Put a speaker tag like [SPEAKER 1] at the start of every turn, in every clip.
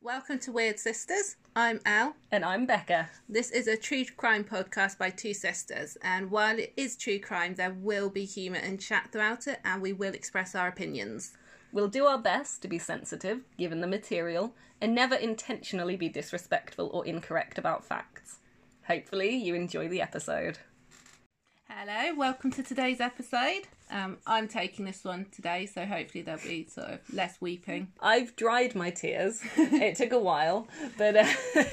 [SPEAKER 1] Welcome to Weird Sisters. I'm Al.
[SPEAKER 2] And I'm Becca.
[SPEAKER 1] This is a true crime podcast by two sisters, and while it is true crime, there will be humour and chat throughout it, and we will express our opinions.
[SPEAKER 2] We'll do our best to be sensitive, given the material, and never intentionally be disrespectful or incorrect about facts. Hopefully, you enjoy the episode.
[SPEAKER 1] Hello, welcome to today's episode. Um, I'm taking this one today, so hopefully there'll be sort of less weeping.
[SPEAKER 2] I've dried my tears. it took a while, but uh,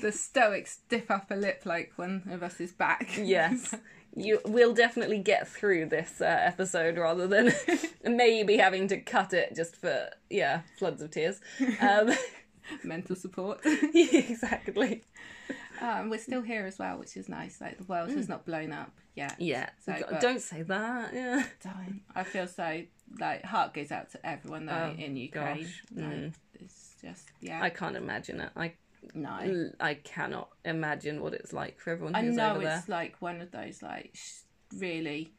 [SPEAKER 1] The stoic stiff upper lip like one of us is back.
[SPEAKER 2] yes, you will definitely get through this uh, episode rather than maybe having to cut it just for yeah floods of tears. Um,
[SPEAKER 1] Mental support.
[SPEAKER 2] exactly.
[SPEAKER 1] um, we're still here as well, which is nice. Like the world has not blown up yet.
[SPEAKER 2] Yeah.
[SPEAKER 1] So,
[SPEAKER 2] God,
[SPEAKER 1] but-
[SPEAKER 2] Don't say that. Yeah.
[SPEAKER 1] time. I feel so like heart goes out to everyone though in Ukraine.
[SPEAKER 2] Oh, gosh. Mm.
[SPEAKER 1] Like, It's just yeah.
[SPEAKER 2] I can't imagine it. I
[SPEAKER 1] no,
[SPEAKER 2] l- I cannot imagine what it's like for everyone
[SPEAKER 1] I
[SPEAKER 2] who's
[SPEAKER 1] know
[SPEAKER 2] over there.
[SPEAKER 1] it's like one of those like sh- really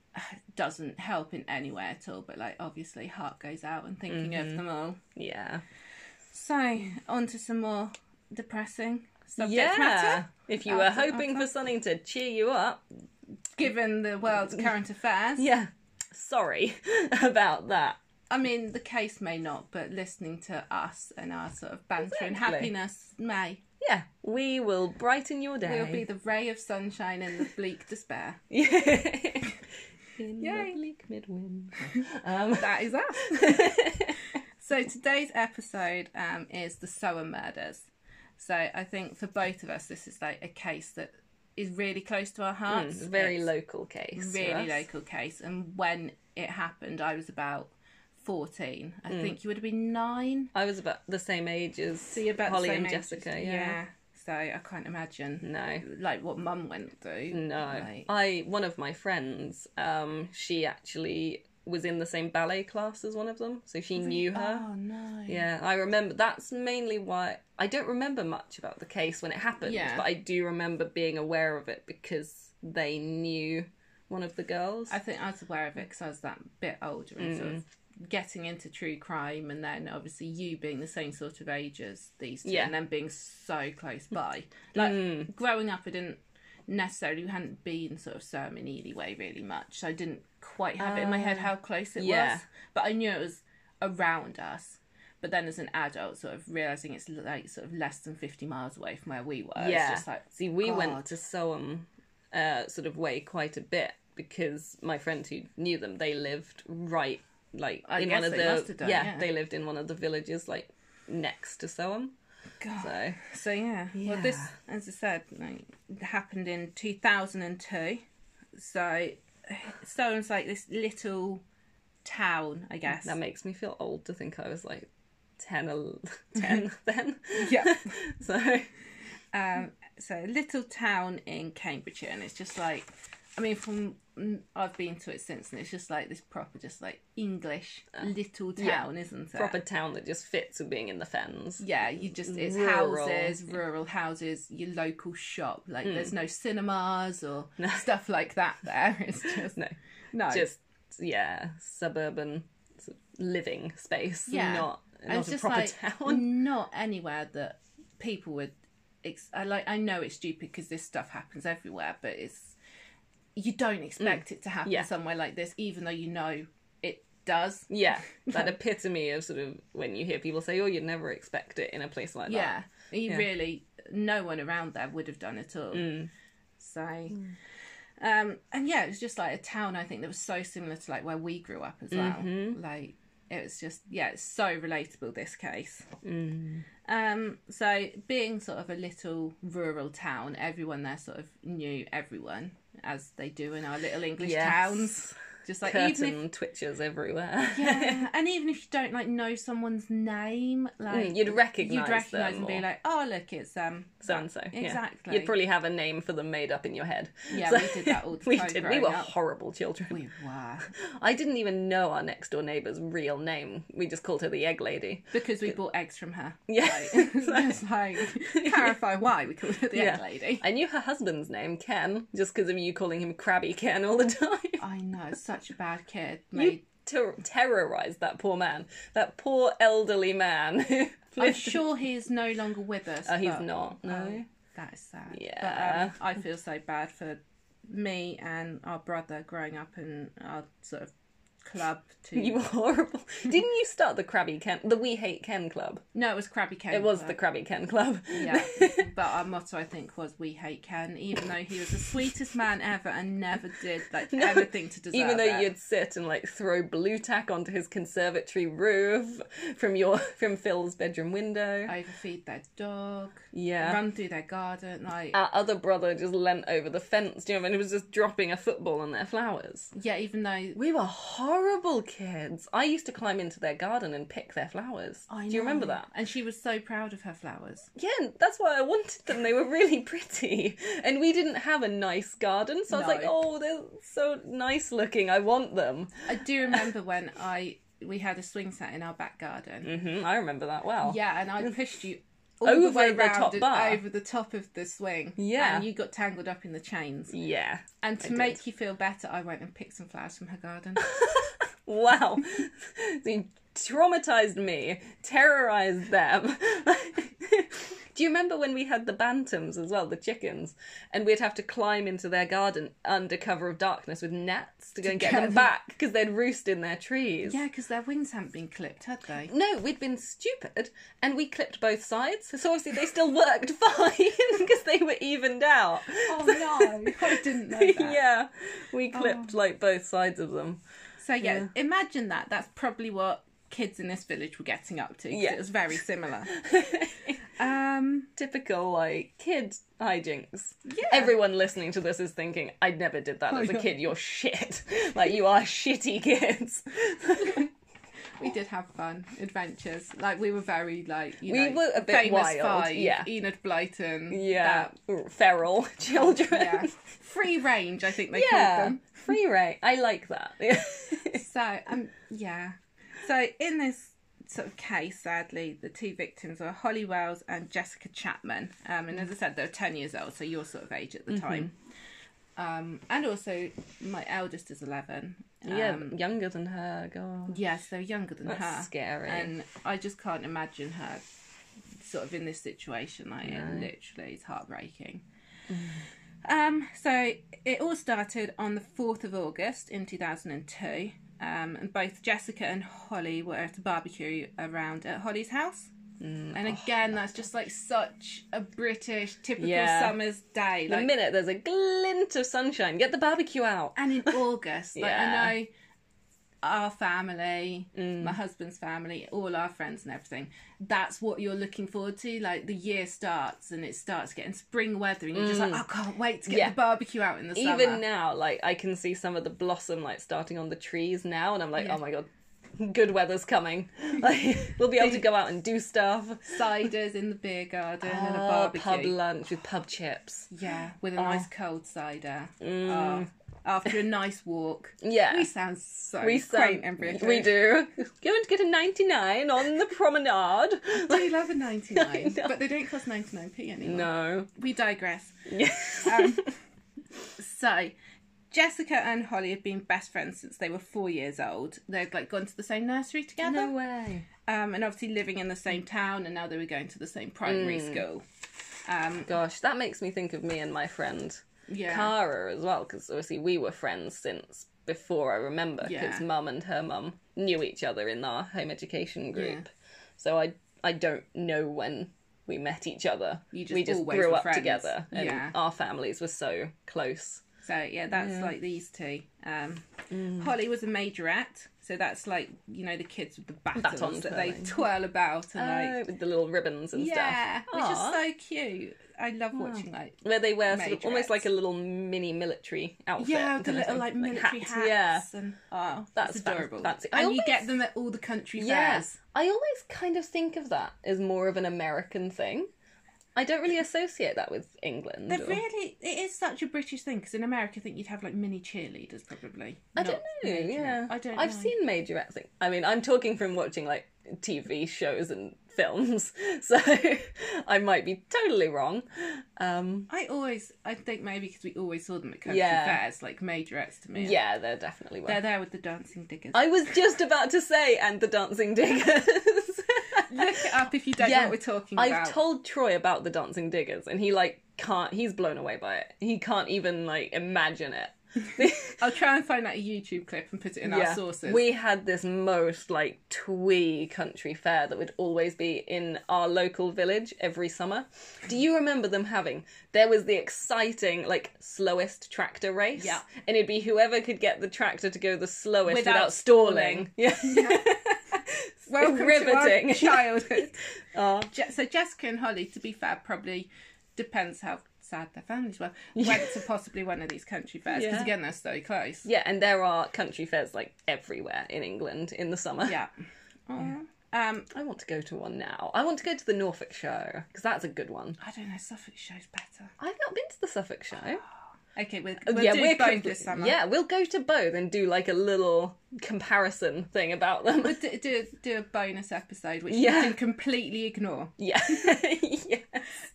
[SPEAKER 1] doesn't help in any way at all. But like obviously heart goes out and thinking
[SPEAKER 2] Mm-hmm.
[SPEAKER 1] of them all.
[SPEAKER 2] Yeah.
[SPEAKER 1] So on to some more depressing subject
[SPEAKER 2] yeah.
[SPEAKER 1] matter.
[SPEAKER 2] If you were
[SPEAKER 1] After-
[SPEAKER 2] hoping for something to cheer you up,
[SPEAKER 1] Given the world's current affairs,
[SPEAKER 2] yeah. Sorry about that.
[SPEAKER 1] I mean the case may not, but listening to us and our sort of banter and
[SPEAKER 2] Exactly.
[SPEAKER 1] happiness may.
[SPEAKER 2] Yeah. We will brighten your day.
[SPEAKER 1] We'll be the ray of sunshine in the bleak despair.
[SPEAKER 2] In
[SPEAKER 1] Yay.
[SPEAKER 2] the bleak midwind. um,
[SPEAKER 1] That is us. so today's episode um, is the Sower murders. So I think for both of us, this is like a case that is really close to our hearts.
[SPEAKER 2] it's a very
[SPEAKER 1] It's
[SPEAKER 2] local case. for
[SPEAKER 1] really
[SPEAKER 2] us.
[SPEAKER 1] local case. And when it happened, I was about fourteen. I think you would have been nine.
[SPEAKER 2] I was about the same age as
[SPEAKER 1] So you're about
[SPEAKER 2] Holly
[SPEAKER 1] the same
[SPEAKER 2] and
[SPEAKER 1] age as-
[SPEAKER 2] Jessica.
[SPEAKER 1] yeah. So I can't imagine
[SPEAKER 2] No.
[SPEAKER 1] like what Mum went through.
[SPEAKER 2] No,
[SPEAKER 1] Like,
[SPEAKER 2] I one of my friends. Um, she actually was in the same ballet class as one of them, so she knew her.
[SPEAKER 1] oh no.
[SPEAKER 2] Yeah, I remember. That's mainly why I don't remember much about the case when it happened,
[SPEAKER 1] Yeah.
[SPEAKER 2] but I do remember being aware of it because they knew one of the girls.
[SPEAKER 1] I think I was aware of it because I was that bit older and sort
[SPEAKER 2] Mm.
[SPEAKER 1] of getting into true crime, and then obviously you being the same sort of age as these two,
[SPEAKER 2] Yeah. Mm.
[SPEAKER 1] and then being so close by. Like growing up, I didn't necessarily we hadn't been sort of ceremonially way really much. So I didn't quite have it in my head how close it
[SPEAKER 2] Ah. yeah.
[SPEAKER 1] was, but I knew it was around us. But then as an adult, sort of realizing it's like sort of less than fifty miles away from where we were.
[SPEAKER 2] yeah,
[SPEAKER 1] It's just like
[SPEAKER 2] see, we
[SPEAKER 1] God.
[SPEAKER 2] went to Soham, uh, sort of way quite a bit because my friends who knew them, they lived right like
[SPEAKER 1] I
[SPEAKER 2] in
[SPEAKER 1] guess
[SPEAKER 2] one of
[SPEAKER 1] they
[SPEAKER 2] the
[SPEAKER 1] must have done, yeah.
[SPEAKER 2] they lived in one of the villages like next to Soham.
[SPEAKER 1] God.
[SPEAKER 2] So
[SPEAKER 1] So yeah. Well, this, as I said, like, happened in two thousand and two. So, Stone's like this little town, I guess.
[SPEAKER 2] that makes me feel old to think I was like 10, el- 10 then.
[SPEAKER 1] yeah.
[SPEAKER 2] So
[SPEAKER 1] Um, so a little town in Cambridgeshire, and it's just like, I mean, from mm, I've been to it since, and it's just like this proper, just like English little town, isn't it?
[SPEAKER 2] Uh, proper town that just fits with being in the fens.
[SPEAKER 1] Yeah, you just it's
[SPEAKER 2] Rural.
[SPEAKER 1] houses, rural houses, your local shop. Like there's
[SPEAKER 2] Mm.
[SPEAKER 1] no cinemas or stuff like that there. It's just
[SPEAKER 2] No,
[SPEAKER 1] no.
[SPEAKER 2] just yeah, suburban sort of living space.
[SPEAKER 1] Yeah.
[SPEAKER 2] not
[SPEAKER 1] And
[SPEAKER 2] not
[SPEAKER 1] it's
[SPEAKER 2] a
[SPEAKER 1] just
[SPEAKER 2] proper
[SPEAKER 1] like
[SPEAKER 2] town.
[SPEAKER 1] not anywhere that people would. Ex- I like. I know it's stupid because this stuff happens everywhere, but it's you don't expect it to happen
[SPEAKER 2] Mm. Yeah.
[SPEAKER 1] somewhere like this, even though you know it does.
[SPEAKER 2] Yeah, that epitome of sort of when you hear people say, "Oh, you'd never expect it in a place like
[SPEAKER 1] Yeah,
[SPEAKER 2] that."
[SPEAKER 1] you really no one around there would have done at all.
[SPEAKER 2] Mm.
[SPEAKER 1] So, um, and yeah, it was just like a town. I think that was so similar to like where we grew up as well.
[SPEAKER 2] Mm-hmm.
[SPEAKER 1] Like it was just yeah, it's so relatable. This case.
[SPEAKER 2] Mm.
[SPEAKER 1] Um, so being sort of a little rural town, everyone there sort of knew everyone as they do in our little English
[SPEAKER 2] Yes.
[SPEAKER 1] towns. Just like even if
[SPEAKER 2] Curtain twitches everywhere.
[SPEAKER 1] yeah, and even if you don't like know someone's name, like
[SPEAKER 2] Mm, you'd recognise
[SPEAKER 1] you'd recognise
[SPEAKER 2] them
[SPEAKER 1] and be
[SPEAKER 2] or-
[SPEAKER 1] like, oh look, it's um,
[SPEAKER 2] So and so.
[SPEAKER 1] Exactly.
[SPEAKER 2] You'd probably have a name for them made up in your head.
[SPEAKER 1] Yeah,
[SPEAKER 2] So-
[SPEAKER 1] we did that all the
[SPEAKER 2] we
[SPEAKER 1] time
[SPEAKER 2] did. We
[SPEAKER 1] growing
[SPEAKER 2] were
[SPEAKER 1] up.
[SPEAKER 2] horrible children.
[SPEAKER 1] we were
[SPEAKER 2] I didn't even know our next door neighbour's real name. We just called her the egg lady.
[SPEAKER 1] because we bought eggs from her.
[SPEAKER 2] Yeah.
[SPEAKER 1] like, just like clarify why we called her the egg
[SPEAKER 2] Yeah.
[SPEAKER 1] lady.
[SPEAKER 2] I knew her husband's name, Ken, just because of you calling him Krabby Ken all the time.
[SPEAKER 1] I know, such a bad kid. Made
[SPEAKER 2] ter- terrorized that poor man, that poor elderly man. who
[SPEAKER 1] I'm
[SPEAKER 2] lived-
[SPEAKER 1] sure he is no longer with us.
[SPEAKER 2] Oh, he's
[SPEAKER 1] but-
[SPEAKER 2] not. No.
[SPEAKER 1] Oh, that is sad.
[SPEAKER 2] Yeah.
[SPEAKER 1] But, um, I feel so bad for me and our brother growing up in our sort of club. To
[SPEAKER 2] You were horrible. Didn't you start the Krabby Ken, the We Hate Ken Club?
[SPEAKER 1] no, it was Krabby Ken.
[SPEAKER 2] It was the Krabby Ken Club.
[SPEAKER 1] yeah. but our motto, I think, was "We hate Ken," even though he was the sweetest man ever and never did like anything to deserve.
[SPEAKER 2] Even though
[SPEAKER 1] it.
[SPEAKER 2] you'd sit and like throw blue tack onto his conservatory roof from your from Phil's bedroom window.
[SPEAKER 1] overfeed their dog,
[SPEAKER 2] yeah. Uh,
[SPEAKER 1] run through their garden, like
[SPEAKER 2] Our other brother just leant over the fence, do you know, and he was just dropping a football on their flowers.
[SPEAKER 1] yeah. Even though
[SPEAKER 2] We were horrible kids. I used to climb into their garden and pick their flowers.
[SPEAKER 1] I
[SPEAKER 2] Do you remember
[SPEAKER 1] know.
[SPEAKER 2] that?
[SPEAKER 1] And she was so proud of her flowers.
[SPEAKER 2] Yeah, that's why I wanted them. They were really pretty. And we didn't have a nice garden, so I was
[SPEAKER 1] No.
[SPEAKER 2] like, oh, they're so nice looking. I want them.
[SPEAKER 1] I do remember when I we had a swing set in our back garden.
[SPEAKER 2] hmm I remember that well.
[SPEAKER 1] Yeah, and I pushed you all
[SPEAKER 2] Over
[SPEAKER 1] the way
[SPEAKER 2] the
[SPEAKER 1] round
[SPEAKER 2] top
[SPEAKER 1] and
[SPEAKER 2] bar.
[SPEAKER 1] over the top of the swing.
[SPEAKER 2] Yeah.
[SPEAKER 1] and you got tangled up in the chains.
[SPEAKER 2] Yeah.
[SPEAKER 1] And to make you feel better, I went and picked some flowers from her garden.
[SPEAKER 2] Wow. they traumatized me, terrorized them. Do you remember when we had the bantams as well, the chickens, and we'd have to climb into their garden under cover of darkness with nets to go and get
[SPEAKER 1] get
[SPEAKER 2] them
[SPEAKER 1] them.
[SPEAKER 2] back because they'd roost in their trees?
[SPEAKER 1] yeah, because their wings hadn't been clipped, had they?
[SPEAKER 2] No, we'd been stupid and we clipped both sides, so obviously they still worked fine because they were evened out.
[SPEAKER 1] Oh no, I didn't know that. Oh.
[SPEAKER 2] yeah, we clipped like both sides of them.
[SPEAKER 1] So yeah, imagine that. That's probably what kids in this village were getting up to. 'cause
[SPEAKER 2] Yeah.
[SPEAKER 1] it was very similar. um,
[SPEAKER 2] typical like kid hijinks. Yeah. Everyone listening to this is thinking, I never did that as a
[SPEAKER 1] Oh, yeah.
[SPEAKER 2] kid. You're shit. like you are shitty kids.
[SPEAKER 1] we did have fun adventures. Like we were very like you
[SPEAKER 2] We
[SPEAKER 1] know,
[SPEAKER 2] were a bit
[SPEAKER 1] famous
[SPEAKER 2] wild,
[SPEAKER 1] Five,
[SPEAKER 2] yeah.
[SPEAKER 1] Enid Blyton.
[SPEAKER 2] yeah.
[SPEAKER 1] that-
[SPEAKER 2] Feral children.
[SPEAKER 1] yeah. Free range, I think they
[SPEAKER 2] Yeah.
[SPEAKER 1] called them.
[SPEAKER 2] Free rate. I like that. Yeah.
[SPEAKER 1] So um, yeah. So in this sort of case, sadly, the two victims are Holly Wells and Jessica Chapman. Um, and as I said, they were ten years old, so your sort of age at the
[SPEAKER 2] Mm-hmm.
[SPEAKER 1] time. Um, and also my eldest is eleven.
[SPEAKER 2] yeah.
[SPEAKER 1] Um,
[SPEAKER 2] Younger than her. God.
[SPEAKER 1] yes, they're younger than
[SPEAKER 2] That's
[SPEAKER 1] her.
[SPEAKER 2] scary.
[SPEAKER 1] And I just can't imagine her sort of in this situation. Like it literally is heartbreaking. Um, so it all started on the 4th of August in 2002. Um, and both Jessica and Holly were at a barbecue around at Holly's house.
[SPEAKER 2] Mm.
[SPEAKER 1] And
[SPEAKER 2] Oh,
[SPEAKER 1] again, that's just like such a British typical
[SPEAKER 2] Yeah.
[SPEAKER 1] summer's day.
[SPEAKER 2] the
[SPEAKER 1] Like,
[SPEAKER 2] minute there's a glint of sunshine, get the barbecue out.
[SPEAKER 1] and in August, like
[SPEAKER 2] Yeah. Mm.
[SPEAKER 1] I know our family, my husband's family, all our friends and everything. That's what you're looking forward to. Like the year starts and it starts getting spring weather, and you're just like, I can't wait to get
[SPEAKER 2] Mm. Yeah.
[SPEAKER 1] the barbecue out in the summer.
[SPEAKER 2] Even now, like I can see some of the blossom like starting on the trees now, and I'm like,
[SPEAKER 1] Yeah.
[SPEAKER 2] oh my god, good weather's coming. Like we'll be able to go out and do stuff.
[SPEAKER 1] Ciders in the beer garden and a
[SPEAKER 2] Oh,
[SPEAKER 1] barbecue.
[SPEAKER 2] pub Ah. lunch with pub chips.
[SPEAKER 1] Yeah, with a nice cold cider. Oh, after a nice walk.
[SPEAKER 2] Mm. Yeah.
[SPEAKER 1] We sound so
[SPEAKER 2] We
[SPEAKER 1] quaint
[SPEAKER 2] sound-
[SPEAKER 1] and British.
[SPEAKER 2] We do. Go and get a 99 on the promenade.
[SPEAKER 1] We love a 99,
[SPEAKER 2] I know.
[SPEAKER 1] but they don't cost 99p anymore.
[SPEAKER 2] no.
[SPEAKER 1] We digress.
[SPEAKER 2] Yes.
[SPEAKER 1] So, Jessica and Holly had been best friends since they were four years old. They'd like gone to the same nursery together,
[SPEAKER 2] no way.
[SPEAKER 1] um, and obviously living in the same town. And now they were going to the same primary school. Um,
[SPEAKER 2] Gosh, that makes me think of me and my friend
[SPEAKER 1] yeah,
[SPEAKER 2] Cara as well, because obviously we were friends since before I remember, because
[SPEAKER 1] Yeah.
[SPEAKER 2] mum and her mum knew each other in our home education group. So I I don't know when we met each other.
[SPEAKER 1] You just
[SPEAKER 2] we just
[SPEAKER 1] always
[SPEAKER 2] grew
[SPEAKER 1] were
[SPEAKER 2] up
[SPEAKER 1] friends.
[SPEAKER 2] together, and
[SPEAKER 1] Yeah.
[SPEAKER 2] our families were so close.
[SPEAKER 1] so yeah, that's like these two. Um, Holly was a majorette, so that's like you know the kids with the batons
[SPEAKER 2] Baton
[SPEAKER 1] that they
[SPEAKER 2] twirling.
[SPEAKER 1] twirl about and like
[SPEAKER 2] Oh, with the little ribbons and
[SPEAKER 1] yeah,
[SPEAKER 2] stuff.
[SPEAKER 1] which is
[SPEAKER 2] Aw.
[SPEAKER 1] so cute. I love watching like
[SPEAKER 2] where they wear sort of almost
[SPEAKER 1] Majorettes.
[SPEAKER 2] like a little mini military outfit.
[SPEAKER 1] Yeah, the
[SPEAKER 2] kind of
[SPEAKER 1] little
[SPEAKER 2] thing.
[SPEAKER 1] like military
[SPEAKER 2] hat.
[SPEAKER 1] hats.
[SPEAKER 2] Yeah.
[SPEAKER 1] and oh,
[SPEAKER 2] That's
[SPEAKER 1] that's
[SPEAKER 2] fan-
[SPEAKER 1] adorable.
[SPEAKER 2] fancy. I
[SPEAKER 1] And you
[SPEAKER 2] always-
[SPEAKER 1] get them at all the country fairs.
[SPEAKER 2] Yes. I always kind of think of that as more of an American thing. I don't really associate that with England.
[SPEAKER 1] But
[SPEAKER 2] or-
[SPEAKER 1] really, it is such a British thing because in America, I think you'd have like mini cheerleaders probably.
[SPEAKER 2] I don't know.
[SPEAKER 1] Not majorettes.
[SPEAKER 2] Yeah,
[SPEAKER 1] I don't.
[SPEAKER 2] I've
[SPEAKER 1] know.
[SPEAKER 2] seen majorettes. like- I mean, I'm talking from watching like TV shows and films, so I might be totally wrong. Um,
[SPEAKER 1] I always, I think maybe because we always saw them at country
[SPEAKER 2] Yeah.
[SPEAKER 1] fairs, like majorettes to me.
[SPEAKER 2] yeah, there definitely were.
[SPEAKER 1] they're there with the dancing diggers.
[SPEAKER 2] I was just about to say, and the dancing diggers.
[SPEAKER 1] Look it up if you don't
[SPEAKER 2] Yeah.
[SPEAKER 1] know what we're talking about.
[SPEAKER 2] I've told Troy about the dancing diggers, and he like can't. He's blown away by it. He can't even like imagine it.
[SPEAKER 1] I'll try and find like a YouTube clip and put it in our sources.
[SPEAKER 2] We had this most like twee country fair that would always be in our local village every summer. Do you remember them having? There was the exciting like slowest tractor race.
[SPEAKER 1] Yeah.
[SPEAKER 2] And it'd be whoever could get the tractor to go the slowest without,
[SPEAKER 1] Without
[SPEAKER 2] stalling. Yeah.
[SPEAKER 1] Welcome To
[SPEAKER 2] riveting.
[SPEAKER 1] our childhood.
[SPEAKER 2] Oh.
[SPEAKER 1] Je- so Jessica and Holly, to be fair, probably depends how sad their families were. Went to possibly one of these country fairs because
[SPEAKER 2] Yeah.
[SPEAKER 1] again they're so close.
[SPEAKER 2] yeah, and there are country fairs like everywhere in England in the summer.
[SPEAKER 1] Yeah. Aw. Um,
[SPEAKER 2] I want to go to one now. I want to go to the Norfolk show because that's a good one.
[SPEAKER 1] I don't know. Suffolk show's better.
[SPEAKER 2] I've not been to the Suffolk show.
[SPEAKER 1] Okay, we'll, we'll
[SPEAKER 2] Oh, yeah,
[SPEAKER 1] do
[SPEAKER 2] we're
[SPEAKER 1] both
[SPEAKER 2] compl-
[SPEAKER 1] this summer.
[SPEAKER 2] Yeah, we'll go to both and do like a little comparison thing about them.
[SPEAKER 1] We'll do, do, do a bonus episode, which
[SPEAKER 2] Yeah.
[SPEAKER 1] you can completely ignore.
[SPEAKER 2] yeah. yes.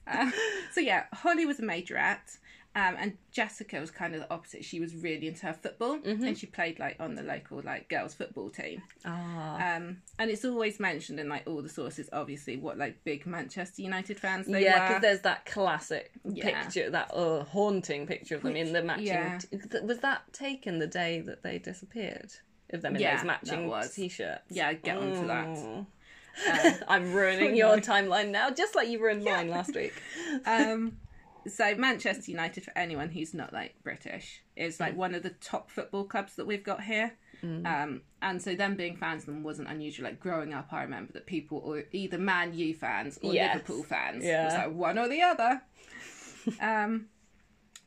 [SPEAKER 1] Uh, so yeah, Holly was a majorette, um, and Jessica was kind of the opposite. She was really into her football,
[SPEAKER 2] Mm-hmm.
[SPEAKER 1] and she played like on the local like girls football team.
[SPEAKER 2] Ah.
[SPEAKER 1] Um, and it's always mentioned in like all the sources, obviously, what like big Manchester United fans they
[SPEAKER 2] yeah,
[SPEAKER 1] were.
[SPEAKER 2] because there's that classic
[SPEAKER 1] Yeah.
[SPEAKER 2] picture, that uh, haunting picture of them in the matching.
[SPEAKER 1] yeah.
[SPEAKER 2] t- th- was that taken the day that they disappeared? Of them in
[SPEAKER 1] Yeah,
[SPEAKER 2] those matching
[SPEAKER 1] that was.
[SPEAKER 2] t-shirts.
[SPEAKER 1] Yeah, Oh, get onto that.
[SPEAKER 2] Oh. I'm ruining your timeline now, just like you ruined mine last week.
[SPEAKER 1] Um, so Manchester United, for anyone who's not like British, is
[SPEAKER 2] Mm.
[SPEAKER 1] like one of the top football clubs that we've got here. Um, and so them being fans of them wasn't unusual. Like growing up, I remember that people were either Man U fans or
[SPEAKER 2] Yes.
[SPEAKER 1] Liverpool fans. It was
[SPEAKER 2] Yeah.
[SPEAKER 1] like one or the other. um,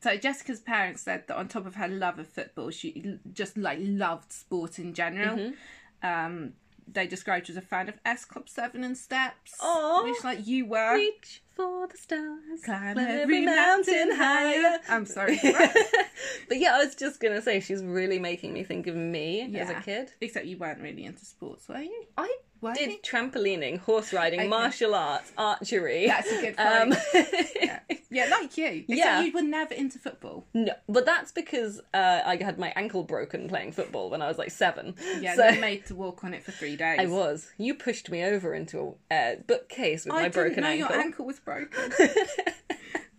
[SPEAKER 1] so Jessica's parents said that on top of her love of football, she l- just like loved sport in general.
[SPEAKER 2] Mm-hmm.
[SPEAKER 1] Um, they described her as a fan of S Club Seven and Steps,
[SPEAKER 2] Aw.
[SPEAKER 1] which like you were.
[SPEAKER 2] Reach for the stars,
[SPEAKER 1] Climb
[SPEAKER 2] climb
[SPEAKER 1] every mountain higher. I'm sorry.
[SPEAKER 2] but yeah, I was just gonna say she's really making me think of me as a
[SPEAKER 1] Yeah.
[SPEAKER 2] kid.
[SPEAKER 1] Except you weren't really into sports, were you?
[SPEAKER 2] I
[SPEAKER 1] Were you?
[SPEAKER 2] did trampolining, horse riding, martial arts, archery.
[SPEAKER 1] That's a good
[SPEAKER 2] Um,
[SPEAKER 1] Yeah, like you. Except
[SPEAKER 2] Yeah.
[SPEAKER 1] you were never into football.
[SPEAKER 2] no, but that's because uh, I had my ankle broken playing football when I was like seven.
[SPEAKER 1] Yeah,
[SPEAKER 2] so
[SPEAKER 1] you were made to walk on it for three days.
[SPEAKER 2] I was. You pushed me over into a uh, bookcase with
[SPEAKER 1] I
[SPEAKER 2] my
[SPEAKER 1] didn't
[SPEAKER 2] broken
[SPEAKER 1] know
[SPEAKER 2] ankle.
[SPEAKER 1] your ankle was broken.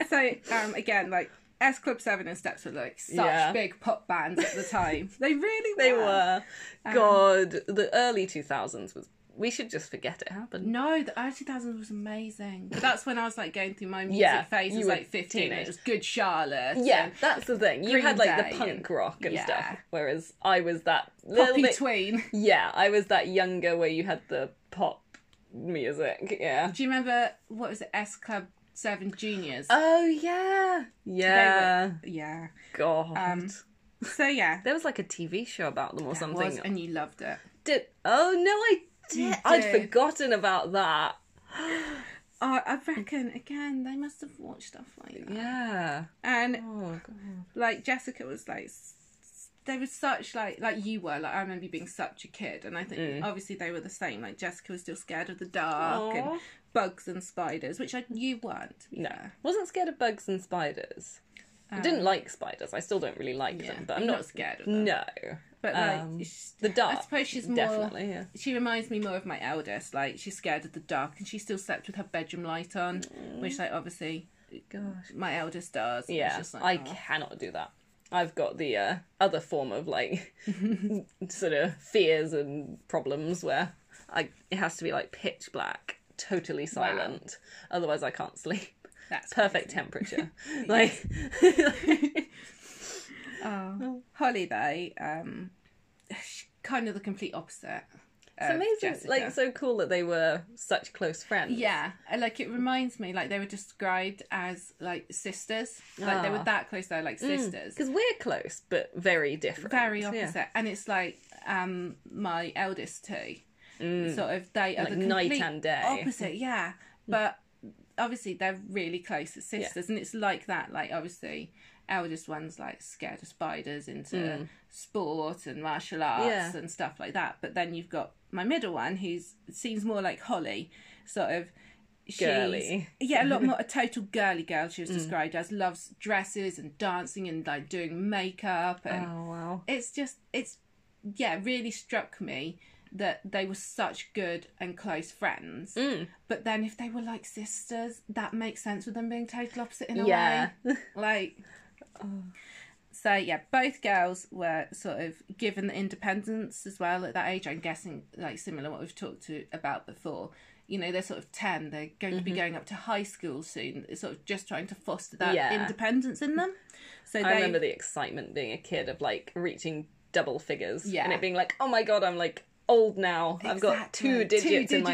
[SPEAKER 1] so um, again, like S Club Seven and Steps were like such
[SPEAKER 2] Yeah.
[SPEAKER 1] big pop bands at the time. They really
[SPEAKER 2] They were. Oh, uh,
[SPEAKER 1] Um,
[SPEAKER 2] God, the early two thousands was. We should just forget it happened.
[SPEAKER 1] No, the early 2000s was amazing. That's when I was like going through my music
[SPEAKER 2] Yeah,
[SPEAKER 1] phase. I
[SPEAKER 2] you
[SPEAKER 1] was
[SPEAKER 2] were
[SPEAKER 1] like 15. and
[SPEAKER 2] teenage.
[SPEAKER 1] It was Good Charlotte.
[SPEAKER 2] Yeah,
[SPEAKER 1] and
[SPEAKER 2] that's the thing. You had
[SPEAKER 1] Green
[SPEAKER 2] like
[SPEAKER 1] Day
[SPEAKER 2] the punk
[SPEAKER 1] and-
[SPEAKER 2] rock and
[SPEAKER 1] yeah.
[SPEAKER 2] stuff, whereas I was that little
[SPEAKER 1] Poppy
[SPEAKER 2] bit.
[SPEAKER 1] Tween.
[SPEAKER 2] yeah, I was that younger where you had the pop music. Yeah.
[SPEAKER 1] Do you remember what was it? S Club Seven Juniors.
[SPEAKER 2] Oh yeah, yeah.
[SPEAKER 1] They were- yeah.
[SPEAKER 2] God,
[SPEAKER 1] Um, So yeah,
[SPEAKER 2] there was like a TV show about them or
[SPEAKER 1] that
[SPEAKER 2] something.
[SPEAKER 1] was, and you loved it.
[SPEAKER 2] Did- oh no, I did. I'd
[SPEAKER 1] did.
[SPEAKER 2] forgotten about that.
[SPEAKER 1] Oh, I reckon again they must have watched stuff like that.
[SPEAKER 2] Yeah.
[SPEAKER 1] And
[SPEAKER 2] Oh god.
[SPEAKER 1] like Jessica was like, s- s- they were such like like you were like I remember you being such a kid, and I think
[SPEAKER 2] Mm.
[SPEAKER 1] obviously they were the same. Like Jessica was still scared of the dark
[SPEAKER 2] Aw.
[SPEAKER 1] and bugs and spiders, which I you weren't. to be
[SPEAKER 2] No,
[SPEAKER 1] fair.
[SPEAKER 2] wasn't scared of bugs and spiders. I didn't like spiders. I still don't really like
[SPEAKER 1] yeah,
[SPEAKER 2] them, but I'm
[SPEAKER 1] you're
[SPEAKER 2] not.
[SPEAKER 1] not scared of them.
[SPEAKER 2] No.
[SPEAKER 1] But like
[SPEAKER 2] Um,
[SPEAKER 1] it's-
[SPEAKER 2] the
[SPEAKER 1] I
[SPEAKER 2] dark,
[SPEAKER 1] suppose she's more
[SPEAKER 2] Definitely. Yeah.
[SPEAKER 1] She reminds me more of my eldest. Like she's scared of the dark, and she still slept with her bedroom light on, which like obviously
[SPEAKER 2] Gosh.
[SPEAKER 1] my eldest does. It's
[SPEAKER 2] Mm. Yeah,
[SPEAKER 1] just like,
[SPEAKER 2] I
[SPEAKER 1] oh.
[SPEAKER 2] cannot do that. I've got the uh, other form of like sort of fears and problems where I it has to be like pitch black, totally silent. Otherwise, I can't sleep.
[SPEAKER 1] oh, That's
[SPEAKER 2] Perfect temperature. like,
[SPEAKER 1] Oh. Holly though, um, she's kind of the complete opposite.
[SPEAKER 2] it's amazing. Like, so cool that they were such close friends.
[SPEAKER 1] yeah, and, like it reminds me, like they were described as like sisters. Like they were
[SPEAKER 2] Ah.
[SPEAKER 1] that close. They're like sisters.
[SPEAKER 2] because we're close but very different.
[SPEAKER 1] very
[SPEAKER 2] Yeah.
[SPEAKER 1] opposite and it's like um my eldest two sort of they are
[SPEAKER 2] Mm. Like
[SPEAKER 1] the
[SPEAKER 2] night
[SPEAKER 1] complete
[SPEAKER 2] and day.
[SPEAKER 1] opposite yeah but obviously they're really close as sisters, and it's like that. Like obviously, eldest one's like scared of spiders into sport and martial arts
[SPEAKER 2] Mm. Yeah.
[SPEAKER 1] and stuff like that. But then you've got my middle one who's seems more like Holly, sort of. She's,
[SPEAKER 2] Girly. Mm.
[SPEAKER 1] yeah, a lot more a total girly girl. She was described as loves dresses and dancing and like doing makeup and
[SPEAKER 2] Oh wow.
[SPEAKER 1] it's just it's yeah really struck me that they were such good and close friends
[SPEAKER 2] Mm.
[SPEAKER 1] but then if they were like sisters that makes sense with them being total opposite in a
[SPEAKER 2] Yeah.
[SPEAKER 1] way like so yeah both girls were sort of given the independence as well at that age i'm guessing like similar what we've talked to about before you know they're sort of 10 they're going
[SPEAKER 2] Mm-hmm.
[SPEAKER 1] to be going up to high school soon it's sort of just trying to foster that
[SPEAKER 2] Yeah.
[SPEAKER 1] independence in them so they
[SPEAKER 2] I remember the excitement being a kid of like reaching double figures
[SPEAKER 1] Yeah.
[SPEAKER 2] and it being like, oh my god, I'm like old now. I've got
[SPEAKER 1] Exactly.
[SPEAKER 2] two digits, in, my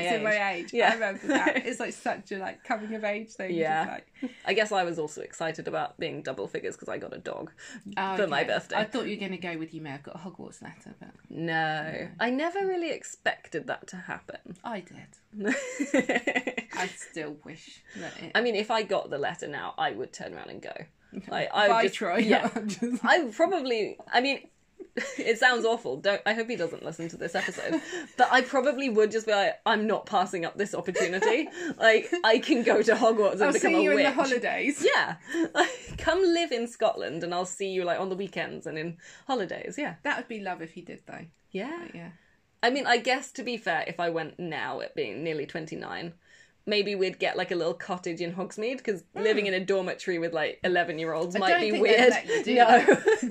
[SPEAKER 2] age.
[SPEAKER 1] Yeah.
[SPEAKER 2] Yeah.
[SPEAKER 1] I remember that. It's like such a like coming of age thing. You're
[SPEAKER 2] Yeah.
[SPEAKER 1] just like,
[SPEAKER 2] I guess I was also excited about being double figures because I got a dog
[SPEAKER 1] oh,
[SPEAKER 2] for my
[SPEAKER 1] okay.
[SPEAKER 2] birthday.
[SPEAKER 1] I thought you were going to go with you may have got a Hogwarts letter, but
[SPEAKER 2] No, I
[SPEAKER 1] Mm.
[SPEAKER 2] never really expected that to happen.
[SPEAKER 1] I did. I still wish that it.
[SPEAKER 2] I mean, if I got the letter now, I would turn around and go. Like, I would
[SPEAKER 1] By
[SPEAKER 2] just-
[SPEAKER 1] Troy.
[SPEAKER 2] Yeah,
[SPEAKER 1] I'm just like-
[SPEAKER 2] I probably. I mean, it sounds awful. Don't. I hope he doesn't listen to this episode. But I probably would just be like, I'm not passing up this opportunity. Like, I can go to Hogwarts and
[SPEAKER 1] I'll
[SPEAKER 2] become
[SPEAKER 1] see
[SPEAKER 2] a
[SPEAKER 1] you in
[SPEAKER 2] witch.
[SPEAKER 1] the holidays.
[SPEAKER 2] yeah, like, come live in Scotland, and I'll see you like on the weekends and in holidays. Yeah,
[SPEAKER 1] That would be love if he did, though.
[SPEAKER 2] yeah.
[SPEAKER 1] Yeah.
[SPEAKER 2] I mean, I guess to be fair, if I went now at being nearly 29, maybe we'd get like a little cottage in Hogsmeade because living in a dormitory with like 11 year olds might
[SPEAKER 1] Hmm. don't
[SPEAKER 2] be
[SPEAKER 1] think they'd
[SPEAKER 2] weird.
[SPEAKER 1] let you do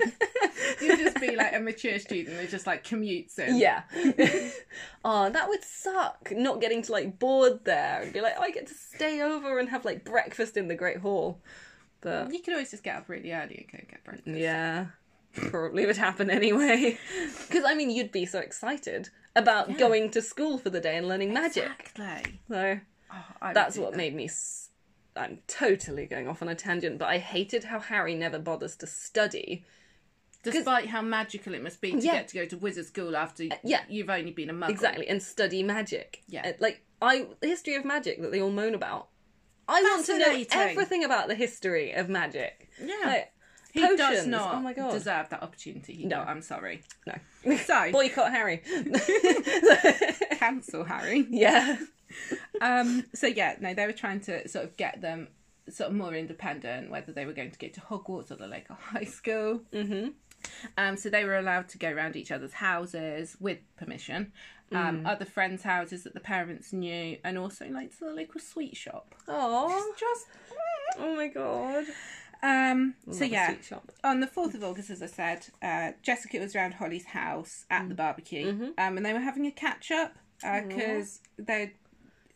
[SPEAKER 1] You'd just be like a mature student that just like commutes in.
[SPEAKER 2] yeah. oh, that would suck. Not getting to like board there and be like, oh, I get to stay over and have like breakfast in the Great Hall. But
[SPEAKER 1] You could always just get up really early and go get breakfast.
[SPEAKER 2] yeah, probably would happen anyway. Because I mean, you'd be so excited about going to school for the day and learning magic.
[SPEAKER 1] Exactly.
[SPEAKER 2] So.
[SPEAKER 1] Oh, I would
[SPEAKER 2] That's
[SPEAKER 1] do
[SPEAKER 2] what
[SPEAKER 1] that.
[SPEAKER 2] made me. S- I'm totally going off on a tangent, but I hated how Harry never bothers to study.
[SPEAKER 1] Despite how magical it must be to
[SPEAKER 2] Yeah.
[SPEAKER 1] get to go to wizard school after
[SPEAKER 2] yeah.
[SPEAKER 1] you've only been a muggle.
[SPEAKER 2] Exactly, and study magic.
[SPEAKER 1] Yeah.
[SPEAKER 2] Uh, Like I the history of magic that they all moan about. I want to know
[SPEAKER 1] Fascinating.
[SPEAKER 2] everything about the history of magic.
[SPEAKER 1] Yeah.
[SPEAKER 2] Like,
[SPEAKER 1] he
[SPEAKER 2] potions.
[SPEAKER 1] does not
[SPEAKER 2] Oh my god.
[SPEAKER 1] deserve that opportunity. He
[SPEAKER 2] No.
[SPEAKER 1] got, I'm sorry.
[SPEAKER 2] No.
[SPEAKER 1] So-
[SPEAKER 2] boycott Harry.
[SPEAKER 1] Cancel Harry.
[SPEAKER 2] yeah.
[SPEAKER 1] Um, so yeah, no, they were trying to sort of get them sort of more independent, whether they were going to go to Hogwarts or the local high school. Mm-hmm. Um, so they were allowed to go around each other's houses with permission, um,
[SPEAKER 2] Mm.
[SPEAKER 1] other friends' houses that the parents knew, and also like to the local sweet shop.
[SPEAKER 2] Oh.
[SPEAKER 1] Just
[SPEAKER 2] Oh my god.
[SPEAKER 1] um, so
[SPEAKER 2] Love a
[SPEAKER 1] yeah,
[SPEAKER 2] sweet shop.
[SPEAKER 1] on the 4th of August, as I said, uh, Jessica was round Holly's house at
[SPEAKER 2] Mm.
[SPEAKER 1] the barbecue
[SPEAKER 2] Mm-hmm.
[SPEAKER 1] um, and they were having a catch up because they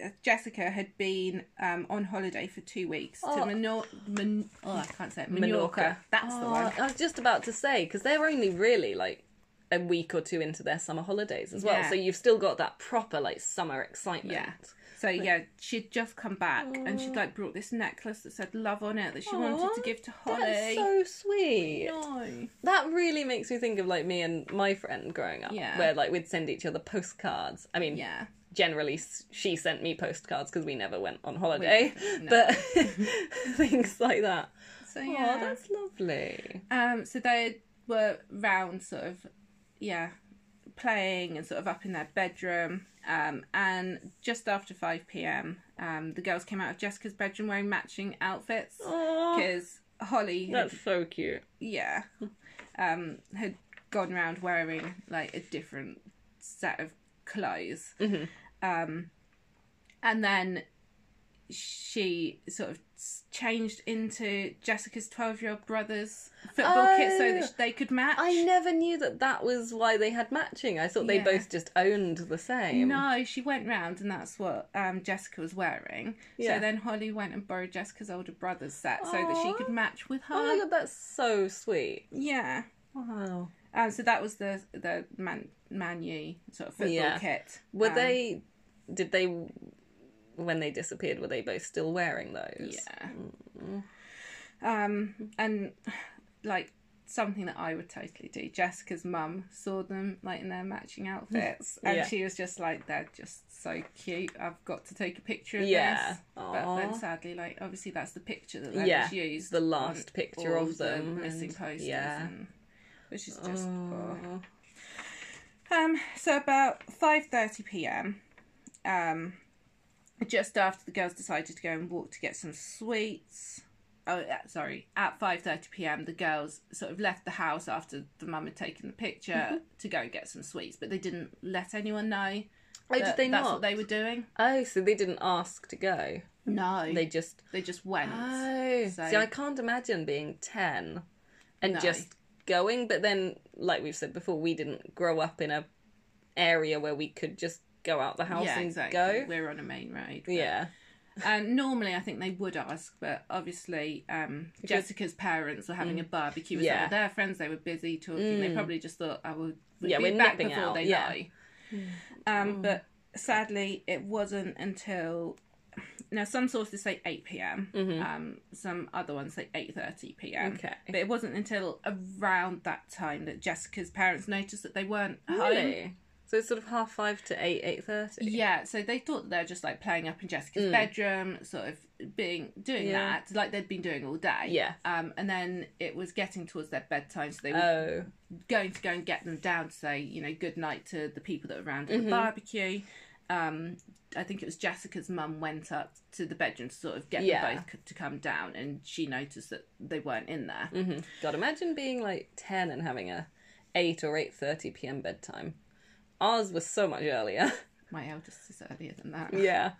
[SPEAKER 1] uh, Jessica had been um, on holiday for two weeks
[SPEAKER 2] Oh.
[SPEAKER 1] to Menor- Men- oh, I can't say it. Menorca.
[SPEAKER 2] Menorca.
[SPEAKER 1] That's the one.
[SPEAKER 2] Oh, I was just about to say because they're only really like a week or two into their summer holidays as well,
[SPEAKER 1] Yeah.
[SPEAKER 2] so you've still got that proper like summer excitement.
[SPEAKER 1] Yeah. So yeah, she'd just come back and she'd like brought this necklace that said love on it that she wanted to
[SPEAKER 2] Aw,
[SPEAKER 1] give to Holly.
[SPEAKER 2] That's so sweet.
[SPEAKER 1] No.
[SPEAKER 2] That really makes me think of like me and my friend growing up,
[SPEAKER 1] Yeah.
[SPEAKER 2] where like we'd send each other postcards. I mean,
[SPEAKER 1] Yeah.
[SPEAKER 2] generally s- she sent me postcards because we never went on holiday,
[SPEAKER 1] no.
[SPEAKER 2] but things like that.
[SPEAKER 1] So
[SPEAKER 2] Oh,
[SPEAKER 1] yeah.
[SPEAKER 2] that's lovely.
[SPEAKER 1] Um, so they were round, sort of, yeah, playing and sort of up in their bedroom. Um, and just after 5 pm, um, the girls came out of Jessica's bedroom wearing matching outfits
[SPEAKER 2] Oh,
[SPEAKER 1] because Holly, had-
[SPEAKER 2] that's so cute.
[SPEAKER 1] yeah, um, had gone round wearing like a different set of clothes.
[SPEAKER 2] Mm-hmm.
[SPEAKER 1] Um, and then she sort of s- changed into Jessica's 12 year old brother's football kit so that
[SPEAKER 2] Oh.
[SPEAKER 1] sh- they could match.
[SPEAKER 2] I never knew that that was why they had matching. I thought they
[SPEAKER 1] Yeah.
[SPEAKER 2] both just owned the same.
[SPEAKER 1] No, she went round and that's what um, Jessica was wearing.
[SPEAKER 2] Yeah.
[SPEAKER 1] So then Holly went and borrowed Jessica's older brother's set so that she
[SPEAKER 2] Aw.
[SPEAKER 1] could match with her.
[SPEAKER 2] Oh my god, that's so sweet.
[SPEAKER 1] Yeah.
[SPEAKER 2] Wow.
[SPEAKER 1] Um, so that was the the man Manu sort of football
[SPEAKER 2] Yeah.
[SPEAKER 1] kit.
[SPEAKER 2] Were
[SPEAKER 1] Um,
[SPEAKER 2] they? Did they? When they disappeared, were they both still Mm. wearing those?
[SPEAKER 1] Yeah. Um, and like something that I would totally do. Jessica's mum saw them like in their matching outfits, and
[SPEAKER 2] Yeah.
[SPEAKER 1] she was just like, "They're just so cute. I've got to take a picture of
[SPEAKER 2] Yeah.
[SPEAKER 1] this." But then
[SPEAKER 2] Aw.
[SPEAKER 1] sadly, like obviously, that's the picture that they
[SPEAKER 2] Yeah,
[SPEAKER 1] was used.
[SPEAKER 2] the
[SPEAKER 1] on
[SPEAKER 2] last picture
[SPEAKER 1] all
[SPEAKER 2] of
[SPEAKER 1] the
[SPEAKER 2] them
[SPEAKER 1] missing
[SPEAKER 2] and-
[SPEAKER 1] posters,
[SPEAKER 2] yeah.
[SPEAKER 1] and, which is just. aw.
[SPEAKER 2] Aw.
[SPEAKER 1] Um, so about five thirty p.m. Um, just after the girls decided to go and walk to get some sweets. Oh, uh, sorry. At five thirty p.m., the girls sort of left the house after the mum had taken the
[SPEAKER 2] Mm-hmm.
[SPEAKER 1] picture to go and get some sweets, but they didn't let anyone know.
[SPEAKER 2] Oh, did
[SPEAKER 1] that
[SPEAKER 2] they
[SPEAKER 1] that's
[SPEAKER 2] not?
[SPEAKER 1] what they were doing?
[SPEAKER 2] Oh, so they didn't ask to go.
[SPEAKER 1] No,
[SPEAKER 2] They
[SPEAKER 1] they
[SPEAKER 2] just.
[SPEAKER 1] they just went.
[SPEAKER 2] Oh,
[SPEAKER 1] So-
[SPEAKER 2] see, I can't imagine being ten and
[SPEAKER 1] No.
[SPEAKER 2] just going. But then, like we've said before, we didn't grow up in a area where we could just go out the house
[SPEAKER 1] yeah,
[SPEAKER 2] and
[SPEAKER 1] exactly.
[SPEAKER 2] go.
[SPEAKER 1] We're on a main road. but-
[SPEAKER 2] Yeah,
[SPEAKER 1] And Uh, normally, I think they would ask, but obviously, um, Jessica's parents were having a barbecue with some
[SPEAKER 2] Mm. Yeah. Mm.
[SPEAKER 1] of their friends. They were busy talking. They probably just thought, "I will we'll
[SPEAKER 2] Yeah,
[SPEAKER 1] be
[SPEAKER 2] we're
[SPEAKER 1] back
[SPEAKER 2] nipping
[SPEAKER 1] before
[SPEAKER 2] out,
[SPEAKER 1] they
[SPEAKER 2] yeah. Mm.
[SPEAKER 1] die." Um, But sadly, it wasn't until now. Some sources say eight p.m. Um, some other ones say eight thirty p.m.
[SPEAKER 2] Mm-hmm. Okay.
[SPEAKER 1] but it wasn't until around that time that Jessica's parents noticed that they weren't home.
[SPEAKER 2] really. So it's sort of half five to eight, eight thirty.
[SPEAKER 1] Yeah, so they thought that they were just like playing up in Jessica's bedroom, sort of being doing
[SPEAKER 2] Mm. Yeah.
[SPEAKER 1] that, like they'd been doing all day.
[SPEAKER 2] Yeah.
[SPEAKER 1] Um, and then it was getting towards their bedtime, so they were
[SPEAKER 2] Oh,
[SPEAKER 1] going to go and get them down to say, you know, good night to the people that were around
[SPEAKER 2] Mm-hmm.
[SPEAKER 1] at the barbecue. Um, I think it was Jessica's mum went up to the bedroom to sort of get
[SPEAKER 2] Yeah.
[SPEAKER 1] them both c- to come down, and she noticed that they weren't in there.
[SPEAKER 2] Mm-hmm. God, imagine being like ten and having a eight or eight thirty p.m. bedtime. Ours was so much earlier.
[SPEAKER 1] My eldest is earlier than that.
[SPEAKER 2] Yeah.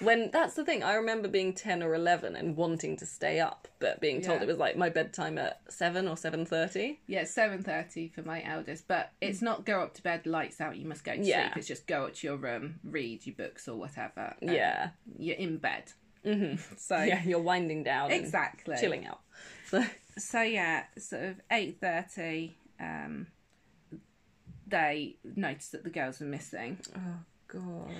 [SPEAKER 2] When that's the thing, I remember being ten or eleven and wanting to stay up, but being told
[SPEAKER 1] Yeah.
[SPEAKER 2] it was like my bedtime at seven or seven thirty.
[SPEAKER 1] Yeah, seven thirty for my eldest, but it's not go up to bed, lights out. You must go to
[SPEAKER 2] Mm. Yeah.
[SPEAKER 1] sleep. It's just go up to your room, read your books or whatever. and
[SPEAKER 2] Yeah,
[SPEAKER 1] you're in bed. Mm-hmm. So
[SPEAKER 2] yeah, you're winding down, and
[SPEAKER 1] exactly.
[SPEAKER 2] chilling out. So
[SPEAKER 1] So yeah, sort of eight thirty. Um, they noticed that the girls were missing.
[SPEAKER 2] God,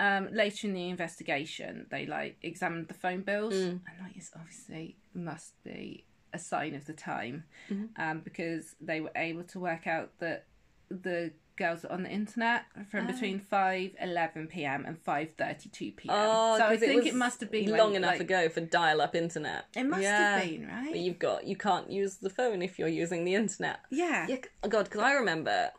[SPEAKER 1] Um, later in the investigation, they like examined the phone bills,
[SPEAKER 2] Mm.
[SPEAKER 1] and that is obviously must be a sign of the time,
[SPEAKER 2] Mm-hmm.
[SPEAKER 1] um, because they were able to work out that the girls were on the internet from
[SPEAKER 2] Oh.
[SPEAKER 1] between five eleven p.m. and five thirty two p.m.
[SPEAKER 2] oh,
[SPEAKER 1] so I
[SPEAKER 2] 'cause
[SPEAKER 1] think
[SPEAKER 2] was
[SPEAKER 1] it must have been
[SPEAKER 2] long
[SPEAKER 1] when,
[SPEAKER 2] enough
[SPEAKER 1] like-
[SPEAKER 2] ago for dial-up internet.
[SPEAKER 1] It must
[SPEAKER 2] Yeah.
[SPEAKER 1] have been
[SPEAKER 2] But
[SPEAKER 1] right.
[SPEAKER 2] you've got you can't use the phone if you're using the internet.
[SPEAKER 1] Yeah.
[SPEAKER 2] Yeah, c- oh God, because I remember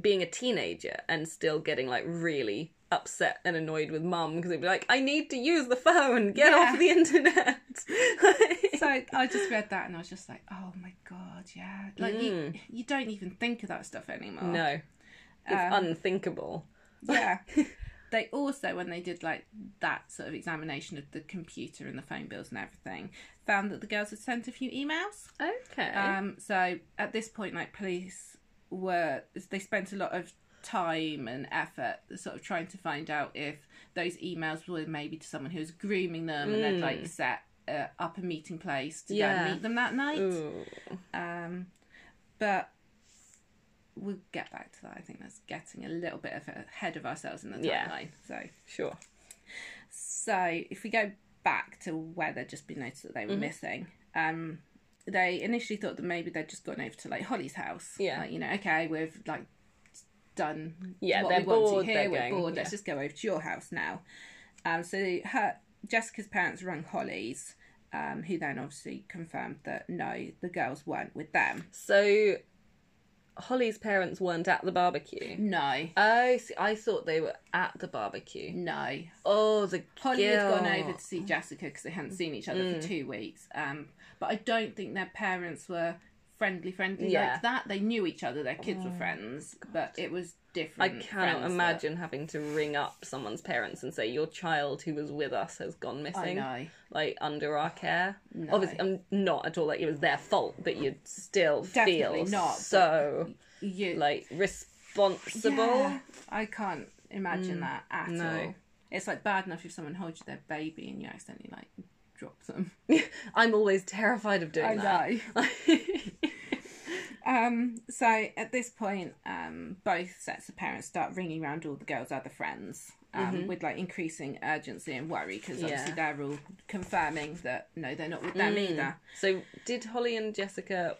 [SPEAKER 2] being a teenager and still getting like really upset and annoyed with mum because it'd be like, I need to use the phone, get
[SPEAKER 1] Yeah.
[SPEAKER 2] off the internet.
[SPEAKER 1] So I just read that and I was just like, oh my god, yeah. Like
[SPEAKER 2] Mm.
[SPEAKER 1] you, you don't even think of that stuff anymore.
[SPEAKER 2] no, it's
[SPEAKER 1] Um,
[SPEAKER 2] unthinkable.
[SPEAKER 1] Yeah. they also, when they did like that sort of examination of the computer and the phone bills and everything, found that the girls had sent a few emails.
[SPEAKER 2] Okay.
[SPEAKER 1] Um, so at this point, like police were, they spent a lot of time and effort sort of trying to find out if those emails were maybe to someone who was grooming them and they'd like set uh, up a meeting place to go
[SPEAKER 2] Mm. Yeah.
[SPEAKER 1] and meet them that night.
[SPEAKER 2] Ooh.
[SPEAKER 1] Um, but we'll get back to that. I think that's getting a little bit of ahead of ourselves in the timeline.
[SPEAKER 2] Yeah.
[SPEAKER 1] So,
[SPEAKER 2] sure.
[SPEAKER 1] so if we go back to where they'd just been noticed that they
[SPEAKER 2] Mm-hmm.
[SPEAKER 1] were missing, um, they initially thought that maybe they'd just gone over to like Holly's house.
[SPEAKER 2] Yeah.
[SPEAKER 1] Like, you know, okay, we've like done.
[SPEAKER 2] Yeah,
[SPEAKER 1] what
[SPEAKER 2] they're
[SPEAKER 1] we want
[SPEAKER 2] bored,
[SPEAKER 1] To
[SPEAKER 2] they're
[SPEAKER 1] here. We're
[SPEAKER 2] going,
[SPEAKER 1] bored.
[SPEAKER 2] yeah.
[SPEAKER 1] Let's just go over to your house now. Um, so her Jessica's parents rang Holly's. Um, who then obviously confirmed that no, the girls weren't with them.
[SPEAKER 2] So Holly's parents weren't at the barbecue.
[SPEAKER 1] No,
[SPEAKER 2] Oh, see, I thought they were at the barbecue.
[SPEAKER 1] No.
[SPEAKER 2] Oh, the
[SPEAKER 1] Holly had gone
[SPEAKER 2] guilt.
[SPEAKER 1] over to see Jessica because they hadn't seen each other
[SPEAKER 2] Mm.
[SPEAKER 1] for two weeks. Um, but I don't think their parents were friendly, friendly
[SPEAKER 2] Yeah. Oh,
[SPEAKER 1] like that. They knew each other. Their kids were friends, but it was
[SPEAKER 2] I
[SPEAKER 1] different.
[SPEAKER 2] cannot
[SPEAKER 1] friends that-
[SPEAKER 2] imagine having to ring up someone's parents and say your child who was with us has gone
[SPEAKER 1] I
[SPEAKER 2] missing.
[SPEAKER 1] know.
[SPEAKER 2] like under our care. Obviously, I'm not at all like it was their fault, but you'd still
[SPEAKER 1] Definitely
[SPEAKER 2] feel
[SPEAKER 1] not,
[SPEAKER 2] so
[SPEAKER 1] You
[SPEAKER 2] like responsible.
[SPEAKER 1] Yeah, I can't imagine that at
[SPEAKER 2] Mm, no.
[SPEAKER 1] all. It's like bad enough if someone holds their baby and you accidentally like drop them.
[SPEAKER 2] I'm always terrified of doing that.
[SPEAKER 1] Um, so at this point, um, both sets of parents start ringing around all the girls' other friends um, with like increasing urgency and worry because obviously they're all Mm. confirming that no, they're not with them either.
[SPEAKER 2] so, did Holly and Jessica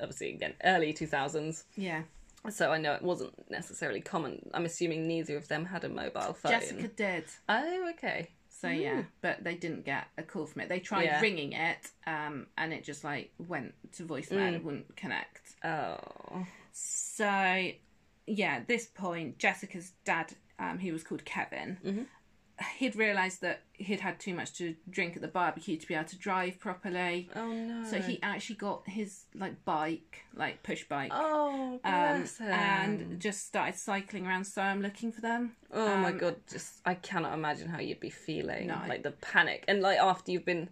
[SPEAKER 2] obviously again early two thousands.
[SPEAKER 1] Yeah.
[SPEAKER 2] So I know it wasn't necessarily common. I'm assuming neither of them had a mobile phone.
[SPEAKER 1] Jessica did.
[SPEAKER 2] Oh, okay.
[SPEAKER 1] So yeah, but they didn't get a call from it. They tried
[SPEAKER 2] Yeah.
[SPEAKER 1] ringing it, um, and it just like went to voicemail and it wouldn't connect.
[SPEAKER 2] Oh.
[SPEAKER 1] So yeah, at this point, Jessica's dad, um, he was called Kevin.
[SPEAKER 2] Mm-hmm.
[SPEAKER 1] He'd realised that he'd had too much to drink at the barbecue to be able to drive properly.
[SPEAKER 2] Oh no.
[SPEAKER 1] So he actually got his like bike, like push bike,
[SPEAKER 2] Oh,
[SPEAKER 1] um,
[SPEAKER 2] bless him.
[SPEAKER 1] and just started cycling around Soham looking for them.
[SPEAKER 2] Oh my
[SPEAKER 1] Um,
[SPEAKER 2] god, just I cannot imagine how you'd be feeling.
[SPEAKER 1] No.
[SPEAKER 2] Like the panic. And like after you've been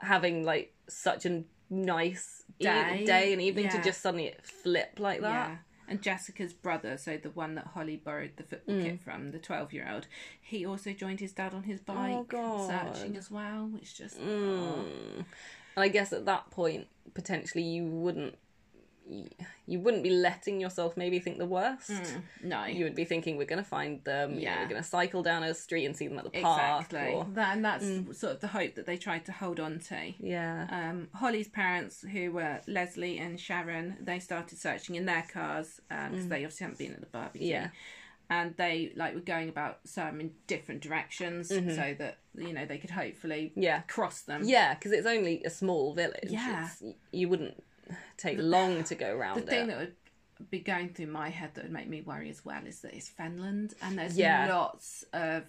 [SPEAKER 2] having like such a nice e-
[SPEAKER 1] Day.
[SPEAKER 2] day and evening
[SPEAKER 1] Yeah.
[SPEAKER 2] to just suddenly flip like that.
[SPEAKER 1] Yeah. And Jessica's brother, so the one that Holly borrowed the football
[SPEAKER 2] Mm.
[SPEAKER 1] kit from, the 12 year old, he also joined his dad on his bike
[SPEAKER 2] Oh, God. Mm.
[SPEAKER 1] searching as well, which just. oh,
[SPEAKER 2] And I guess at that point potentially you wouldn't you, you wouldn't be letting yourself maybe think the worst.
[SPEAKER 1] No.
[SPEAKER 2] You would be thinking we're going to find them. Yeah.
[SPEAKER 1] Mm, Yeah.
[SPEAKER 2] we're going to cycle down a street and see them at the park.
[SPEAKER 1] exactly.
[SPEAKER 2] or-
[SPEAKER 1] That, and that's
[SPEAKER 2] Mm.
[SPEAKER 1] sort of the hope that they tried to hold on to.
[SPEAKER 2] yeah.
[SPEAKER 1] Um, Holly's parents, who were Leslie and Sharon, they started searching in their cars because they obviously hadn't been at the barbecue.
[SPEAKER 2] Mm. Yeah.
[SPEAKER 1] And they like were going about some in different directions so that you know they could hopefully
[SPEAKER 2] Mm-hmm. Yeah.
[SPEAKER 1] cross them.
[SPEAKER 2] Yeah, because it's only a small village.
[SPEAKER 1] Yeah.
[SPEAKER 2] It's, you wouldn't take long to go
[SPEAKER 1] The
[SPEAKER 2] around
[SPEAKER 1] thing
[SPEAKER 2] it.
[SPEAKER 1] that would be going through my head that would make me worry as well is that it's Fenland and there's
[SPEAKER 2] Yeah.
[SPEAKER 1] lots of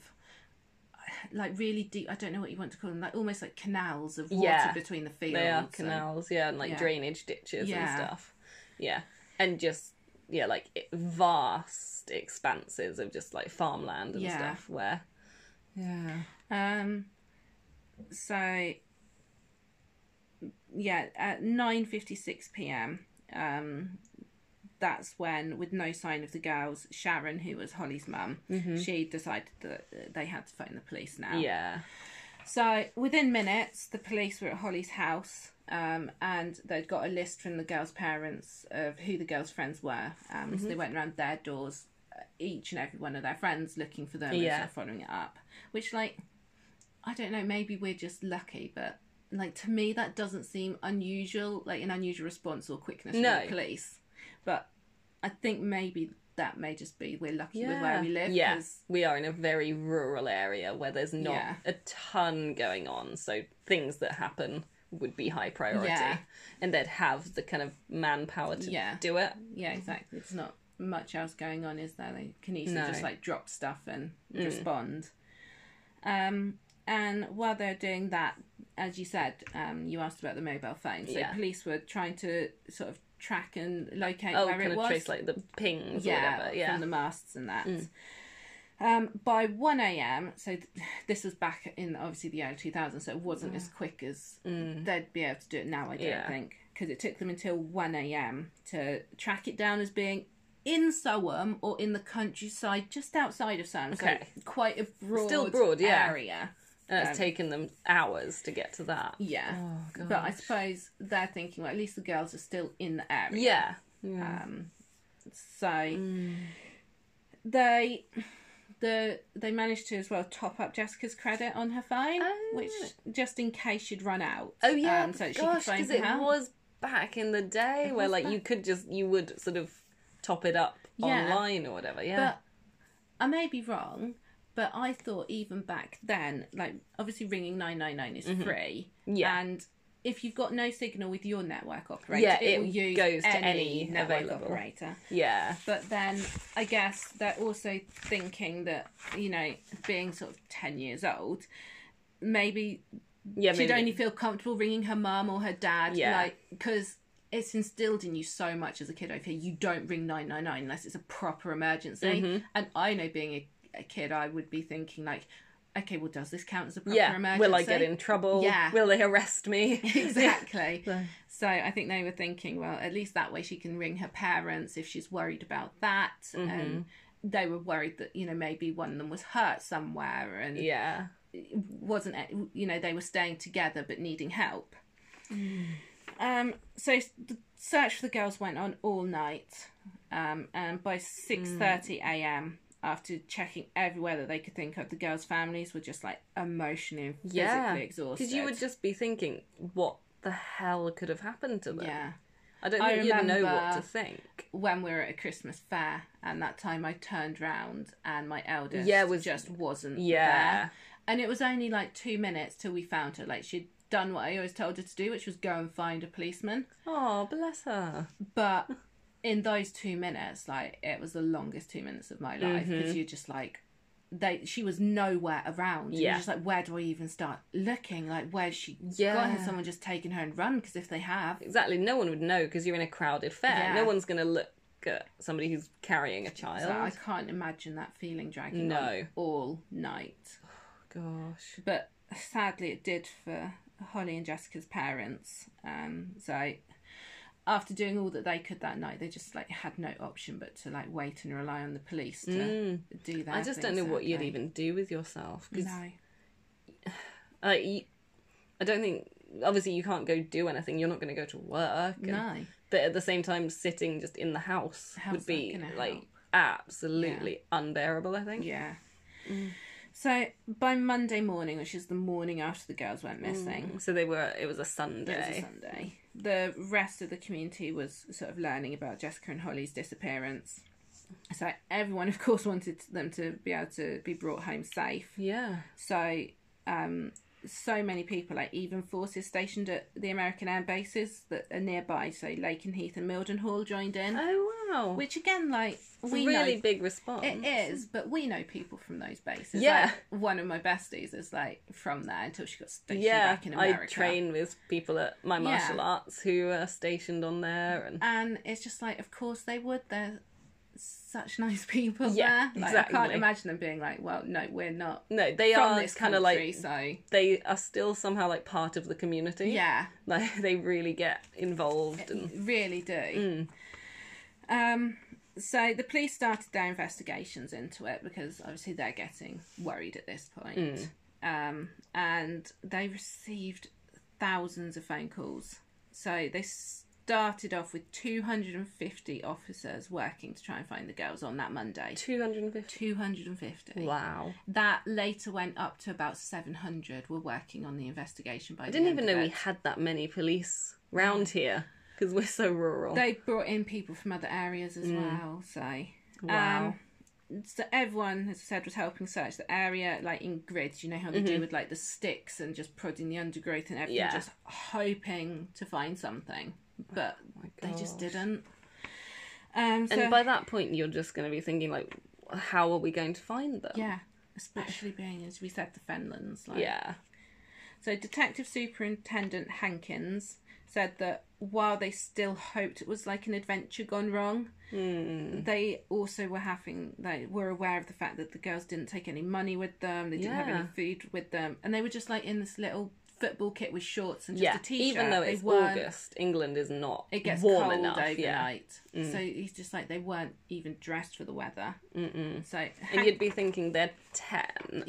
[SPEAKER 1] like really deep. I don't know what you want to call them. Like almost like canals of water
[SPEAKER 2] Yeah.
[SPEAKER 1] between the fields.
[SPEAKER 2] They are
[SPEAKER 1] and-
[SPEAKER 2] canals, yeah, and like
[SPEAKER 1] Yeah.
[SPEAKER 2] drainage ditches
[SPEAKER 1] Yeah.
[SPEAKER 2] and stuff. Yeah, and just yeah, like i- vast expanses of just like farmland and
[SPEAKER 1] Yeah.
[SPEAKER 2] stuff where. Yeah.
[SPEAKER 1] Um, so yeah, at nine fifty six p.m. Um, that's when, with no sign of the girls, Sharon, who was Holly's mum,
[SPEAKER 2] Mm-hmm.
[SPEAKER 1] she decided that uh, they had to phone the police now.
[SPEAKER 2] Yeah.
[SPEAKER 1] So within minutes, the police were at Holly's house, um, and they'd got a list from the girls' parents of who the girls' friends were. Um, So
[SPEAKER 2] Mm-hmm.
[SPEAKER 1] they went around their doors, uh, each and every one of their friends, looking for them and
[SPEAKER 2] Yeah.
[SPEAKER 1] sort of following it up. Which, like, I don't know, maybe we're just lucky, but like to me, that doesn't seem unusual, like an unusual response or quickness
[SPEAKER 2] No.
[SPEAKER 1] from the police. But I think maybe that may just be we're lucky with where we live.
[SPEAKER 2] Yeah.
[SPEAKER 1] 'cause
[SPEAKER 2] We are in a very rural area where there's not
[SPEAKER 1] Yeah.
[SPEAKER 2] a ton going on, so things that happen would be high priority.
[SPEAKER 1] Yeah.
[SPEAKER 2] And they'd have the kind of manpower to
[SPEAKER 1] Yeah.
[SPEAKER 2] do it.
[SPEAKER 1] Yeah, exactly. It's not much else going on, is there? They can easily
[SPEAKER 2] No. Mm.
[SPEAKER 1] just like drop stuff and respond. Um, and while they're doing that, as you said, um, you asked about the mobile phone. So
[SPEAKER 2] Yeah.
[SPEAKER 1] police were trying to sort of track and locate
[SPEAKER 2] Oh,
[SPEAKER 1] where
[SPEAKER 2] kind
[SPEAKER 1] it
[SPEAKER 2] of
[SPEAKER 1] was.
[SPEAKER 2] trace like the pings or whatever. Yeah. Mm.
[SPEAKER 1] from the masts and that. Um, by 1 a.m., so th- this was back in obviously the early 2000s, so it wasn't as quick as they'd be able to do it now, I don't
[SPEAKER 2] Mm. Yeah.
[SPEAKER 1] think, because it took them until 1 a.m. to track it down as being in Soham or in the countryside just outside of Soham.
[SPEAKER 2] Okay.
[SPEAKER 1] So quite a broad,
[SPEAKER 2] Still broad, yeah.
[SPEAKER 1] area.
[SPEAKER 2] and
[SPEAKER 1] um,
[SPEAKER 2] it's taken them hours to get to that.
[SPEAKER 1] Yeah.
[SPEAKER 2] Oh,
[SPEAKER 1] but I suppose they're thinking, well, at least the girls are still in the area.
[SPEAKER 2] Yeah.
[SPEAKER 1] um,
[SPEAKER 2] Mm. Yeah.
[SPEAKER 1] So
[SPEAKER 2] Mm.
[SPEAKER 1] they the they managed to as well top up Jessica's credit on her phone,
[SPEAKER 2] Oh.
[SPEAKER 1] which just in case she'd run out.
[SPEAKER 2] Oh yeah,
[SPEAKER 1] um, so that she could
[SPEAKER 2] gosh,
[SPEAKER 1] phone
[SPEAKER 2] because
[SPEAKER 1] for
[SPEAKER 2] it
[SPEAKER 1] help.
[SPEAKER 2] was back in the day where
[SPEAKER 1] was
[SPEAKER 2] like you could just you would sort of top it up
[SPEAKER 1] Yeah.
[SPEAKER 2] online or whatever. Yeah,
[SPEAKER 1] But I may be wrong, but I thought even back then, like obviously ringing nine nine nine is free,
[SPEAKER 2] Mm-hmm. Yeah.
[SPEAKER 1] and if you've got no signal with your network operator,
[SPEAKER 2] Yeah,
[SPEAKER 1] it,
[SPEAKER 2] it
[SPEAKER 1] will use
[SPEAKER 2] goes to
[SPEAKER 1] any,
[SPEAKER 2] any
[SPEAKER 1] network
[SPEAKER 2] available.
[SPEAKER 1] operator.
[SPEAKER 2] yeah,
[SPEAKER 1] But then I guess they're also thinking that, you know, being sort of 10 years old, maybe
[SPEAKER 2] yeah.
[SPEAKER 1] she'd
[SPEAKER 2] maybe-
[SPEAKER 1] only feel comfortable ringing her mum or her dad.
[SPEAKER 2] Yeah.
[SPEAKER 1] Like, because it's instilled in you so much as a kid over here. You don't ring 999 unless it's a proper emergency.
[SPEAKER 2] Mm-hmm.
[SPEAKER 1] And I know being a, a kid, I would be thinking, like, okay, well, does this count as a proper
[SPEAKER 2] yeah.
[SPEAKER 1] emergency?
[SPEAKER 2] Will I get in trouble?
[SPEAKER 1] Yeah.
[SPEAKER 2] Will they arrest me?
[SPEAKER 1] Exactly.
[SPEAKER 2] So-
[SPEAKER 1] So I think they were thinking, well, at least that way she can ring her parents if she's worried about that.
[SPEAKER 2] Mm-hmm.
[SPEAKER 1] And they were worried that you know maybe one of them was hurt somewhere and
[SPEAKER 2] yeah.
[SPEAKER 1] wasn't you know they were staying together but needing help.
[SPEAKER 2] Mm.
[SPEAKER 1] Um, so the search for the girls went on all night, um, and by six thirty
[SPEAKER 2] Mm.
[SPEAKER 1] a.m. After checking everywhere that they could think of, the girls' families were just like emotionally and physically
[SPEAKER 2] Yeah.
[SPEAKER 1] exhausted.
[SPEAKER 2] Because you would just be thinking, what the hell could have happened to them?
[SPEAKER 1] yeah.
[SPEAKER 2] I don't think
[SPEAKER 1] I
[SPEAKER 2] you'd know what
[SPEAKER 1] remember-
[SPEAKER 2] to think.
[SPEAKER 1] when we were at a Christmas fair, and that time I turned round and my eldest
[SPEAKER 2] Yeah, was-
[SPEAKER 1] just wasn't
[SPEAKER 2] Yeah.
[SPEAKER 1] there. And it was only like two minutes till we found her. Like she'd done what I always told her to do, which was go and find a policeman.
[SPEAKER 2] Oh, bless her.
[SPEAKER 1] But in those two minutes, like it was the longest two minutes of my life
[SPEAKER 2] Mm-hmm.
[SPEAKER 1] because you're just like, they she was nowhere around.
[SPEAKER 2] Yeah.
[SPEAKER 1] You're just like, where do I even start looking? Like, where's she gone?
[SPEAKER 2] Yeah.
[SPEAKER 1] Has someone just taken her and run? Because if they have,
[SPEAKER 2] Exactly. No one would know because you're in a crowded fair.
[SPEAKER 1] Yeah.
[SPEAKER 2] No one's going to look at somebody who's carrying a
[SPEAKER 1] so I
[SPEAKER 2] child.
[SPEAKER 1] can't imagine that feeling dragging
[SPEAKER 2] No.
[SPEAKER 1] on all night.
[SPEAKER 2] Gosh.
[SPEAKER 1] but sadly it did for Holly and Jessica's parents. Um, so after doing all that they could that night, they just like had no option but to like wait and rely on the police to do that.
[SPEAKER 2] Mm. I just don't know what you'd even do with yourself because
[SPEAKER 1] No,
[SPEAKER 2] like, you- I don't think obviously you can't go do anything. You're not going to go to work. and-
[SPEAKER 1] no,
[SPEAKER 2] But at the same time, sitting just in the house,
[SPEAKER 1] How's
[SPEAKER 2] would
[SPEAKER 1] that
[SPEAKER 2] be
[SPEAKER 1] gonna
[SPEAKER 2] like
[SPEAKER 1] help?
[SPEAKER 2] absolutely unbearable. I think.
[SPEAKER 1] yeah.
[SPEAKER 2] Mm.
[SPEAKER 1] So by Monday morning, which is the morning after the girls went missing,
[SPEAKER 2] So they were. It was a
[SPEAKER 1] It was a
[SPEAKER 2] Sunday.
[SPEAKER 1] Sunday. The rest of the community was sort of learning about Jessica and Holly's disappearance. So everyone, of course, wanted them to be able to be brought home safe.
[SPEAKER 2] Yeah.
[SPEAKER 1] So, um, so many people, like even forces stationed at the American air bases that are nearby, so Lakenheath and Mildenhall joined in.
[SPEAKER 2] Oh wow.
[SPEAKER 1] Which again, like we
[SPEAKER 2] really
[SPEAKER 1] know
[SPEAKER 2] big response.
[SPEAKER 1] it is, but we know people from those bases.
[SPEAKER 2] Yeah.
[SPEAKER 1] Like, one of my besties is like from there until she got stationed
[SPEAKER 2] yeah,
[SPEAKER 1] back in
[SPEAKER 2] I
[SPEAKER 1] America.
[SPEAKER 2] train with people at my martial
[SPEAKER 1] Yeah.
[SPEAKER 2] arts who are stationed on there, and
[SPEAKER 1] and it's just like of course they would they're such nice people
[SPEAKER 2] Yeah,
[SPEAKER 1] there like i can't
[SPEAKER 2] exactly.
[SPEAKER 1] imagine them being like well no we're not
[SPEAKER 2] no, they
[SPEAKER 1] from
[SPEAKER 2] are
[SPEAKER 1] this
[SPEAKER 2] kind of
[SPEAKER 1] country
[SPEAKER 2] like
[SPEAKER 1] so
[SPEAKER 2] they are still somehow like part of the community.
[SPEAKER 1] yeah
[SPEAKER 2] like they really get involved and
[SPEAKER 1] really
[SPEAKER 2] Mm.
[SPEAKER 1] do um so the police started their investigations into it because obviously they're getting worried at this point
[SPEAKER 2] Mm.
[SPEAKER 1] um and they received thousands of phone calls so they started off with 250 officers working to try and find the girls on that monday
[SPEAKER 2] two hundred and fifty.
[SPEAKER 1] 250.
[SPEAKER 2] Wow,
[SPEAKER 1] That later went up to about 700 were working on the investigation by
[SPEAKER 2] I didn't even know we had that many police round here because we're so rural.
[SPEAKER 1] They brought in people from other areas as well, so.
[SPEAKER 2] Mm. Wow.
[SPEAKER 1] Um, so everyone, as I said, was helping search the area, like in grids. You know how they do with like the sticks and just prodding the undergrowth and everything,
[SPEAKER 2] Mm-hmm. Yeah.
[SPEAKER 1] just hoping to find something, but they just didn't. Um, so,
[SPEAKER 2] Oh and by that point, you're just going to be thinking like, how are we going to find them?
[SPEAKER 1] yeah, especially being as we said, the Fenlands, like
[SPEAKER 2] yeah.
[SPEAKER 1] So, Detective Superintendent Hankins said that while they still hoped it was like an adventure gone wrong,
[SPEAKER 2] Hmm.
[SPEAKER 1] they also were having, they were aware of the fact that the girls didn't take any money with them, they didn't have
[SPEAKER 2] Yeah.
[SPEAKER 1] any food with them, and they were just like in this little football kit with shorts and just
[SPEAKER 2] Yeah,
[SPEAKER 1] a t shirt.
[SPEAKER 2] even though
[SPEAKER 1] they
[SPEAKER 2] it's
[SPEAKER 1] weren't-
[SPEAKER 2] August, England is not
[SPEAKER 1] It gets
[SPEAKER 2] warm
[SPEAKER 1] cold
[SPEAKER 2] enough. Yeah, Mm.
[SPEAKER 1] overnight. So, he's just like, they weren't even dressed for the weather. Mm-mm. So,
[SPEAKER 2] and you'd be thinking they're 10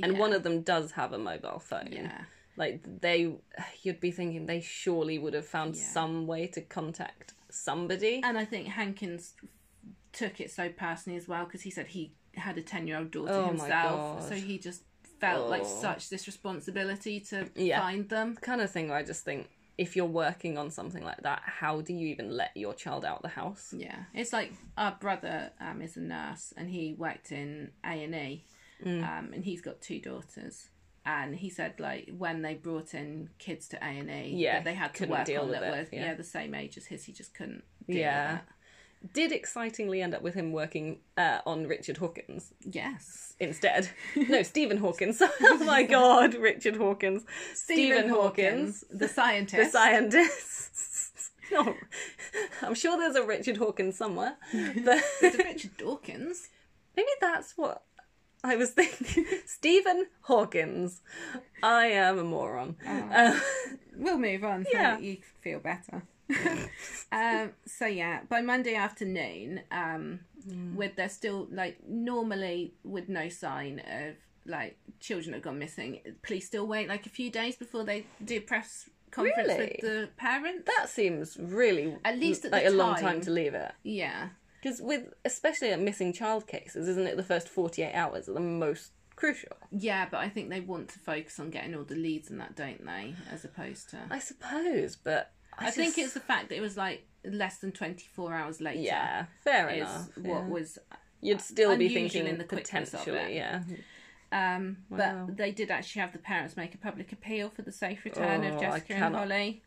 [SPEAKER 2] and
[SPEAKER 1] Yeah.
[SPEAKER 2] one of them does have a mobile phone
[SPEAKER 1] Yeah.
[SPEAKER 2] like they you'd be thinking they surely would have found
[SPEAKER 1] Yeah.
[SPEAKER 2] some way to contact somebody
[SPEAKER 1] And I think Hankins took it so personally as well because he said he had a 10 year old daughter
[SPEAKER 2] Oh my
[SPEAKER 1] himself.
[SPEAKER 2] gosh.
[SPEAKER 1] So he just felt like
[SPEAKER 2] Oh.
[SPEAKER 1] such this responsibility to
[SPEAKER 2] Yeah.
[SPEAKER 1] find them.
[SPEAKER 2] kind of thing where i just think if you're working on something like that how do you even let your child out the house
[SPEAKER 1] Yeah. It's like our brother um, is a nurse and he worked in A&E
[SPEAKER 2] Mm.
[SPEAKER 1] um, and he's got two daughters. And he said, like, when they brought in kids to A and E,
[SPEAKER 2] Yeah,
[SPEAKER 1] they had to
[SPEAKER 2] couldn't
[SPEAKER 1] work
[SPEAKER 2] deal
[SPEAKER 1] on
[SPEAKER 2] with
[SPEAKER 1] that
[SPEAKER 2] it,
[SPEAKER 1] was
[SPEAKER 2] yeah.
[SPEAKER 1] yeah. the same age as his. He just couldn't. Deal
[SPEAKER 2] Yeah.
[SPEAKER 1] yeah.
[SPEAKER 2] did excitingly end up with him working uh, on richard hawkins
[SPEAKER 1] Yes.
[SPEAKER 2] instead no stephen hawkins oh my god richard hawkins stephen hawkins
[SPEAKER 1] the scientist.
[SPEAKER 2] the scientists. No, I'm sure there's a Richard Hawkins somewhere. But
[SPEAKER 1] There's a Richard Dawkins.
[SPEAKER 2] maybe that's what I was thinking. Stephen Hawkins. I am a moron.
[SPEAKER 1] Ah.
[SPEAKER 2] Um,
[SPEAKER 1] We'll move on so
[SPEAKER 2] Yeah.
[SPEAKER 1] that you feel better. um, so yeah, by Monday afternoon, um,
[SPEAKER 2] Mm.
[SPEAKER 1] with they're still like normally with no sign of like children that have gone missing, police still wait like a few days before they do a press conference
[SPEAKER 2] Really?
[SPEAKER 1] with the parents.
[SPEAKER 2] that seems really
[SPEAKER 1] At least at
[SPEAKER 2] like
[SPEAKER 1] the
[SPEAKER 2] a long time
[SPEAKER 1] time.
[SPEAKER 2] to leave it.
[SPEAKER 1] Yeah,
[SPEAKER 2] Because with especially at missing child cases, isn't it the first 48 hours are the most crucial?
[SPEAKER 1] yeah, but I think they want to focus on getting all the leads and that, don't they? As opposed to
[SPEAKER 2] I suppose, but
[SPEAKER 1] I, think it's the fact that it was like less than 24 hours later.
[SPEAKER 2] yeah, fair
[SPEAKER 1] Is
[SPEAKER 2] enough.
[SPEAKER 1] what
[SPEAKER 2] yeah.
[SPEAKER 1] was
[SPEAKER 2] You'd still be
[SPEAKER 1] unusual
[SPEAKER 2] thinking
[SPEAKER 1] in the quickness of
[SPEAKER 2] potentially,
[SPEAKER 1] it.
[SPEAKER 2] yeah.
[SPEAKER 1] um
[SPEAKER 2] Wow.
[SPEAKER 1] but they did actually have the parents make a public appeal for the safe return
[SPEAKER 2] Oh, I
[SPEAKER 1] of Jessica and
[SPEAKER 2] cannot-
[SPEAKER 1] Holly.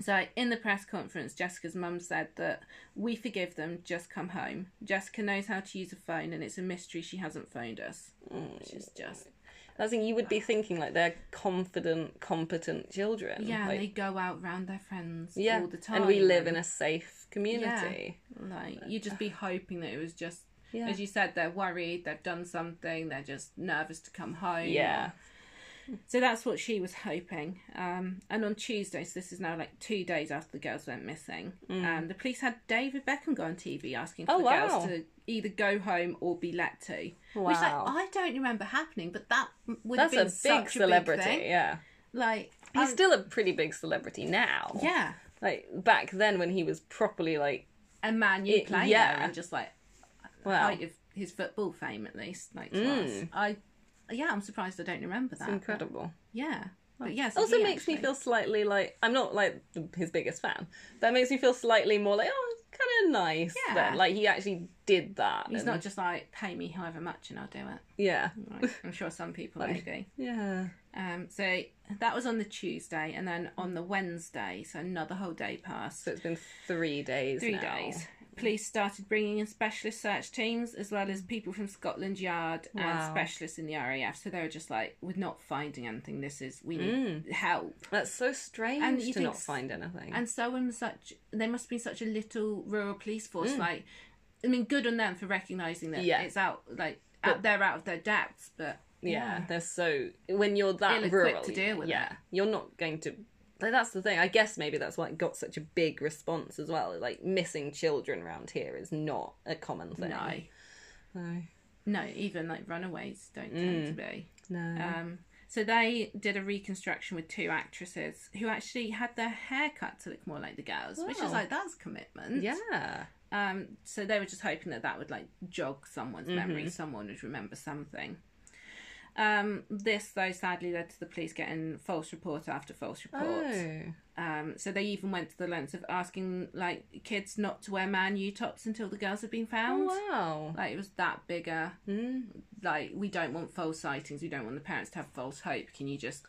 [SPEAKER 1] So in the press conference Jessica's mum said that we forgive them just come home. Jessica knows how to use a phone and it's a mystery she hasn't phoned us.
[SPEAKER 2] Mm.
[SPEAKER 1] Which is just
[SPEAKER 2] That's the thing, you would be thinking like they're confident, competent children.
[SPEAKER 1] yeah, and
[SPEAKER 2] like,
[SPEAKER 1] they go out round their friends
[SPEAKER 2] yeah,
[SPEAKER 1] all the time.
[SPEAKER 2] and we live in a safe community.
[SPEAKER 1] like you just be hoping that it was just
[SPEAKER 2] Yeah.
[SPEAKER 1] as you said they're worried they've done something they're just nervous to come home
[SPEAKER 2] Yeah.
[SPEAKER 1] so that's what she was hoping um, and on tuesday so this is now like two days after the girls went missing um, the police had david beckham go on tv asking for
[SPEAKER 2] Mm. Oh,
[SPEAKER 1] the
[SPEAKER 2] wow.
[SPEAKER 1] girls to either go home or be let to which like,
[SPEAKER 2] Wow.
[SPEAKER 1] i don't remember happening but that would
[SPEAKER 2] That's
[SPEAKER 1] have
[SPEAKER 2] a
[SPEAKER 1] been
[SPEAKER 2] big
[SPEAKER 1] such
[SPEAKER 2] celebrity.
[SPEAKER 1] a big thing.
[SPEAKER 2] yeah,
[SPEAKER 1] like um,
[SPEAKER 2] he's still a pretty big celebrity now.
[SPEAKER 1] yeah
[SPEAKER 2] like back then when he was properly like,
[SPEAKER 1] a man you
[SPEAKER 2] It-
[SPEAKER 1] play
[SPEAKER 2] yeah.
[SPEAKER 1] there and just like
[SPEAKER 2] well,
[SPEAKER 1] height of his football fame, at least. Like, to us.
[SPEAKER 2] Mm.
[SPEAKER 1] I, yeah, I'm surprised I don't remember that. but
[SPEAKER 2] incredible.
[SPEAKER 1] yeah, but yes,
[SPEAKER 2] also makes me feel slightly like I'm not like the- his biggest fan. That makes me feel slightly more like oh, kind of nice.
[SPEAKER 1] Yeah.
[SPEAKER 2] Then. Like he actually did that.
[SPEAKER 1] He's
[SPEAKER 2] and-
[SPEAKER 1] not just like pay me however much and I'll do it.
[SPEAKER 2] Yeah.
[SPEAKER 1] Like, I'm sure some people maybe.
[SPEAKER 2] Yeah.
[SPEAKER 1] Um, so that was on the Tuesday, and then on the Wednesday, so another whole day passed.
[SPEAKER 2] So it's been three days.
[SPEAKER 1] Three
[SPEAKER 2] now.
[SPEAKER 1] days. Police started bringing in specialist search teams as well as people from Scotland Yard
[SPEAKER 2] Wow.
[SPEAKER 1] and specialists in the RAF. So they were just like, "We're not finding anything. This is we need
[SPEAKER 2] Mm.
[SPEAKER 1] help."
[SPEAKER 2] That's so strange
[SPEAKER 1] And
[SPEAKER 2] to
[SPEAKER 1] you
[SPEAKER 2] not
[SPEAKER 1] think-
[SPEAKER 2] find anything.
[SPEAKER 1] And so in such they must be such a little rural police force. Like, I mean, good on them for recognizing that
[SPEAKER 2] Mm. Yeah.
[SPEAKER 1] it's out. Like, out, they're out of their depths, but
[SPEAKER 2] yeah, they're so when you're that
[SPEAKER 1] Ill-equipped
[SPEAKER 2] rural
[SPEAKER 1] to deal with
[SPEAKER 2] yeah
[SPEAKER 1] it.
[SPEAKER 2] you're not going to like that's the thing i guess maybe that's why it got such a big response as well like missing children around here is not a common thing
[SPEAKER 1] no,
[SPEAKER 2] no
[SPEAKER 1] no, even like runaways don't tend
[SPEAKER 2] Mm.
[SPEAKER 1] to be.
[SPEAKER 2] no
[SPEAKER 1] Um, so they did a reconstruction with two actresses who actually had their hair cut to look more like the girls, which
[SPEAKER 2] Wow.
[SPEAKER 1] is like that's commitment.
[SPEAKER 2] yeah
[SPEAKER 1] Um, so they were just hoping that that would like jog someone's
[SPEAKER 2] Mm-hmm.
[SPEAKER 1] memory, someone would remember something. Um, this though sadly led to the police getting false report after false report.
[SPEAKER 2] oh
[SPEAKER 1] Um, so they even went to the lengths of asking like kids not to wear man u tops until the girls had been found.
[SPEAKER 2] Oh, wow
[SPEAKER 1] Like it was that bigger.
[SPEAKER 2] Hmm.
[SPEAKER 1] Like we don't want false sightings. We don't want the parents to have false hope. Can you just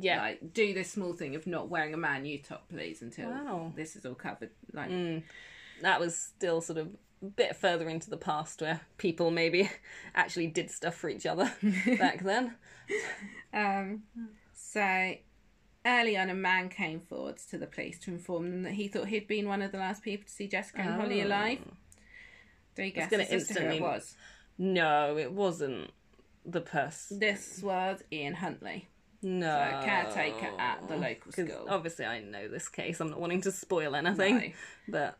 [SPEAKER 2] yeah
[SPEAKER 1] like do this small thing of not wearing a man u top, please, until
[SPEAKER 2] Wow. Hmm.
[SPEAKER 1] this is all covered? Like
[SPEAKER 2] that was still sort of a bit further into the past where people maybe actually did stuff for each other back then
[SPEAKER 1] Um, so early on, a man came forward to the police to inform them that he thought he'd been one of the last people to see Jessica and Holly
[SPEAKER 2] Oh.
[SPEAKER 1] alive. Do you guess
[SPEAKER 2] gonna
[SPEAKER 1] as to who
[SPEAKER 2] instantly-
[SPEAKER 1] it was?
[SPEAKER 2] no it wasn't the person
[SPEAKER 1] This was Ian Huntley,
[SPEAKER 2] no
[SPEAKER 1] a caretaker at the local
[SPEAKER 2] Oh. 'Cause
[SPEAKER 1] school.
[SPEAKER 2] obviously I know this case. I'm not wanting to spoil anything, but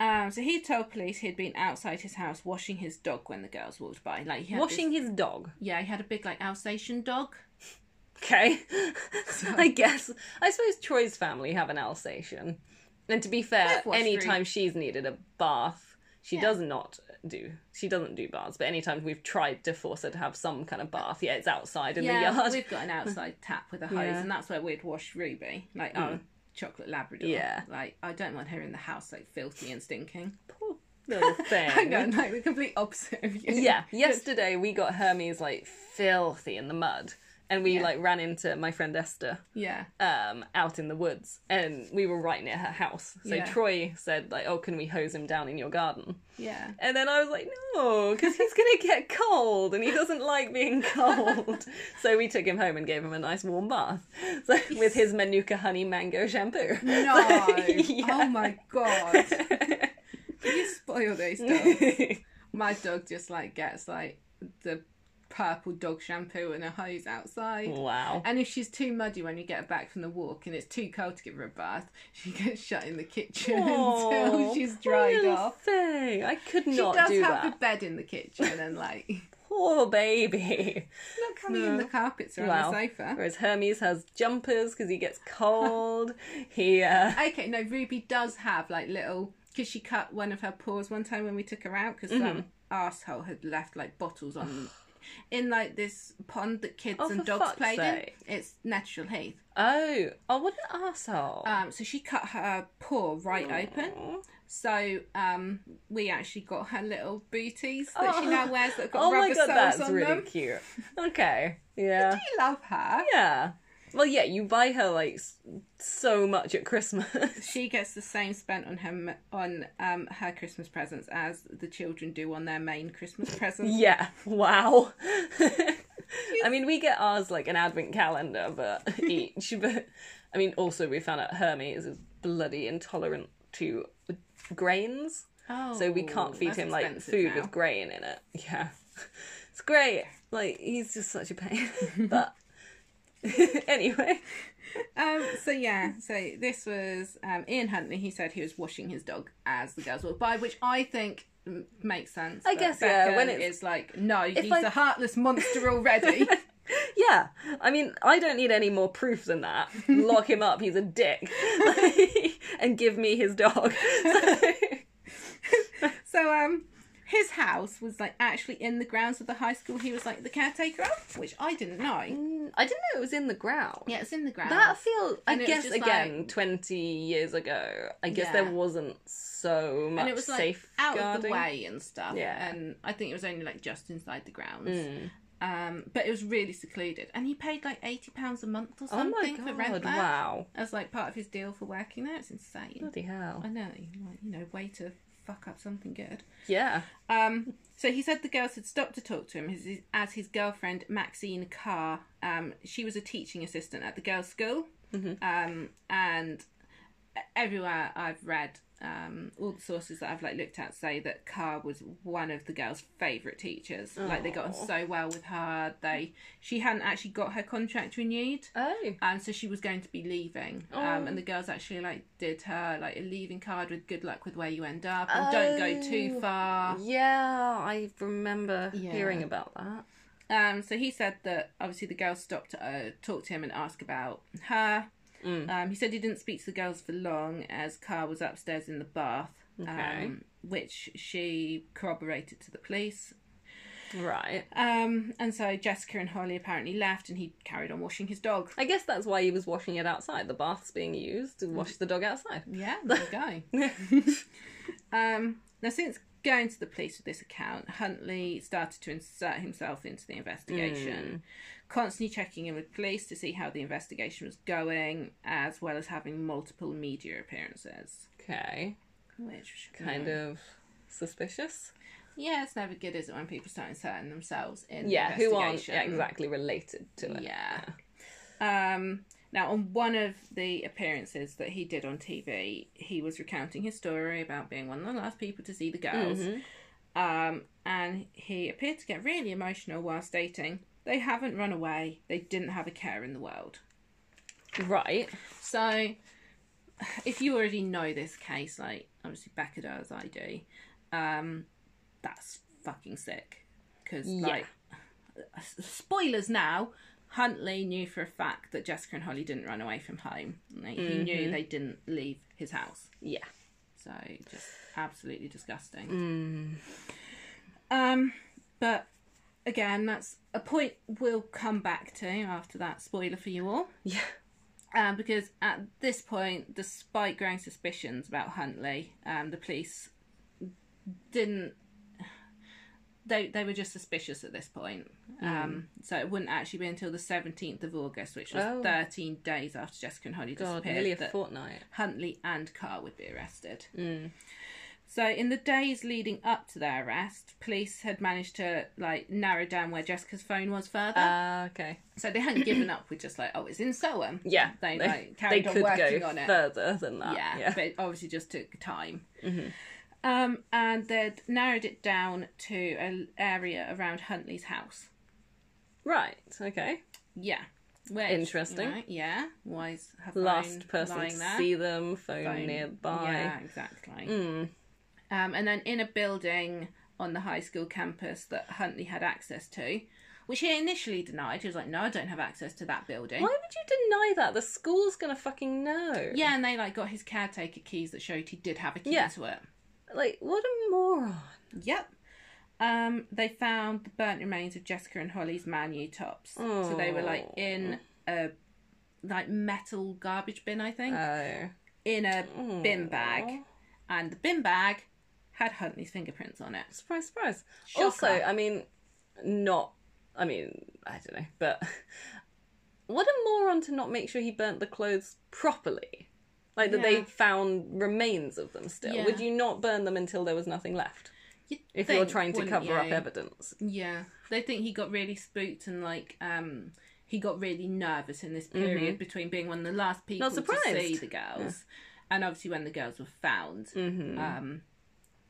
[SPEAKER 1] Um, so he told police he'd been outside his house washing his dog when the girls walked by. Like he had this-
[SPEAKER 2] washing his dog.
[SPEAKER 1] yeah, he had a big like Alsatian dog.
[SPEAKER 2] Okay, I guess I suppose Troy's family have an Alsatian, and to be fair,
[SPEAKER 1] They've washed
[SPEAKER 2] anytime she's needed a bath, she does not do. She doesn't do baths, but anytime we've tried to force her to have some kind of bath, yeah, it's outside in
[SPEAKER 1] Yeah,
[SPEAKER 2] the yard.
[SPEAKER 1] we've got an outside tap with a hose,
[SPEAKER 2] Yeah.
[SPEAKER 1] and that's where we'd wash Ruby, like our chocolate Labrador.
[SPEAKER 2] Yeah.
[SPEAKER 1] like I don't want her in the house, like filthy and stinking.
[SPEAKER 2] Poor little thing.
[SPEAKER 1] Hang on, like the complete opposite of you.
[SPEAKER 2] Yeah, yesterday we got Hermes like filthy in the mud, and we like ran into my friend Esther.
[SPEAKER 1] yeah,
[SPEAKER 2] um, out in the woods, and we were right near her house. So
[SPEAKER 1] Yeah.
[SPEAKER 2] Troy said, "Like, oh, can we hose him down in your garden?"
[SPEAKER 1] yeah.
[SPEAKER 2] And then I was like, "No, because he's gonna get cold, and he doesn't like being cold." so we took him home and gave him a nice warm bath, so with his Manuka honey mango shampoo.
[SPEAKER 1] No, oh
[SPEAKER 2] yeah.
[SPEAKER 1] my god, you spoil these dogs. My dog just like gets like the purple dog shampoo and a hose outside.
[SPEAKER 2] wow.
[SPEAKER 1] And if she's too muddy when you get her back from the walk and it's too cold to give her a bath, she gets shut in the kitchen
[SPEAKER 2] Aw,
[SPEAKER 1] until she's
[SPEAKER 2] poor
[SPEAKER 1] dried
[SPEAKER 2] little
[SPEAKER 1] off.
[SPEAKER 2] Thing. I could
[SPEAKER 1] She
[SPEAKER 2] not
[SPEAKER 1] does
[SPEAKER 2] do
[SPEAKER 1] have
[SPEAKER 2] that.
[SPEAKER 1] a bed in the kitchen and like
[SPEAKER 2] Poor baby.
[SPEAKER 1] look how even the carpets are
[SPEAKER 2] Wow.
[SPEAKER 1] on the sofa.
[SPEAKER 2] Whereas Hermes has jumpers because he gets cold. he uh,
[SPEAKER 1] Okay, no, Ruby does have like little because she
[SPEAKER 2] Mm-hmm.
[SPEAKER 1] cut one of her paws one time when we took her out because some asshole had left like bottles on in like this pond that kids
[SPEAKER 2] Oh, for
[SPEAKER 1] and dogs
[SPEAKER 2] fuck's
[SPEAKER 1] played
[SPEAKER 2] sake.
[SPEAKER 1] in. It's natural heath.
[SPEAKER 2] Oh, oh, what an asshole!
[SPEAKER 1] Um, so she cut her paw right open. So um, we actually got her little booties that she
[SPEAKER 2] Oh.
[SPEAKER 1] now wears that have got
[SPEAKER 2] oh
[SPEAKER 1] rubber
[SPEAKER 2] my god,
[SPEAKER 1] soles
[SPEAKER 2] that's
[SPEAKER 1] on
[SPEAKER 2] really
[SPEAKER 1] them.
[SPEAKER 2] cute. Okay, yeah,
[SPEAKER 1] I love her.
[SPEAKER 2] yeah. Well, yeah, you buy her like s- so much at Christmas.
[SPEAKER 1] She gets the same spent on her on um, her Christmas presents as the children do on their main Christmas presents.
[SPEAKER 2] yeah, wow. I mean, we get ours like an advent calendar, but each. But I mean, also we found out Hermes is bloody intolerant to grains.
[SPEAKER 1] Oh,
[SPEAKER 2] so we can't feed
[SPEAKER 1] that's
[SPEAKER 2] him like
[SPEAKER 1] expensive
[SPEAKER 2] food
[SPEAKER 1] now.
[SPEAKER 2] with grain in it. Yeah, it's great. Like he's just such a pain. but anyway,
[SPEAKER 1] Um, so yeah, so this was um, Ian Huntley. He said he was washing his dog as the girls walked by, which I think mm, makes sense.
[SPEAKER 2] I
[SPEAKER 1] but
[SPEAKER 2] guess, yeah,
[SPEAKER 1] Becca
[SPEAKER 2] when it's-
[SPEAKER 1] is like, no, he's
[SPEAKER 2] I-
[SPEAKER 1] a heartless monster already.
[SPEAKER 2] yeah. I mean, I don't need any more proof than that. Lock him up. He's a dick, and give me his dog.
[SPEAKER 1] so um, his house was like actually in the grounds of the high school. He was like the caretaker of, which I didn't know.
[SPEAKER 2] I didn't know it was in the ground.
[SPEAKER 1] Yeah, it's in the grounds.
[SPEAKER 2] That feels, I
[SPEAKER 1] And it was
[SPEAKER 2] guess,
[SPEAKER 1] just
[SPEAKER 2] again, 20 years ago, I guess
[SPEAKER 1] Yeah.
[SPEAKER 2] there wasn't so much
[SPEAKER 1] and it was like out
[SPEAKER 2] safeguarding.
[SPEAKER 1] of the way and stuff.
[SPEAKER 2] Yeah. Hmm.
[SPEAKER 1] And I think it was only like just inside the grounds. Um, but it was really secluded, and he paid like eighty pounds a month or
[SPEAKER 2] Oh
[SPEAKER 1] something
[SPEAKER 2] my
[SPEAKER 1] for rent
[SPEAKER 2] god,
[SPEAKER 1] there
[SPEAKER 2] wow.
[SPEAKER 1] as like part of his deal for working there. It's insane.
[SPEAKER 2] Bloody hell.
[SPEAKER 1] I know, like, you know, way to fuck up something good.
[SPEAKER 2] Yeah.
[SPEAKER 1] Um, so he said the girls had stopped to talk to him as his, as his girlfriend Maxine Carr. Um, she was a teaching assistant at the girls' school, um, and everywhere I've read, um, all the sources that I've like looked at say that Carr was one of the girls' favourite teachers. Like they got on so well with her. They she hadn't actually got her contract renewed
[SPEAKER 2] Oh.
[SPEAKER 1] and so she was going to be leaving um, and the girls actually like did her like a leaving card with good luck with where you end up and don't go too
[SPEAKER 2] Oh.
[SPEAKER 1] far
[SPEAKER 2] Yeah, I remember
[SPEAKER 1] Yeah.
[SPEAKER 2] hearing about that.
[SPEAKER 1] um, so he said that obviously the girls stopped to uh, talk to him and ask about her
[SPEAKER 2] Mm.
[SPEAKER 1] um, he said he didn't speak to the girls for long as Carl was upstairs in the bath
[SPEAKER 2] Okay.
[SPEAKER 1] um, which she corroborated to the police
[SPEAKER 2] Right.
[SPEAKER 1] um, and so Jessica and Holly apparently left and he carried on washing his dog
[SPEAKER 2] I guess that's why he was washing it outside. The bath's being used to wash the dog outside.
[SPEAKER 1] Yeah, there you go. um, now, since going to the police with this account, Huntley started to insert himself into the investigation,
[SPEAKER 2] Hmm.
[SPEAKER 1] constantly checking in with police to see how the investigation was going, as well as having multiple media appearances.
[SPEAKER 2] Okay.
[SPEAKER 1] Which
[SPEAKER 2] Kind of suspicious.
[SPEAKER 1] yeah, it's never good, is it, when people start inserting themselves in
[SPEAKER 2] Yeah,
[SPEAKER 1] the
[SPEAKER 2] who aren't
[SPEAKER 1] investigation?
[SPEAKER 2] yeah, exactly related to it.
[SPEAKER 1] Yeah. Um, now, on one of the appearances that he did on TV, he was recounting his story about being one of the last people to see the girls.
[SPEAKER 2] Mm-hmm.
[SPEAKER 1] Um, and he appeared to get really emotional while stating, They haven't run away, they didn't have a care in the world.
[SPEAKER 2] Right.
[SPEAKER 1] So, if you already know this case, like obviously Becca does, I do, um, that's fucking sick. Because,
[SPEAKER 2] Yeah.
[SPEAKER 1] like, spoilers now, Huntley knew for a fact that Jessica and Holly didn't run away from home. Like, He knew they didn't leave his house.
[SPEAKER 2] Yeah.
[SPEAKER 1] So, just absolutely disgusting. Um, but again, that's a point we'll come back to after that spoiler for you all.
[SPEAKER 2] Yeah.
[SPEAKER 1] Um, because at this point, despite growing suspicions about Huntley, um, the police didn't. They they were just suspicious at this point.
[SPEAKER 2] Hmm.
[SPEAKER 1] Um, so it wouldn't actually be until the seventeenth of August, which was
[SPEAKER 2] Oh.
[SPEAKER 1] thirteen days after Jessica and Holly
[SPEAKER 2] God,
[SPEAKER 1] disappeared,
[SPEAKER 2] nearly a
[SPEAKER 1] that
[SPEAKER 2] fortnight.
[SPEAKER 1] Huntley and Carr would be arrested.
[SPEAKER 2] Hmm.
[SPEAKER 1] So in the days leading up to their arrest, police had managed to like narrow down where Jessica's phone was further.
[SPEAKER 2] Ah, okay.
[SPEAKER 1] so they hadn't given up with just like, oh, it's in Soham.
[SPEAKER 2] Yeah.
[SPEAKER 1] they, like carried on working on it.
[SPEAKER 2] further than that.
[SPEAKER 1] yeah,
[SPEAKER 2] Yeah. Mm-hmm.
[SPEAKER 1] but it obviously just took time. Um, and they'd narrowed it down to an area around Huntley's house.
[SPEAKER 2] Right. Okay.
[SPEAKER 1] Yeah, which,
[SPEAKER 2] Interesting.
[SPEAKER 1] you know, yeah, why is her phone
[SPEAKER 2] Last person
[SPEAKER 1] lying
[SPEAKER 2] to
[SPEAKER 1] there?
[SPEAKER 2] see Hmm. them,
[SPEAKER 1] Phone-
[SPEAKER 2] phone nearby.
[SPEAKER 1] Yeah, exactly. Um, and then in a building on the high school campus that Huntley had access to, which he initially denied. He was like, "No, I don't have access to that building."
[SPEAKER 2] Why would you deny that? The school's gonna fucking know.
[SPEAKER 1] Yeah, and they like got his caretaker keys that showed he did have a key
[SPEAKER 2] Yeah.
[SPEAKER 1] to it.
[SPEAKER 2] Like, what a moron.
[SPEAKER 1] Yep. Um, they found the burnt remains of Jessica and Holly's man U tops. So they were like in a like metal garbage bin, I think,
[SPEAKER 2] Oh.
[SPEAKER 1] in a bin bag, and the bin bag had Huntley's fingerprints on it.
[SPEAKER 2] Surprise, surprise.
[SPEAKER 1] Shocker.
[SPEAKER 2] Also, I mean, not. I mean, I don't know, but what a moron to not make sure he burnt the clothes properly. Like that they
[SPEAKER 1] Yeah.
[SPEAKER 2] found remains of them still.
[SPEAKER 1] Yeah.
[SPEAKER 2] Would you not burn them until there was nothing left? If you're trying to cover up
[SPEAKER 1] everything.
[SPEAKER 2] evidence.
[SPEAKER 1] Yeah, they think he got really spooked and like um he got really nervous in this period between being one of the last people to
[SPEAKER 2] Mm-hmm. surprised.
[SPEAKER 1] see the girls, and obviously when the girls were found.
[SPEAKER 2] Mm-hmm.
[SPEAKER 1] Um,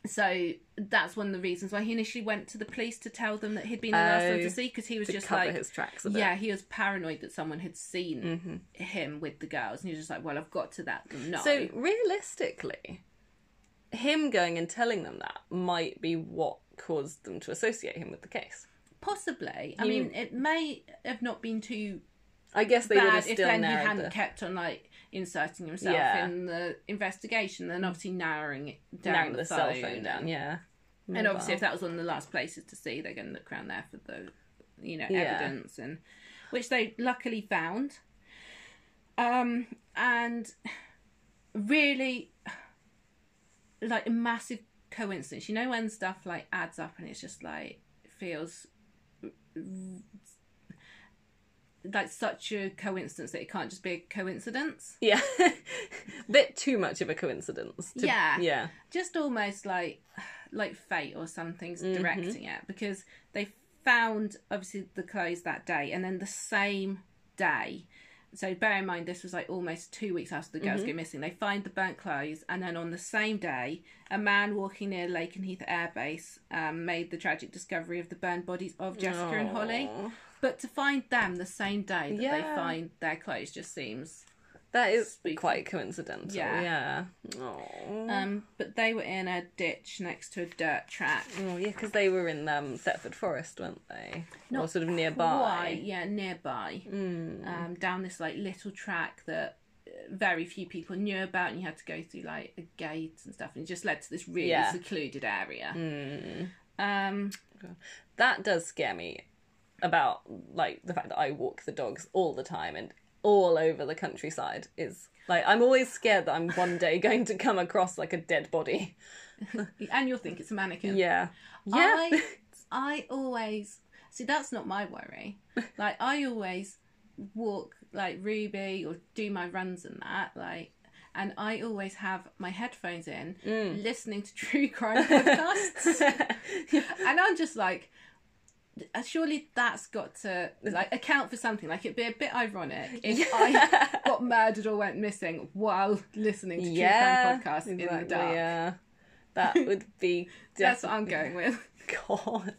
[SPEAKER 1] so that's one of the reasons why he initially went to the police to tell them that he'd been the last one
[SPEAKER 2] Oh,
[SPEAKER 1] to see because he was
[SPEAKER 2] To
[SPEAKER 1] just
[SPEAKER 2] cover
[SPEAKER 1] like
[SPEAKER 2] his tracks a bit.
[SPEAKER 1] yeah he was paranoid that someone had seen him with the girls and he was just like well I've got to that no
[SPEAKER 2] Mm-hmm. So realistically, him going and telling them that might be what caused them to associate him with the case.
[SPEAKER 1] possibly I mean it may have not been too
[SPEAKER 2] I guess they would have
[SPEAKER 1] bad
[SPEAKER 2] still
[SPEAKER 1] if then he
[SPEAKER 2] narrowed
[SPEAKER 1] hadn't
[SPEAKER 2] the-
[SPEAKER 1] kept on like inserting himself
[SPEAKER 2] Yeah.
[SPEAKER 1] in the investigation, then obviously narrowing it down
[SPEAKER 2] narrowed
[SPEAKER 1] the,
[SPEAKER 2] the
[SPEAKER 1] phone.
[SPEAKER 2] cell phone down. Yeah.
[SPEAKER 1] And obviously, if that was one of the last places to see, they're going to look around there for the, you know,
[SPEAKER 2] Yeah.
[SPEAKER 1] evidence and which they luckily found. Um and really, like a massive coincidence. You know when stuff like adds up and it's just like feels like such a coincidence that it can't just be a coincidence.
[SPEAKER 2] Yeah. Bit too much of a coincidence. to-
[SPEAKER 1] Yeah.
[SPEAKER 2] Yeah.
[SPEAKER 1] just almost like like fate or something's
[SPEAKER 2] Mm-hmm.
[SPEAKER 1] directing it because they found obviously the clothes that day and then the same day so bear in mind this was like almost two weeks after the
[SPEAKER 2] Mm-hmm.
[SPEAKER 1] girls go missing they find the burnt clothes and then on the same day a man walking near lakenheath air base um, made the tragic discovery of the burned bodies of jessica and holly
[SPEAKER 2] Aw.
[SPEAKER 1] but to find them the same day that
[SPEAKER 2] Yeah.
[SPEAKER 1] they find their clothes just seems
[SPEAKER 2] That is
[SPEAKER 1] Spooky.
[SPEAKER 2] quite coincidental.
[SPEAKER 1] Yeah.
[SPEAKER 2] Yeah. Oh.
[SPEAKER 1] um, but they were in a ditch next to a dirt track
[SPEAKER 2] Oh, yeah, because they were in um, Thetford Forest, weren't they? Or sort of
[SPEAKER 1] Why?
[SPEAKER 2] nearby. Mm.
[SPEAKER 1] Yeah, nearby. Um, down this like little track that uh, very few people knew about, and you had to go through like a gate and stuff, and it just led to this really
[SPEAKER 2] Yeah. Mm.
[SPEAKER 1] secluded area. Um,
[SPEAKER 2] That does scare me about like the fact that I walk the dogs all the time and all over the countryside is like I'm always scared that I'm one day going to come across like a dead body.
[SPEAKER 1] and you'll think it's a mannequin.
[SPEAKER 2] Yeah. Yeah.
[SPEAKER 1] I, I always see that's not my worry. Like I always walk like Ruby or do my runs and that like. And I always have my headphones in,
[SPEAKER 2] Mm.
[SPEAKER 1] listening to true crime podcasts. and I'm just like, uh, surely that's got to like account for something. Like it'd be a bit ironic if I got murdered or went missing while listening to
[SPEAKER 2] yeah.
[SPEAKER 1] true crime podcasts in
[SPEAKER 2] exactly,
[SPEAKER 1] the dark.
[SPEAKER 2] Yeah. That would be
[SPEAKER 1] That's
[SPEAKER 2] death.
[SPEAKER 1] what I'm going with.
[SPEAKER 2] God.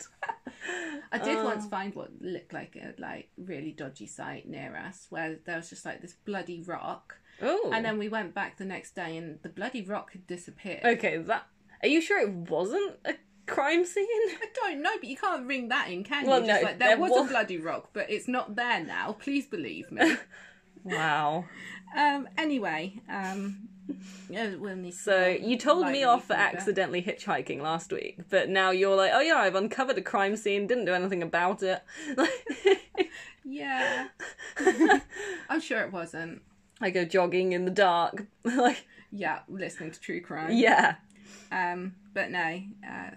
[SPEAKER 1] I did
[SPEAKER 2] Oh.
[SPEAKER 1] once find what looked like a like really dodgy site near us where there was just like this bloody rock.
[SPEAKER 2] Oh. Oh.
[SPEAKER 1] And then we went back the next day and the bloody rock had disappeared.
[SPEAKER 2] Okay, that. Are you sure it wasn't a crime scene?
[SPEAKER 1] I don't know, but you can't ring that in, can
[SPEAKER 2] Well,
[SPEAKER 1] you? Just
[SPEAKER 2] no,
[SPEAKER 1] like there,
[SPEAKER 2] there
[SPEAKER 1] was
[SPEAKER 2] was-
[SPEAKER 1] a bloody rock, but it's not there now. Please believe me.
[SPEAKER 2] Wow.
[SPEAKER 1] Um, anyway, um, yeah, we'll need to
[SPEAKER 2] So you told me
[SPEAKER 1] lightly
[SPEAKER 2] off for
[SPEAKER 1] do that.
[SPEAKER 2] accidentally hitchhiking last week, but now you're like, oh yeah, I've uncovered a crime scene, didn't do anything about it.
[SPEAKER 1] Yeah, I'm sure it wasn't.
[SPEAKER 2] I go jogging in the dark, like
[SPEAKER 1] Yeah, listening to true crime.
[SPEAKER 2] yeah,
[SPEAKER 1] Um, but no. Uh,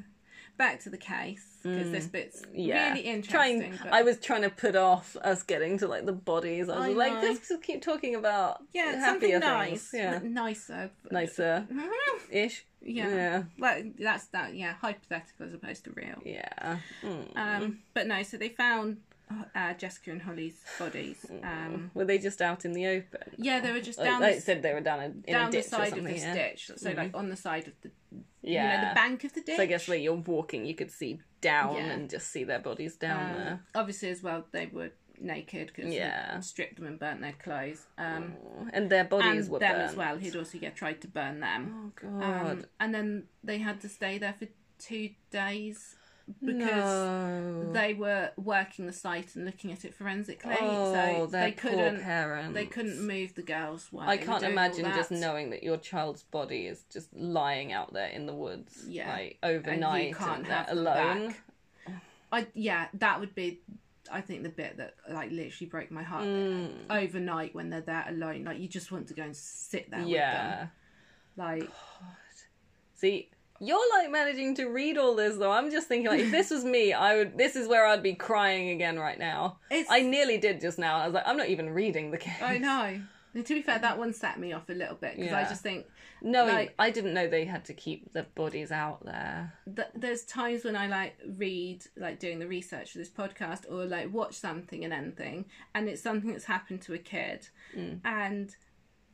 [SPEAKER 1] back to the case because this bit's
[SPEAKER 2] Mm, yeah.
[SPEAKER 1] really interesting.
[SPEAKER 2] Trying,
[SPEAKER 1] but-
[SPEAKER 2] I was trying to put off us getting to like the bodies. I was
[SPEAKER 1] I
[SPEAKER 2] like,
[SPEAKER 1] know.
[SPEAKER 2] let's just keep talking about
[SPEAKER 1] yeah, it's something
[SPEAKER 2] happier
[SPEAKER 1] nice,
[SPEAKER 2] things, yeah,
[SPEAKER 1] but nicer. but-
[SPEAKER 2] nicer ish,
[SPEAKER 1] Mm-hmm. Yeah.
[SPEAKER 2] yeah,
[SPEAKER 1] Well, that's that. Yeah, hypothetical as opposed to real.
[SPEAKER 2] yeah. Mm.
[SPEAKER 1] Um, but no. So they found uh, Jessica and Holly's bodies. Um,
[SPEAKER 2] Were they just out in the open?
[SPEAKER 1] yeah, they were just
[SPEAKER 2] Mm. Like-
[SPEAKER 1] down.
[SPEAKER 2] like
[SPEAKER 1] the
[SPEAKER 2] I said, they were down a, in
[SPEAKER 1] down
[SPEAKER 2] a
[SPEAKER 1] the
[SPEAKER 2] ditch or
[SPEAKER 1] side of
[SPEAKER 2] something.
[SPEAKER 1] this
[SPEAKER 2] yeah. Mm-hmm.
[SPEAKER 1] ditch. So like on the side of the
[SPEAKER 2] yeah.
[SPEAKER 1] you know, the bank of the ditch.
[SPEAKER 2] So I guess where you're walking, you could see down
[SPEAKER 1] Yeah.
[SPEAKER 2] and just see their bodies down
[SPEAKER 1] um,
[SPEAKER 2] there.
[SPEAKER 1] obviously as well they were naked because
[SPEAKER 2] Yeah.
[SPEAKER 1] he stripped them and burnt their clothes. Um
[SPEAKER 2] And their
[SPEAKER 1] and
[SPEAKER 2] bodies
[SPEAKER 1] them
[SPEAKER 2] were burnt.
[SPEAKER 1] as well. He'd also yeah, tried to burn them.
[SPEAKER 2] Oh god.
[SPEAKER 1] Um, and then they had to stay there for two days because
[SPEAKER 2] no.
[SPEAKER 1] they were working the site and looking at it forensically.
[SPEAKER 2] oh,
[SPEAKER 1] so
[SPEAKER 2] their
[SPEAKER 1] they couldn't
[SPEAKER 2] poor parents.
[SPEAKER 1] they couldn't move the girls while
[SPEAKER 2] I
[SPEAKER 1] they were
[SPEAKER 2] can't
[SPEAKER 1] doing
[SPEAKER 2] imagine
[SPEAKER 1] all
[SPEAKER 2] just
[SPEAKER 1] that.
[SPEAKER 2] knowing that your child's body is just lying out there in the woods,
[SPEAKER 1] Yeah.
[SPEAKER 2] like overnight, and,
[SPEAKER 1] can't
[SPEAKER 2] they're
[SPEAKER 1] have them
[SPEAKER 2] alone.
[SPEAKER 1] back. I yeah, that would be I think the bit that like literally broke my heart overnight when they're there alone. Like you just want to go and sit there with them.
[SPEAKER 2] Yeah.
[SPEAKER 1] Like
[SPEAKER 2] See, you're like managing to read all this though. I'm just thinking like, if this was me, I would. This is where I'd be crying again right now.
[SPEAKER 1] It's-
[SPEAKER 2] I nearly did just now. I was like, I'm not even reading the case.
[SPEAKER 1] I know. And to be fair, that one set me off a little bit because I
[SPEAKER 2] Yeah.
[SPEAKER 1] just think
[SPEAKER 2] No,
[SPEAKER 1] Like-
[SPEAKER 2] I didn't know they had to keep the bodies out there.
[SPEAKER 1] that there's times when I like read, like doing the research for this podcast, or like watch something and anything, and it's something that's happened to a kid, and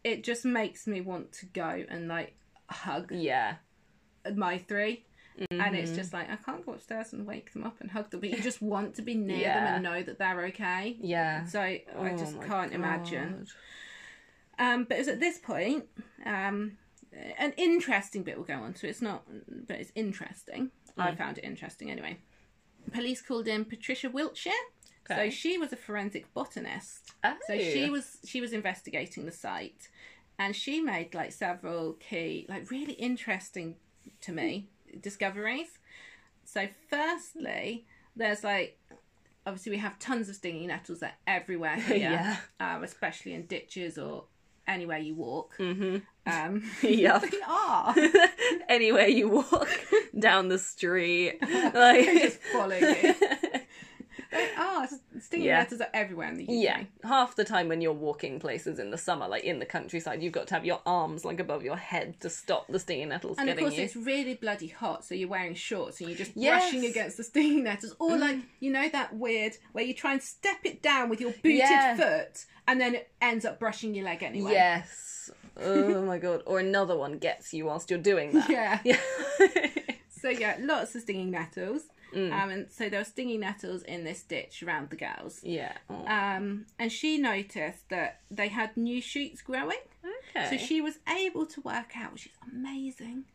[SPEAKER 1] it just makes me want to go and like hug
[SPEAKER 2] Yeah.
[SPEAKER 1] my 3 and it's
[SPEAKER 2] Mm-hmm.
[SPEAKER 1] just like I can't go upstairs and wake them up and hug them, but you just want to be near them
[SPEAKER 2] Yeah.
[SPEAKER 1] and know that they're okay.
[SPEAKER 2] Yeah.
[SPEAKER 1] So I
[SPEAKER 2] Oh
[SPEAKER 1] just
[SPEAKER 2] my
[SPEAKER 1] can't imagine.
[SPEAKER 2] God.
[SPEAKER 1] Um, but it's at this point, um, an interesting bit will go on. So it's not, but it's interesting.
[SPEAKER 2] Mm.
[SPEAKER 1] I found it interesting anyway. Police called in Patricia Wiltshire.
[SPEAKER 2] Okay.
[SPEAKER 1] So she was a forensic botanist.
[SPEAKER 2] Oh.
[SPEAKER 1] So she was she was investigating the site, and she made like several key, like really interesting to me discoveries. So firstly, there's like obviously we have tons of stinging nettles that are everywhere here,
[SPEAKER 2] Yeah.
[SPEAKER 1] um, especially in ditches or anywhere you walk.
[SPEAKER 2] Mm-hmm.
[SPEAKER 1] Um,
[SPEAKER 2] yeah.
[SPEAKER 1] they are
[SPEAKER 2] Anywhere you walk down the street, like
[SPEAKER 1] just following you. They are stinging
[SPEAKER 2] Yeah.
[SPEAKER 1] nettles are everywhere in the UK.
[SPEAKER 2] yeah. Half the time when you're walking places in the summer, like in the countryside, you've got to have your arms like above your head to stop the stinging nettles
[SPEAKER 1] And of
[SPEAKER 2] getting
[SPEAKER 1] course,
[SPEAKER 2] you.
[SPEAKER 1] it's really bloody hot, so you're wearing shorts and you're just
[SPEAKER 2] Yes. Mm.
[SPEAKER 1] brushing against the stinging nettles. Or, like, you know, that weird where you try and step it down with your booted
[SPEAKER 2] Yeah.
[SPEAKER 1] foot and then it ends up brushing your leg anyway.
[SPEAKER 2] Yes. Oh my god. Or another one gets you whilst you're doing that.
[SPEAKER 1] Yeah.
[SPEAKER 2] Yeah.
[SPEAKER 1] So, yeah, lots of stinging nettles.
[SPEAKER 2] Mm.
[SPEAKER 1] Um, and so there were stinging nettles in this ditch around the girls.
[SPEAKER 2] yeah. Oh,
[SPEAKER 1] Um, and she noticed that they had new shoots growing.
[SPEAKER 2] okay.
[SPEAKER 1] So she was able to work out, which is amazing.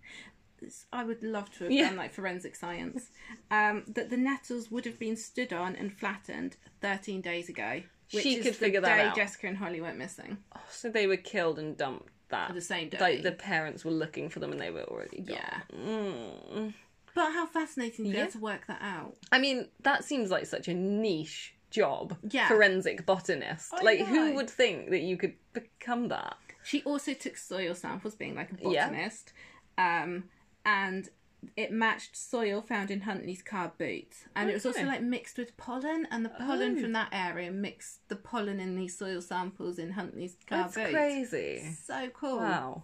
[SPEAKER 1] It's- I would love to have
[SPEAKER 2] Yeah.
[SPEAKER 1] done like forensic science. Um, that the nettles would have been stood on and flattened 13 days ago. Which
[SPEAKER 2] She
[SPEAKER 1] is
[SPEAKER 2] could
[SPEAKER 1] the
[SPEAKER 2] figure that
[SPEAKER 1] day
[SPEAKER 2] out. Oh,
[SPEAKER 1] Jessica and Holly went missing.
[SPEAKER 2] So they were killed and dumped that
[SPEAKER 1] The same day.
[SPEAKER 2] Like the parents were looking for them and they were already gone.
[SPEAKER 1] yeah.
[SPEAKER 2] Mm.
[SPEAKER 1] But how fascinating to be
[SPEAKER 2] Yeah.
[SPEAKER 1] able to work that out.
[SPEAKER 2] I mean, that seems like such a niche job.
[SPEAKER 1] Yeah. Oh,
[SPEAKER 2] Forensic botanist.
[SPEAKER 1] I
[SPEAKER 2] like
[SPEAKER 1] know.
[SPEAKER 2] who would think that you could become that?
[SPEAKER 1] She also took soil samples, being like a
[SPEAKER 2] Yeah.
[SPEAKER 1] botanist. Um, and it matched soil found in Huntley's car boots. And it was also
[SPEAKER 2] Okay.
[SPEAKER 1] like mixed with pollen, and the pollen
[SPEAKER 2] Oh.
[SPEAKER 1] from that area mixed the pollen in these soil samples in Huntley's car
[SPEAKER 2] That's
[SPEAKER 1] boots.
[SPEAKER 2] crazy.
[SPEAKER 1] So cool.
[SPEAKER 2] Wow.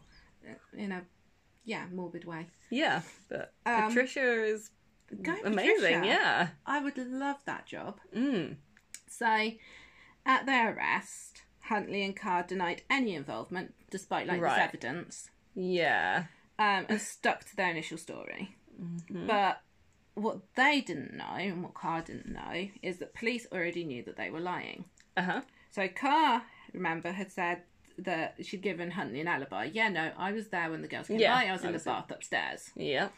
[SPEAKER 1] In a, yeah, morbid way.
[SPEAKER 2] Yeah. But
[SPEAKER 1] Um,
[SPEAKER 2] Patricia is
[SPEAKER 1] Go
[SPEAKER 2] amazing,
[SPEAKER 1] Patricia.
[SPEAKER 2] yeah.
[SPEAKER 1] I would love that job.
[SPEAKER 2] Mm.
[SPEAKER 1] So, at their arrest, Huntley and Carr denied any involvement, despite like
[SPEAKER 2] Right.
[SPEAKER 1] this evidence.
[SPEAKER 2] Yeah.
[SPEAKER 1] um, and stuck to their initial story.
[SPEAKER 2] Mm-hmm.
[SPEAKER 1] But what they didn't know and what Carr didn't know is that police already knew that they were lying.
[SPEAKER 2] Uh-huh.
[SPEAKER 1] So Carr, remember, had said that she'd given Huntley an alibi. Yeah, no, I was there when the girls came
[SPEAKER 2] Yeah,
[SPEAKER 1] by. I was in
[SPEAKER 2] I
[SPEAKER 1] the
[SPEAKER 2] was
[SPEAKER 1] bath upstairs.
[SPEAKER 2] Yeah.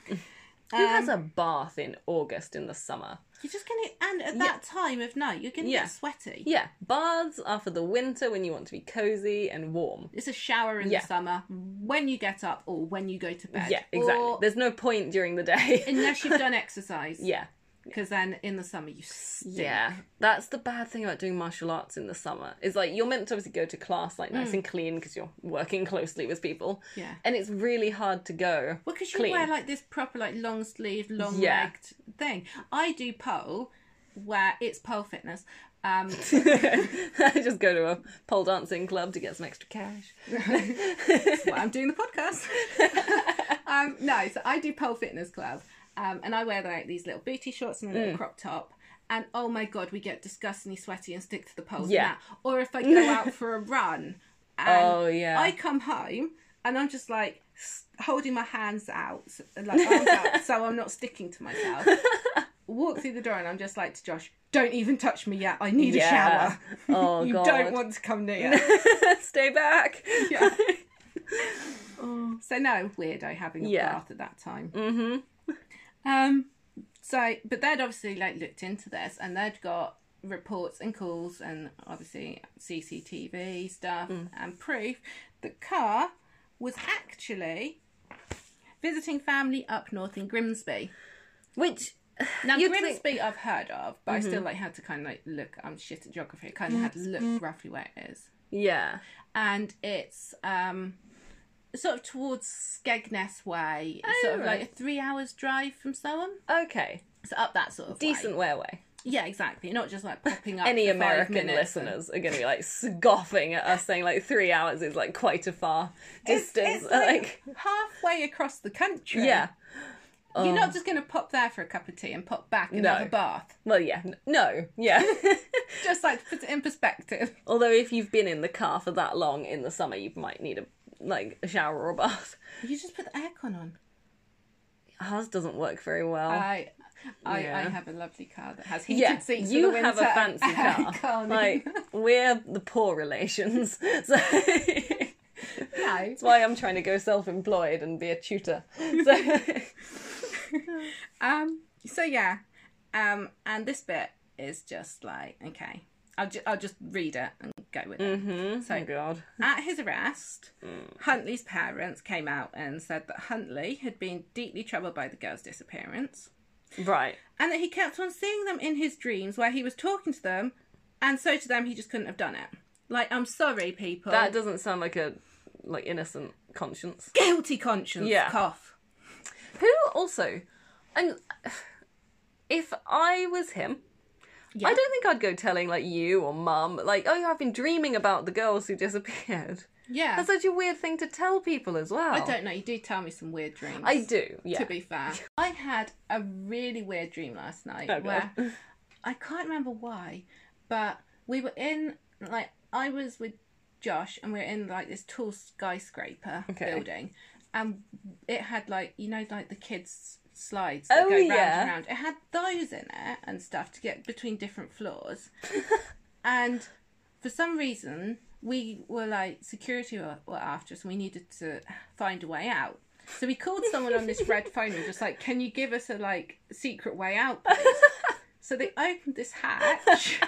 [SPEAKER 1] Um,
[SPEAKER 2] Who has a bath in August in the summer?
[SPEAKER 1] You're just gonna, and at that time of night, you're gonna
[SPEAKER 2] Yeah.
[SPEAKER 1] get sweaty.
[SPEAKER 2] Yeah, baths are for the winter when you want to be cozy and warm.
[SPEAKER 1] It's a shower in
[SPEAKER 2] Yeah.
[SPEAKER 1] the summer when you get up or when you go to bed.
[SPEAKER 2] Yeah, exactly.
[SPEAKER 1] Or
[SPEAKER 2] There's no point during the day.
[SPEAKER 1] unless you've done exercise.
[SPEAKER 2] yeah.
[SPEAKER 1] Because then in the summer you stink.
[SPEAKER 2] Yeah, that's the bad thing about doing martial arts in the summer. Is like you're meant to obviously go to class like nice and clean because you're working closely with people.
[SPEAKER 1] Mm. Yeah.
[SPEAKER 2] and it's really hard to go.
[SPEAKER 1] Well, because you
[SPEAKER 2] clean.
[SPEAKER 1] wear like this proper, like long sleeve, long legged
[SPEAKER 2] Yeah.
[SPEAKER 1] thing. I do pole, where it's pole fitness. Um,
[SPEAKER 2] I just go to a pole dancing club to get some extra cash.
[SPEAKER 1] that's why I'm doing the podcast. um, no, so I do pole fitness club, um, and I wear like these little booty shorts and a
[SPEAKER 2] Mm.
[SPEAKER 1] little crop top. And oh my god, we get disgustingly sweaty and stick to the poles. and
[SPEAKER 2] Yeah.
[SPEAKER 1] that. Or if I go out for a run, and
[SPEAKER 2] Oh, yeah.
[SPEAKER 1] I come home and I'm just like s- holding my hands out, s- like arms out, so I'm not sticking to myself. Walk through the door and I'm just like to Josh, don't even touch me yet. I need a
[SPEAKER 2] Yeah.
[SPEAKER 1] shower.
[SPEAKER 2] Oh
[SPEAKER 1] you
[SPEAKER 2] god.
[SPEAKER 1] don't want to come near.
[SPEAKER 2] Stay back.
[SPEAKER 1] Yeah. Oh, So no, weirdo having a
[SPEAKER 2] Yeah.
[SPEAKER 1] bath at that time. Mm-hmm. Um, So, but they'd obviously like looked into this and they'd got reports and calls and obviously CCTV stuff
[SPEAKER 2] Mm.
[SPEAKER 1] and proof that Carr was actually visiting family up north in Grimsby.
[SPEAKER 2] Which
[SPEAKER 1] Now
[SPEAKER 2] You'd
[SPEAKER 1] Grimsby
[SPEAKER 2] think- Mm-hmm.
[SPEAKER 1] I've heard of, but I still like had to kind of like look. I'm shit at geography. Kind of had to look
[SPEAKER 2] Mm.
[SPEAKER 1] roughly where it is,
[SPEAKER 2] yeah.
[SPEAKER 1] and it's um sort of towards Skegness Way. It's
[SPEAKER 2] Oh,
[SPEAKER 1] sort of like
[SPEAKER 2] right.
[SPEAKER 1] a three hours drive from Soham.
[SPEAKER 2] Okay.
[SPEAKER 1] So up that sort of way.
[SPEAKER 2] Decent way away.
[SPEAKER 1] Yeah, exactly. Not just like popping up.
[SPEAKER 2] Any
[SPEAKER 1] for five
[SPEAKER 2] American
[SPEAKER 1] minutes and-
[SPEAKER 2] listeners are going to be like scoffing at us saying like three hours is like quite a far
[SPEAKER 1] It's-
[SPEAKER 2] distance.
[SPEAKER 1] it's
[SPEAKER 2] like,
[SPEAKER 1] like halfway across the country.
[SPEAKER 2] yeah. Oh.
[SPEAKER 1] You're not just going to pop there for a cup of tea and pop back and
[SPEAKER 2] No.
[SPEAKER 1] have a bath.
[SPEAKER 2] Well, yeah. N- No. Yeah.
[SPEAKER 1] Just like to put it in perspective.
[SPEAKER 2] Although if you've been in the car for that long in the summer, you might need a like a shower or a bath.
[SPEAKER 1] You just put the aircon on.
[SPEAKER 2] Ours doesn't work very well.
[SPEAKER 1] I, I, I
[SPEAKER 2] Yeah.
[SPEAKER 1] have a lovely car that has heated
[SPEAKER 2] yeah,
[SPEAKER 1] seats. for
[SPEAKER 2] you
[SPEAKER 1] the
[SPEAKER 2] have a
[SPEAKER 1] winter
[SPEAKER 2] fancy
[SPEAKER 1] and
[SPEAKER 2] car.
[SPEAKER 1] aircon.
[SPEAKER 2] Like we're the poor relations. So
[SPEAKER 1] no.
[SPEAKER 2] That's why I'm trying to go self-employed and be a tutor. So,
[SPEAKER 1] Um. So yeah. Um. And this bit is just like okay. I'll ju- I'll just read it and go with it.
[SPEAKER 2] Mm-hmm. thank God.
[SPEAKER 1] At his arrest,
[SPEAKER 2] Mm.
[SPEAKER 1] Huntley's parents came out and said that Huntley had been deeply troubled by the girl's disappearance
[SPEAKER 2] Right.
[SPEAKER 1] and that he kept on seeing them in his dreams where he was talking to them, and so to them he just couldn't have done it. Like, I'm sorry, people.
[SPEAKER 2] That doesn't sound like a like innocent conscience.
[SPEAKER 1] guilty conscience
[SPEAKER 2] Yeah.
[SPEAKER 1] cough.
[SPEAKER 2] Who also, and if I was him,
[SPEAKER 1] Yeah.
[SPEAKER 2] I don't think I'd go telling like you or mum like, oh, I've been dreaming about the girls who disappeared.
[SPEAKER 1] Yeah.
[SPEAKER 2] That's such a weird thing to tell people as well.
[SPEAKER 1] I don't know. You do tell me some weird dreams.
[SPEAKER 2] I do. Yeah.
[SPEAKER 1] To be fair, I had a really weird dream last night
[SPEAKER 2] Oh, God.
[SPEAKER 1] where I can't remember why, but we were in like I was with Josh and we were in like this tall skyscraper
[SPEAKER 2] Okay.
[SPEAKER 1] building, and it had like you know like the kids slides
[SPEAKER 2] Oh,
[SPEAKER 1] that go round
[SPEAKER 2] yeah.
[SPEAKER 1] and round. It had those in it and stuff to get between different floors, and for some reason we were like security were, were after us and we needed to find a way out so we called someone on this red phone and was just like can you give us a like secret way out please?" so they opened this hatch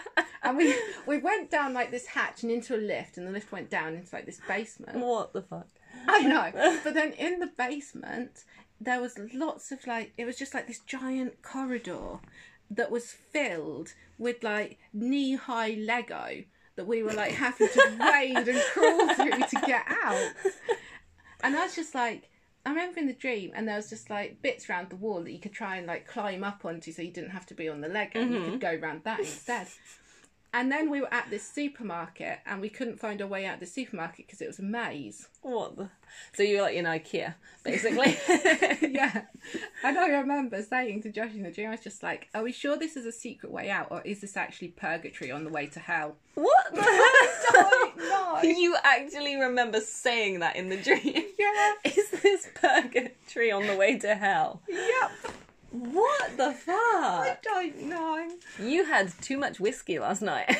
[SPEAKER 1] and we we went down like this hatch and into a lift and the lift went down into like this basement
[SPEAKER 2] What the fuck?
[SPEAKER 1] i know but then in the basement there was lots of like it was just like this giant corridor that was filled with like knee high Lego that we were like having to wade and crawl through to get out. And I was just like, I remember in the dream, and there was just like bits around the wall that you could try and like climb up onto so you didn't have to be on the Lego, you could go around that instead. And then we were at this supermarket and we couldn't find our way out of the supermarket because it was a maze.
[SPEAKER 2] What the? So you're like in IKEA, basically.
[SPEAKER 1] yeah. And I remember saying to Josh in the dream, I was just like, Are we sure this is a secret way out or is this actually purgatory on the way to hell?
[SPEAKER 2] what the?
[SPEAKER 1] no.
[SPEAKER 2] you actually remember saying that in the dream?
[SPEAKER 1] Yeah.
[SPEAKER 2] Is this purgatory on the way to hell?
[SPEAKER 1] Yep.
[SPEAKER 2] What the fuck?
[SPEAKER 1] don't know.
[SPEAKER 2] You had too much whiskey last night.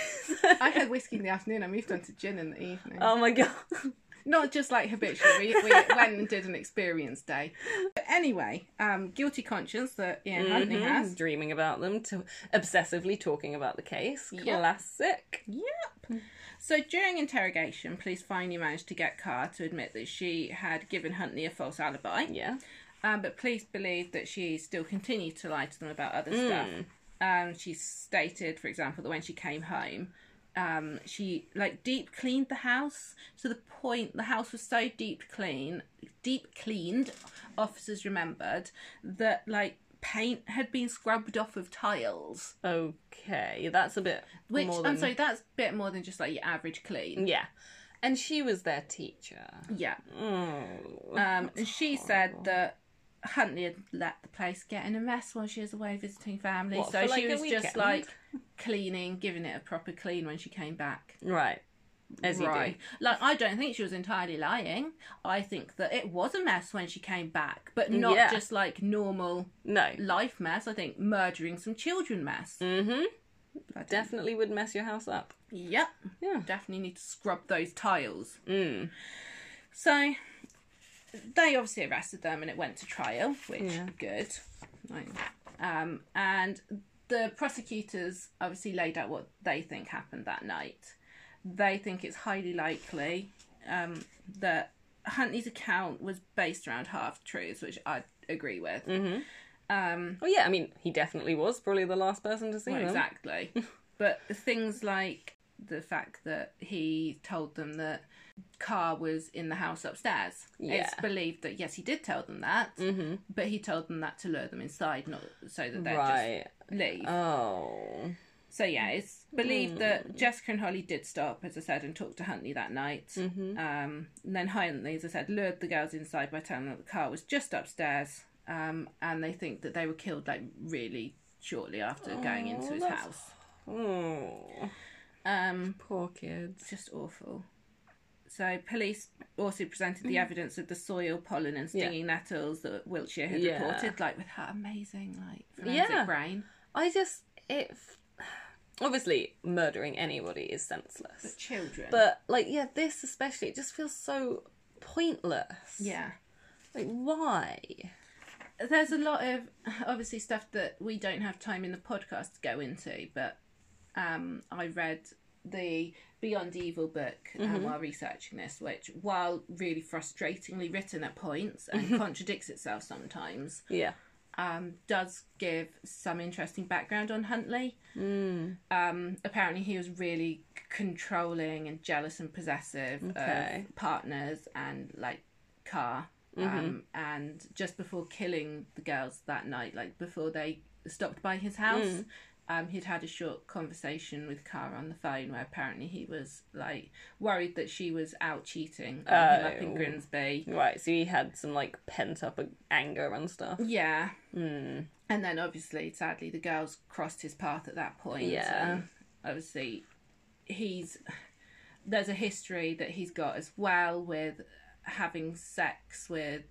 [SPEAKER 1] I had whiskey in the afternoon. I moved on to gin in the evening.
[SPEAKER 2] oh my god.
[SPEAKER 1] Not just like habitual. We, we went and did an experience day. But anyway, um, guilty conscience that Ian Huntley has.
[SPEAKER 2] Dreaming about them, to obsessively talking about the case.
[SPEAKER 1] Yep.
[SPEAKER 2] Classic.
[SPEAKER 1] Yep. So during interrogation, police finally managed to get Carr to admit that she had given Huntley a false alibi.
[SPEAKER 2] Yeah.
[SPEAKER 1] Um, but police believe that she still continued to lie to them about other
[SPEAKER 2] Hmm.
[SPEAKER 1] stuff. Um, she stated, for example, that when she came home, um, she like deep cleaned the house to the point the house was so deep clean, deep cleaned. Officers remembered that like paint had been scrubbed off of tiles,
[SPEAKER 2] Okay, that's a bit
[SPEAKER 1] which
[SPEAKER 2] more
[SPEAKER 1] I'm
[SPEAKER 2] than
[SPEAKER 1] sorry, that's a bit more than just like your average clean.
[SPEAKER 2] yeah. And she was their teacher.
[SPEAKER 1] Yeah.
[SPEAKER 2] Oh.
[SPEAKER 1] Um, and she said that Huntley had let the place get in a mess while she was away visiting family.
[SPEAKER 2] What,
[SPEAKER 1] so
[SPEAKER 2] for, like,
[SPEAKER 1] she
[SPEAKER 2] a
[SPEAKER 1] was just
[SPEAKER 2] weekend?
[SPEAKER 1] like cleaning, giving it a proper clean when she came back.
[SPEAKER 2] Right. As you do.
[SPEAKER 1] Like, I don't think she was entirely lying. I think that it was a mess when she came back, but not
[SPEAKER 2] Yeah.
[SPEAKER 1] just like normal
[SPEAKER 2] No.
[SPEAKER 1] life mess. I think murdering some children mess.
[SPEAKER 2] Mm-hmm.
[SPEAKER 1] Bloody-
[SPEAKER 2] Definitely would mess your house up.
[SPEAKER 1] Yep.
[SPEAKER 2] Yeah. Mm.
[SPEAKER 1] Definitely need to scrub those tiles. So they obviously arrested them and it went to trial, which
[SPEAKER 2] Yeah.
[SPEAKER 1] good. Like, Um, and the prosecutors obviously laid out what they think happened that night. They think it's highly likely um, that Huntley's account was based around half truths, which I agree with. Um,
[SPEAKER 2] Well, Oh, yeah, I mean, he definitely was probably the last person to see
[SPEAKER 1] well,
[SPEAKER 2] them.
[SPEAKER 1] exactly. but things like the fact that he told them that car was in the house upstairs. It's
[SPEAKER 2] Yeah. Mm-hmm.
[SPEAKER 1] believed that yes, he did tell them that, but he told them that to lure them inside, not so that they would
[SPEAKER 2] Right.
[SPEAKER 1] just leave.
[SPEAKER 2] Oh.
[SPEAKER 1] So yeah, it's
[SPEAKER 2] mm.
[SPEAKER 1] believed that Jessica and Holly did stop, as I said, and talk to Huntley that night.
[SPEAKER 2] Mm-hmm.
[SPEAKER 1] Um, and then Huntley, as I said, lured the girls inside by telling them that the car was just upstairs. Um, and they think that they were killed like really shortly after going into his
[SPEAKER 2] that's-
[SPEAKER 1] house.
[SPEAKER 2] Oh.
[SPEAKER 1] Um,
[SPEAKER 2] Poor kids.
[SPEAKER 1] just awful. So police also presented the evidence of the soil, pollen, and stinging nettles that Wiltshire had
[SPEAKER 2] Yeah.
[SPEAKER 1] reported, like with her amazing like forensic
[SPEAKER 2] Yeah.
[SPEAKER 1] brain.
[SPEAKER 2] I just it. Obviously, murdering anybody is senseless.
[SPEAKER 1] Children,
[SPEAKER 2] But like, yeah, this especially, it just feels so pointless.
[SPEAKER 1] yeah.
[SPEAKER 2] Like, why?
[SPEAKER 1] there's a lot of obviously stuff that we don't have time in the podcast to go into, but um, I read the Beyond Evil book um, while researching this, which, while really frustratingly written at points and contradicts itself sometimes,
[SPEAKER 2] Yeah.
[SPEAKER 1] um, does give some interesting background on Huntley.
[SPEAKER 2] Hmm.
[SPEAKER 1] Um, apparently, he was really controlling and jealous and possessive
[SPEAKER 2] Okay. Mm-hmm.
[SPEAKER 1] of partners and like car. Um, and just before killing the girls that night, like before they stopped by his house,
[SPEAKER 2] Hmm.
[SPEAKER 1] um, he'd had a short conversation with Car on the phone where apparently he was like worried that she was out cheating on him up in
[SPEAKER 2] Oh.
[SPEAKER 1] Grimsby.
[SPEAKER 2] Right. So he had some like pent up anger and stuff. Hmm.
[SPEAKER 1] Yeah. And then obviously, sadly, the girls crossed his path at that point.
[SPEAKER 2] Yeah.
[SPEAKER 1] and Obviously, he's there's a history that he's got as well with having sex with.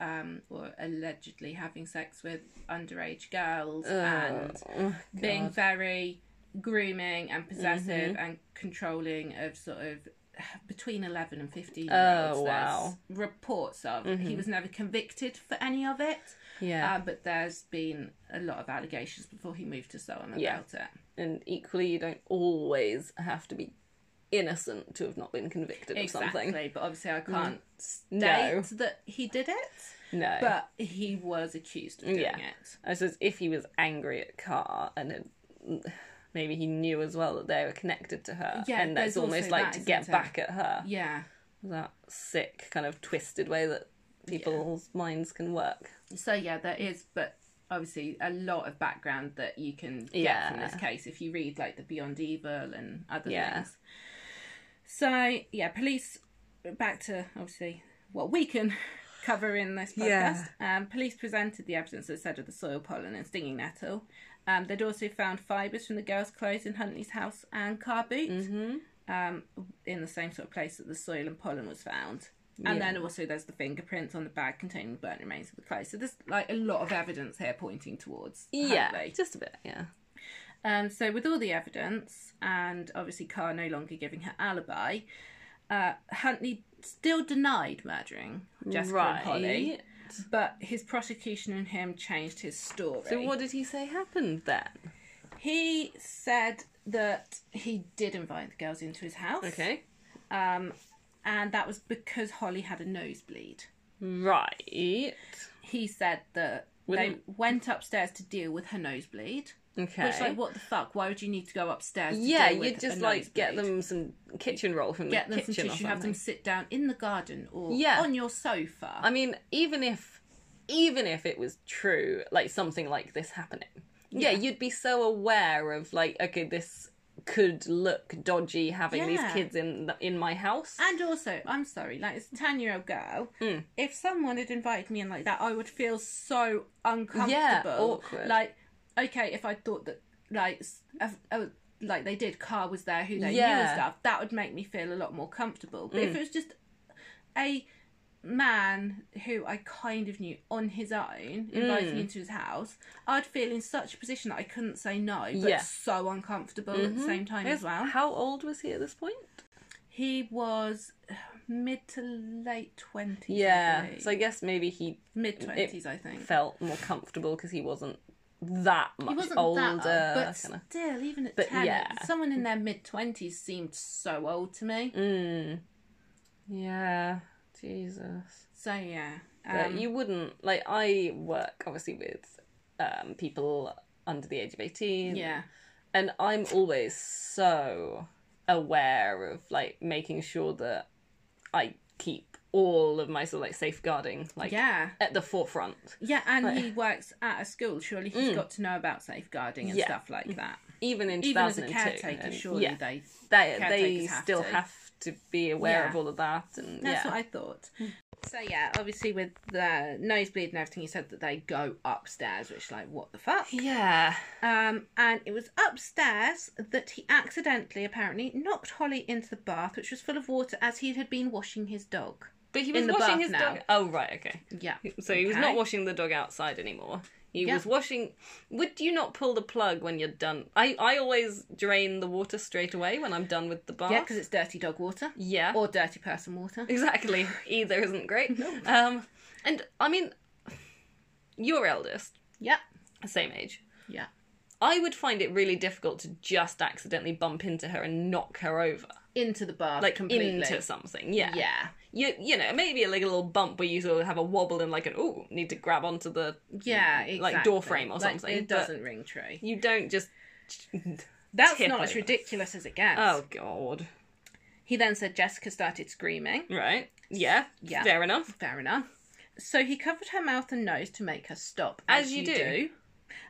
[SPEAKER 1] Um, or allegedly having sex with underage girls and
[SPEAKER 2] Oh,
[SPEAKER 1] being very grooming and possessive
[SPEAKER 2] Mm-hmm.
[SPEAKER 1] and controlling of sort of between 11 and 15 year olds
[SPEAKER 2] Oh, wow. Mm-hmm.
[SPEAKER 1] there's reports of he was never convicted for any of it
[SPEAKER 2] yeah.
[SPEAKER 1] um, but there's been a lot of allegations before he moved to Soham about
[SPEAKER 2] Yeah.
[SPEAKER 1] it.
[SPEAKER 2] and equally, you don't always have to be innocent to have not been convicted of
[SPEAKER 1] Exactly,
[SPEAKER 2] something. Mm.
[SPEAKER 1] but obviously I can't state
[SPEAKER 2] No.
[SPEAKER 1] that he did it,
[SPEAKER 2] No.
[SPEAKER 1] but he was accused of doing
[SPEAKER 2] Yeah.
[SPEAKER 1] it.
[SPEAKER 2] I suppose if he was angry at Car and had, maybe he knew as well that they were connected to her,
[SPEAKER 1] Yeah,
[SPEAKER 2] and that's
[SPEAKER 1] there's also
[SPEAKER 2] almost like
[SPEAKER 1] that,
[SPEAKER 2] to
[SPEAKER 1] isn't
[SPEAKER 2] get
[SPEAKER 1] it?
[SPEAKER 2] back at her.
[SPEAKER 1] Yeah.
[SPEAKER 2] That sick kind of twisted way that people's minds can work.
[SPEAKER 1] So yeah, there is, but obviously a lot of background that you can get from this
[SPEAKER 2] Yeah.
[SPEAKER 1] case if you read like the Beyond Evil and other
[SPEAKER 2] Yeah.
[SPEAKER 1] things. So yeah, police. Back to obviously what we can cover in this
[SPEAKER 2] Yeah.
[SPEAKER 1] podcast. Um, police presented the evidence that said of the soil pollen and stinging nettle. Um, they'd also found fibres from the girl's clothes in Huntley's house and car boot
[SPEAKER 2] Mm-hmm.
[SPEAKER 1] um, in the same sort of place that the soil and pollen was found. And then also there's the fingerprints on the bag containing the burnt remains of the clothes. So there's like a lot of evidence here pointing towards
[SPEAKER 2] Yeah,
[SPEAKER 1] Huntley.
[SPEAKER 2] just a bit. Yeah,
[SPEAKER 1] Um, so with all the evidence and obviously Carr no longer giving her alibi, uh, Huntley still denied murdering Jessica and Holly,
[SPEAKER 2] right.
[SPEAKER 1] but his prosecution and him changed his story.
[SPEAKER 2] So what did he say happened then?
[SPEAKER 1] He said that he did invite the girls into his house.
[SPEAKER 2] Okay,
[SPEAKER 1] Um, and that was because Holly had a nosebleed.
[SPEAKER 2] right.
[SPEAKER 1] He said that
[SPEAKER 2] Wouldn't-
[SPEAKER 1] they went upstairs to deal with her nosebleed.
[SPEAKER 2] Okay.
[SPEAKER 1] Which, like, what the fuck? Why would you need to go upstairs? To
[SPEAKER 2] yeah,
[SPEAKER 1] deal with
[SPEAKER 2] you'd just
[SPEAKER 1] a
[SPEAKER 2] like get
[SPEAKER 1] nosebleed?
[SPEAKER 2] them some kitchen roll from
[SPEAKER 1] get
[SPEAKER 2] the
[SPEAKER 1] them some
[SPEAKER 2] kitchen or
[SPEAKER 1] tissue, have
[SPEAKER 2] something.
[SPEAKER 1] them sit down in the garden or
[SPEAKER 2] Yeah.
[SPEAKER 1] on your sofa.
[SPEAKER 2] I mean, even if even if it was true, like something like this happening, yeah, you'd be so aware of like, okay, this could look dodgy having
[SPEAKER 1] Yeah.
[SPEAKER 2] these kids in the, in my house.
[SPEAKER 1] and also, I'm sorry, like it's a ten year old girl.
[SPEAKER 2] Mm.
[SPEAKER 1] If someone had invited me in like that, I would feel so uncomfortable.
[SPEAKER 2] awkward.
[SPEAKER 1] Like, okay, if I thought that like s- if- oh, like they did, car was there, who they knew and
[SPEAKER 2] Yeah. Mm.
[SPEAKER 1] stuff, that would make me feel a lot more comfortable. But if it was just a man who I kind of knew on his own inviting
[SPEAKER 2] Mm.
[SPEAKER 1] me into his house, I'd feel in such a position that I couldn't say no, but
[SPEAKER 2] Yeah. Mm-hmm.
[SPEAKER 1] so uncomfortable at the same time as well.
[SPEAKER 2] How old was he at this point?
[SPEAKER 1] He was mid to late twenties.
[SPEAKER 2] Yeah, so I guess maybe he
[SPEAKER 1] mid twenties, I think.
[SPEAKER 2] felt more comfortable because he wasn't that much
[SPEAKER 1] He wasn't
[SPEAKER 2] older.
[SPEAKER 1] that old, but
[SPEAKER 2] kinda.
[SPEAKER 1] still, even at
[SPEAKER 2] But
[SPEAKER 1] ten,
[SPEAKER 2] yeah.
[SPEAKER 1] someone in their mid twenties seemed so old to me.
[SPEAKER 2] Mm. Yeah, Jesus.
[SPEAKER 1] So yeah,
[SPEAKER 2] But
[SPEAKER 1] um,
[SPEAKER 2] you wouldn't like. I work obviously with um, people under the age of eighteen.
[SPEAKER 1] yeah,
[SPEAKER 2] and I'm always so aware of like making sure that I keep all of my sort of like safeguarding like
[SPEAKER 1] yeah,
[SPEAKER 2] at the forefront.
[SPEAKER 1] yeah. And he works at a school. Surely he's got to know about safeguarding and
[SPEAKER 2] Mm. Yeah. Mm.
[SPEAKER 1] stuff like that.
[SPEAKER 2] Even in
[SPEAKER 1] Even as a
[SPEAKER 2] 2002,
[SPEAKER 1] caretaker,
[SPEAKER 2] and-
[SPEAKER 1] surely
[SPEAKER 2] yeah,
[SPEAKER 1] they.
[SPEAKER 2] they, they
[SPEAKER 1] caretakers have
[SPEAKER 2] still
[SPEAKER 1] to.
[SPEAKER 2] have to be aware
[SPEAKER 1] Yeah.
[SPEAKER 2] of all of that, and
[SPEAKER 1] That's
[SPEAKER 2] yeah,
[SPEAKER 1] what
[SPEAKER 2] Mm.
[SPEAKER 1] I thought. So yeah, obviously with the nosebleed and everything, he said that they go upstairs, which like what the fuck.
[SPEAKER 2] yeah,
[SPEAKER 1] Um, and it was upstairs that he accidentally, apparently, knocked Holly into the bath, which was full of water, as he had been washing his dog.
[SPEAKER 2] but he
[SPEAKER 1] was
[SPEAKER 2] was
[SPEAKER 1] In the washing bath
[SPEAKER 2] washing his
[SPEAKER 1] his now.
[SPEAKER 2] dog.
[SPEAKER 1] dog-
[SPEAKER 2] Oh right, okay.
[SPEAKER 1] Yeah.
[SPEAKER 2] So he was
[SPEAKER 1] Okay.
[SPEAKER 2] not washing the dog outside anymore. He
[SPEAKER 1] Yeah.
[SPEAKER 2] was washing. Would you not pull the plug when you're done? I, I always drain the water straight away when I'm done with the bath.
[SPEAKER 1] Yeah, because it's dirty dog water
[SPEAKER 2] yeah.
[SPEAKER 1] or dirty person water.
[SPEAKER 2] Exactly. Either isn't great. Um, and I mean, your eldest,
[SPEAKER 1] Yep.
[SPEAKER 2] same age.
[SPEAKER 1] Yeah.
[SPEAKER 2] I would find it really difficult to just accidentally bump into her and knock her over,
[SPEAKER 1] Into the bath,
[SPEAKER 2] like
[SPEAKER 1] completely.
[SPEAKER 2] into something. Yeah.
[SPEAKER 1] yeah.
[SPEAKER 2] You you know maybe a little bump where you sort of have a wobble and like an oh need to grab onto the
[SPEAKER 1] Yeah, exactly.
[SPEAKER 2] Like door frame or
[SPEAKER 1] Like,
[SPEAKER 2] something,
[SPEAKER 1] it
[SPEAKER 2] but-
[SPEAKER 1] doesn't ring true.
[SPEAKER 2] you don't just
[SPEAKER 1] That's
[SPEAKER 2] tip
[SPEAKER 1] not as
[SPEAKER 2] over.
[SPEAKER 1] ridiculous as it gets.
[SPEAKER 2] oh god
[SPEAKER 1] He then said Jessica started screaming.
[SPEAKER 2] right yeah
[SPEAKER 1] Yeah.
[SPEAKER 2] fair enough
[SPEAKER 1] Fair enough. So he covered her mouth and nose to make her stop.
[SPEAKER 2] As you do.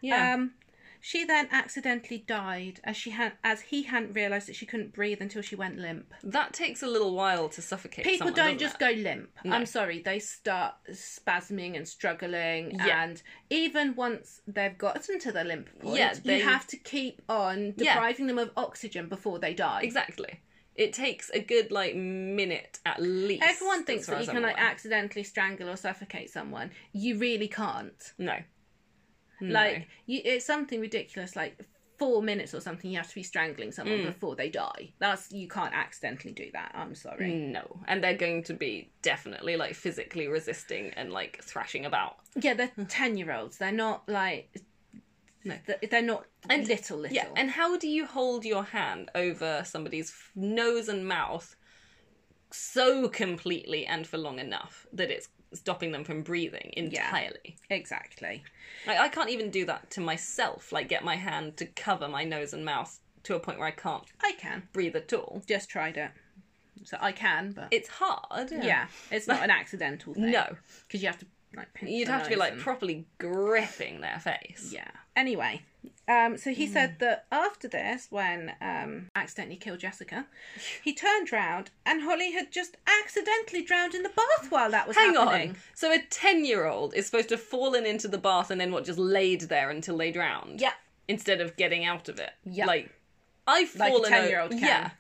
[SPEAKER 2] yeah
[SPEAKER 1] Um, she then accidentally died as she had as he hadn't realised that she couldn't breathe until she went limp.
[SPEAKER 2] that takes a little while to suffocate.
[SPEAKER 1] Um, People
[SPEAKER 2] someone,
[SPEAKER 1] don't
[SPEAKER 2] doesn't
[SPEAKER 1] just
[SPEAKER 2] it?
[SPEAKER 1] go limp. I'm sorry, they start spasming and struggling,
[SPEAKER 2] Yeah.
[SPEAKER 1] and even once they've gotten to the limp point,
[SPEAKER 2] Yeah, they-
[SPEAKER 1] you have to keep on
[SPEAKER 2] Yeah.
[SPEAKER 1] depriving them of oxygen before they die.
[SPEAKER 2] Exactly. It takes a good like minute at least.
[SPEAKER 1] Everyone
[SPEAKER 2] as
[SPEAKER 1] thinks
[SPEAKER 2] far
[SPEAKER 1] that you
[SPEAKER 2] as
[SPEAKER 1] can
[SPEAKER 2] I'm
[SPEAKER 1] like
[SPEAKER 2] aware.
[SPEAKER 1] accidentally strangle or suffocate someone. You really can't.
[SPEAKER 2] No.
[SPEAKER 1] Like you, it's something ridiculous. Like four minutes or something, you have to be strangling
[SPEAKER 2] Mm.
[SPEAKER 1] someone before they die. That's you can't accidentally do that. I'm sorry.
[SPEAKER 2] No. And they're going to be definitely like physically resisting and like thrashing about.
[SPEAKER 1] Yeah, they're ten year olds. They're not like.
[SPEAKER 2] No.
[SPEAKER 1] th- They're not
[SPEAKER 2] And-
[SPEAKER 1] little little.
[SPEAKER 2] Yeah. And how do you hold your hand over somebody's f- nose and mouth so completely and for long enough that it's stopping them from breathing entirely?
[SPEAKER 1] exactly.
[SPEAKER 2] Like, I can't even do that to myself. Like get my hand to cover my nose and mouth to a point where I can't
[SPEAKER 1] I can.
[SPEAKER 2] breathe at all.
[SPEAKER 1] Just tried it. So I can, but
[SPEAKER 2] It's hard.
[SPEAKER 1] yeah. it's not an accidental thing.
[SPEAKER 2] No.
[SPEAKER 1] because you have to like. pinch
[SPEAKER 2] You'd
[SPEAKER 1] their
[SPEAKER 2] have to be
[SPEAKER 1] nose
[SPEAKER 2] like
[SPEAKER 1] and-
[SPEAKER 2] properly gripping their face.
[SPEAKER 1] Yeah. Anyway, um, so he said that after this, when um, accidentally killed Jessica, he turned round and Holly had just accidentally drowned in the bath while that was
[SPEAKER 2] Hang
[SPEAKER 1] happening.
[SPEAKER 2] on. So a ten-year-old is supposed to have fallen into the bath and then what? Just laid there until they drowned.
[SPEAKER 1] Yeah.
[SPEAKER 2] Instead of getting out of it.
[SPEAKER 1] Yeah.
[SPEAKER 2] Like I've
[SPEAKER 1] Like a
[SPEAKER 2] fallen. o-
[SPEAKER 1] 10-year-old can.
[SPEAKER 2] Yeah.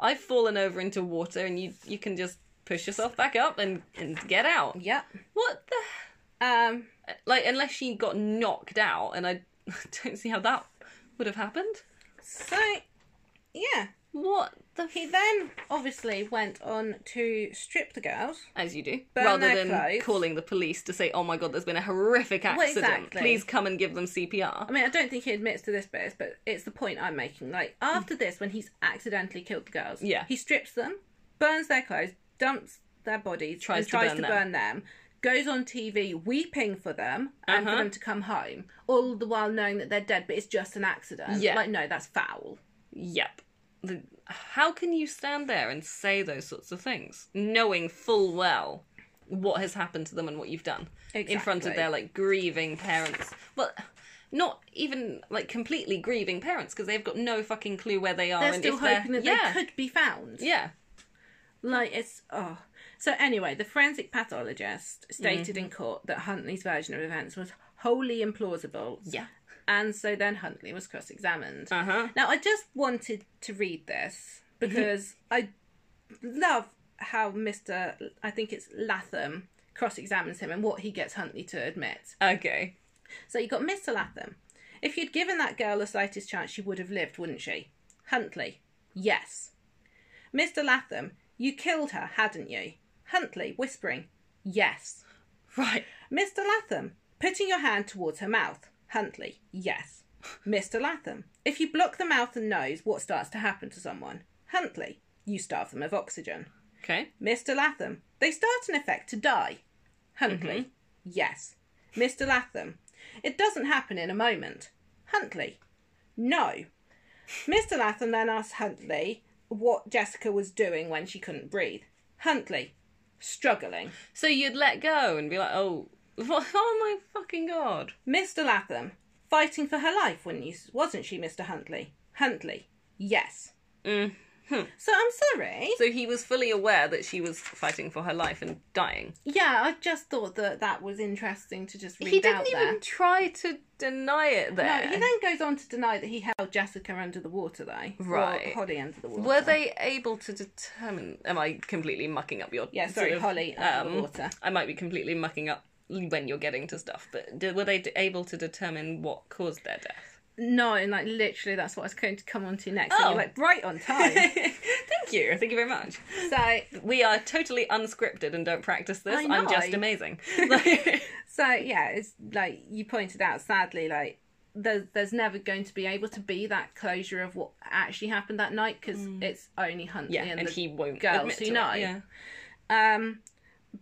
[SPEAKER 2] I've fallen over into water and you you can just push yourself back up and and get out.
[SPEAKER 1] Yep.
[SPEAKER 2] What the
[SPEAKER 1] Um,
[SPEAKER 2] like? Unless she got knocked out, and I don't see how that would have happened.
[SPEAKER 1] so, yeah.
[SPEAKER 2] What the?
[SPEAKER 1] He
[SPEAKER 2] f-
[SPEAKER 1] then obviously went on to strip the girls.
[SPEAKER 2] as you do,
[SPEAKER 1] Burn
[SPEAKER 2] rather
[SPEAKER 1] their
[SPEAKER 2] than
[SPEAKER 1] clothes.
[SPEAKER 2] calling the police to say, "Oh my god, there's been a horrific accident.
[SPEAKER 1] exactly.
[SPEAKER 2] Please come and give them CPR."
[SPEAKER 1] I mean, I don't think he admits to this bit, but it's the point I'm making. Like, after this, when he's accidentally killed the girls,
[SPEAKER 2] Yeah.
[SPEAKER 1] he strips them, burns their clothes, dumps their bodies,
[SPEAKER 2] Tries
[SPEAKER 1] and
[SPEAKER 2] to
[SPEAKER 1] tries
[SPEAKER 2] burn
[SPEAKER 1] to
[SPEAKER 2] them.
[SPEAKER 1] burn them, goes on TV weeping for them and
[SPEAKER 2] Uh-huh.
[SPEAKER 1] for them to come home, all the while knowing that they're dead, but it's just an accident.
[SPEAKER 2] Yeah.
[SPEAKER 1] Like, no, that's foul.
[SPEAKER 2] Yep. The, how can you stand there and say those sorts of things, knowing full well what has happened to them and what you've done in front of
[SPEAKER 1] Exactly.
[SPEAKER 2] their like grieving parents? Well, not even like completely grieving parents because they've got no fucking clue where they are.
[SPEAKER 1] They're
[SPEAKER 2] and
[SPEAKER 1] still
[SPEAKER 2] if they're-
[SPEAKER 1] hoping that
[SPEAKER 2] yeah,
[SPEAKER 1] they could be found.
[SPEAKER 2] yeah.
[SPEAKER 1] Like, it's, oh. So, anyway, the forensic pathologist stated
[SPEAKER 2] Mm-hmm.
[SPEAKER 1] in court that Huntley's version of events was wholly implausible.
[SPEAKER 2] Yeah.
[SPEAKER 1] And so then Huntley was cross examined.
[SPEAKER 2] Uh huh.
[SPEAKER 1] Now, I just wanted to read this because I love how Mr. I think it's Latham cross examines him and what he gets Huntley to admit.
[SPEAKER 2] Okay.
[SPEAKER 1] So you got Mr. Latham. If you'd given that girl the slightest chance, she would have lived, wouldn't she? Huntley. Yes. Mr. Latham, you killed her, hadn't you? Huntley, whispering. Yes.
[SPEAKER 2] Right.
[SPEAKER 1] Mr. Latham, putting your hand towards her mouth. Huntley, yes. Mr. Latham, if you block the mouth and nose, what starts to happen to someone? Huntley, you starve them of oxygen.
[SPEAKER 2] Okay.
[SPEAKER 1] Mr. Latham, they start in effect to die. Huntley, yes. Mr. Latham, it doesn't happen in a moment. Huntley, no. Mr. Latham then asks Huntley what Jessica was doing when she couldn't breathe. Huntley, struggling.
[SPEAKER 2] So you'd let go and be like, oh, what, oh my fucking god.
[SPEAKER 1] Mr. Latham, fighting for her life, when you, wasn't she, Mr. Huntley? Huntley, yes.
[SPEAKER 2] Mm-hmm.
[SPEAKER 1] So I'm sorry.
[SPEAKER 2] So he was fully aware that she was fighting for her life and dying.
[SPEAKER 1] Yeah, I just thought that that was interesting to just read
[SPEAKER 2] He didn't
[SPEAKER 1] out
[SPEAKER 2] even
[SPEAKER 1] there.
[SPEAKER 2] try to deny it
[SPEAKER 1] No,
[SPEAKER 2] there.
[SPEAKER 1] he then goes on to deny that he held Jessica under the water, though.
[SPEAKER 2] Right.
[SPEAKER 1] Or Holly under the water.
[SPEAKER 2] Were they able to determine? Am I completely mucking up your?
[SPEAKER 1] Yeah, sorry,
[SPEAKER 2] sort of, um,
[SPEAKER 1] Holly under the water.
[SPEAKER 2] I might be completely mucking up when you're getting to stuff, but d were they d- able to determine what caused their death?
[SPEAKER 1] No, and like literally, that's what I was going to come on to next. And
[SPEAKER 2] Oh.
[SPEAKER 1] you're like right on time.
[SPEAKER 2] Thank you. Thank you very much.
[SPEAKER 1] so,
[SPEAKER 2] We are totally unscripted and don't practice this.
[SPEAKER 1] I
[SPEAKER 2] I'm
[SPEAKER 1] know.
[SPEAKER 2] just amazing.
[SPEAKER 1] so yeah, it's like you pointed out. Sadly, like there's there's never going to be able to be that closure of what actually happened that night because it's only Huntley
[SPEAKER 2] Mm. yeah,
[SPEAKER 1] and,
[SPEAKER 2] and
[SPEAKER 1] the
[SPEAKER 2] he won't
[SPEAKER 1] girls
[SPEAKER 2] admit
[SPEAKER 1] who
[SPEAKER 2] to
[SPEAKER 1] know.
[SPEAKER 2] It. Yeah.
[SPEAKER 1] Um,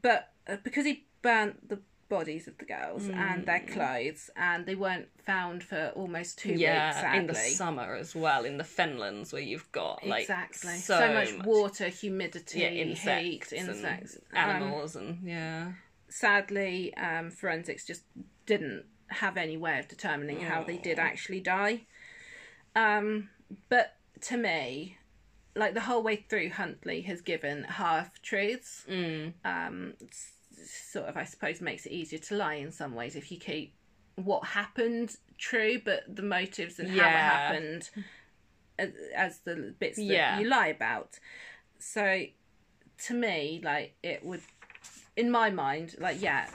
[SPEAKER 1] but uh, because he burnt the bodies of the girls and their
[SPEAKER 2] Mm.
[SPEAKER 1] clothes, and they weren't found for almost two weeks.
[SPEAKER 2] Yeah,
[SPEAKER 1] Sadly.
[SPEAKER 2] in the summer as well, in the fenlands where you've got like
[SPEAKER 1] exactly.
[SPEAKER 2] so,
[SPEAKER 1] much, water, humidity,
[SPEAKER 2] yeah, insects,
[SPEAKER 1] heat, insects,
[SPEAKER 2] and animals, and yeah.
[SPEAKER 1] Um, sadly, um, forensics just didn't have any way of determining how they
[SPEAKER 2] Oh.
[SPEAKER 1] did actually die. Um, but to me, like the whole way through, Huntley has given half truths.
[SPEAKER 2] Mm.
[SPEAKER 1] Um, s- sort of, I suppose, makes it easier to lie in some ways if you keep what happened true, but the motives and how it
[SPEAKER 2] Yeah.
[SPEAKER 1] happened as, as the bits that
[SPEAKER 2] Yeah.
[SPEAKER 1] you lie about. So, to me, like it would, in my mind, like yeah,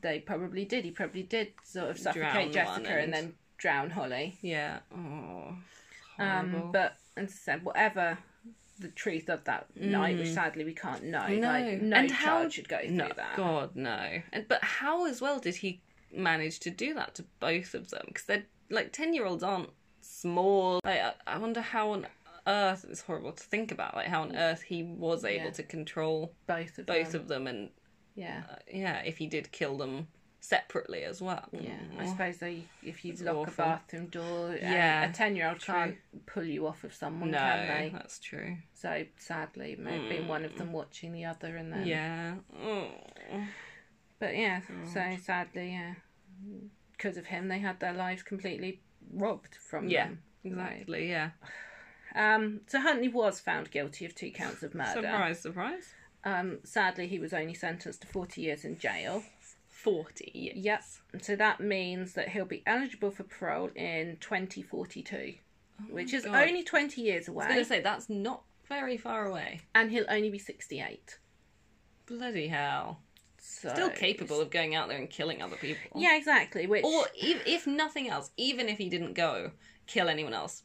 [SPEAKER 1] they probably did. He probably did sort of suffocate
[SPEAKER 2] Drown one
[SPEAKER 1] Jessica
[SPEAKER 2] and-
[SPEAKER 1] and then drown Holly.
[SPEAKER 2] Yeah. Oh.
[SPEAKER 1] Um,
[SPEAKER 2] horrible.
[SPEAKER 1] but as I said, whatever the truth of that night, which sadly we can't know, no, like, no
[SPEAKER 2] Mm. and
[SPEAKER 1] child
[SPEAKER 2] how
[SPEAKER 1] should go through
[SPEAKER 2] no,
[SPEAKER 1] that.
[SPEAKER 2] God no. And but how as well did he manage to do that to both of them? Because they're like ten year olds aren't small. Like I, I wonder how on earth it's horrible to think about. Like how on earth he was able
[SPEAKER 1] Yeah.
[SPEAKER 2] to control
[SPEAKER 1] Both of
[SPEAKER 2] both
[SPEAKER 1] them.
[SPEAKER 2] of them, and
[SPEAKER 1] yeah,
[SPEAKER 2] uh, yeah, if he did kill them separately as well.
[SPEAKER 1] yeah. I
[SPEAKER 2] Aw.
[SPEAKER 1] suppose though, you- if you lock
[SPEAKER 2] awful.
[SPEAKER 1] a bathroom door, yeah,
[SPEAKER 2] Yeah.
[SPEAKER 1] a ten-year-old can't pull you off of someone,
[SPEAKER 2] No, Mm.
[SPEAKER 1] can they?
[SPEAKER 2] that's true.
[SPEAKER 1] So sadly, it may have been one of them watching the other, and then
[SPEAKER 2] Yeah. Oh.
[SPEAKER 1] But yeah, so sadly, yeah, because of him, they had their lives completely robbed from
[SPEAKER 2] Yeah.
[SPEAKER 1] them.
[SPEAKER 2] Exactly. Yeah.
[SPEAKER 1] Um, so Huntley was found guilty of two counts of murder.
[SPEAKER 2] Surprise, surprise.
[SPEAKER 1] Um, sadly, he was only sentenced to 40 years in jail.
[SPEAKER 2] Forty.
[SPEAKER 1] Yep. So that means that he'll be eligible for parole in 2042, which is
[SPEAKER 2] Oh God.
[SPEAKER 1] only 20 years
[SPEAKER 2] I was
[SPEAKER 1] away,
[SPEAKER 2] gonna say that's not very far away.
[SPEAKER 1] and he'll only be 68.
[SPEAKER 2] Bloody hell!
[SPEAKER 1] So
[SPEAKER 2] Still capable of going out there and killing other people.
[SPEAKER 1] Yeah, exactly. Which
[SPEAKER 2] Or if, if nothing else, even if he didn't go kill anyone else,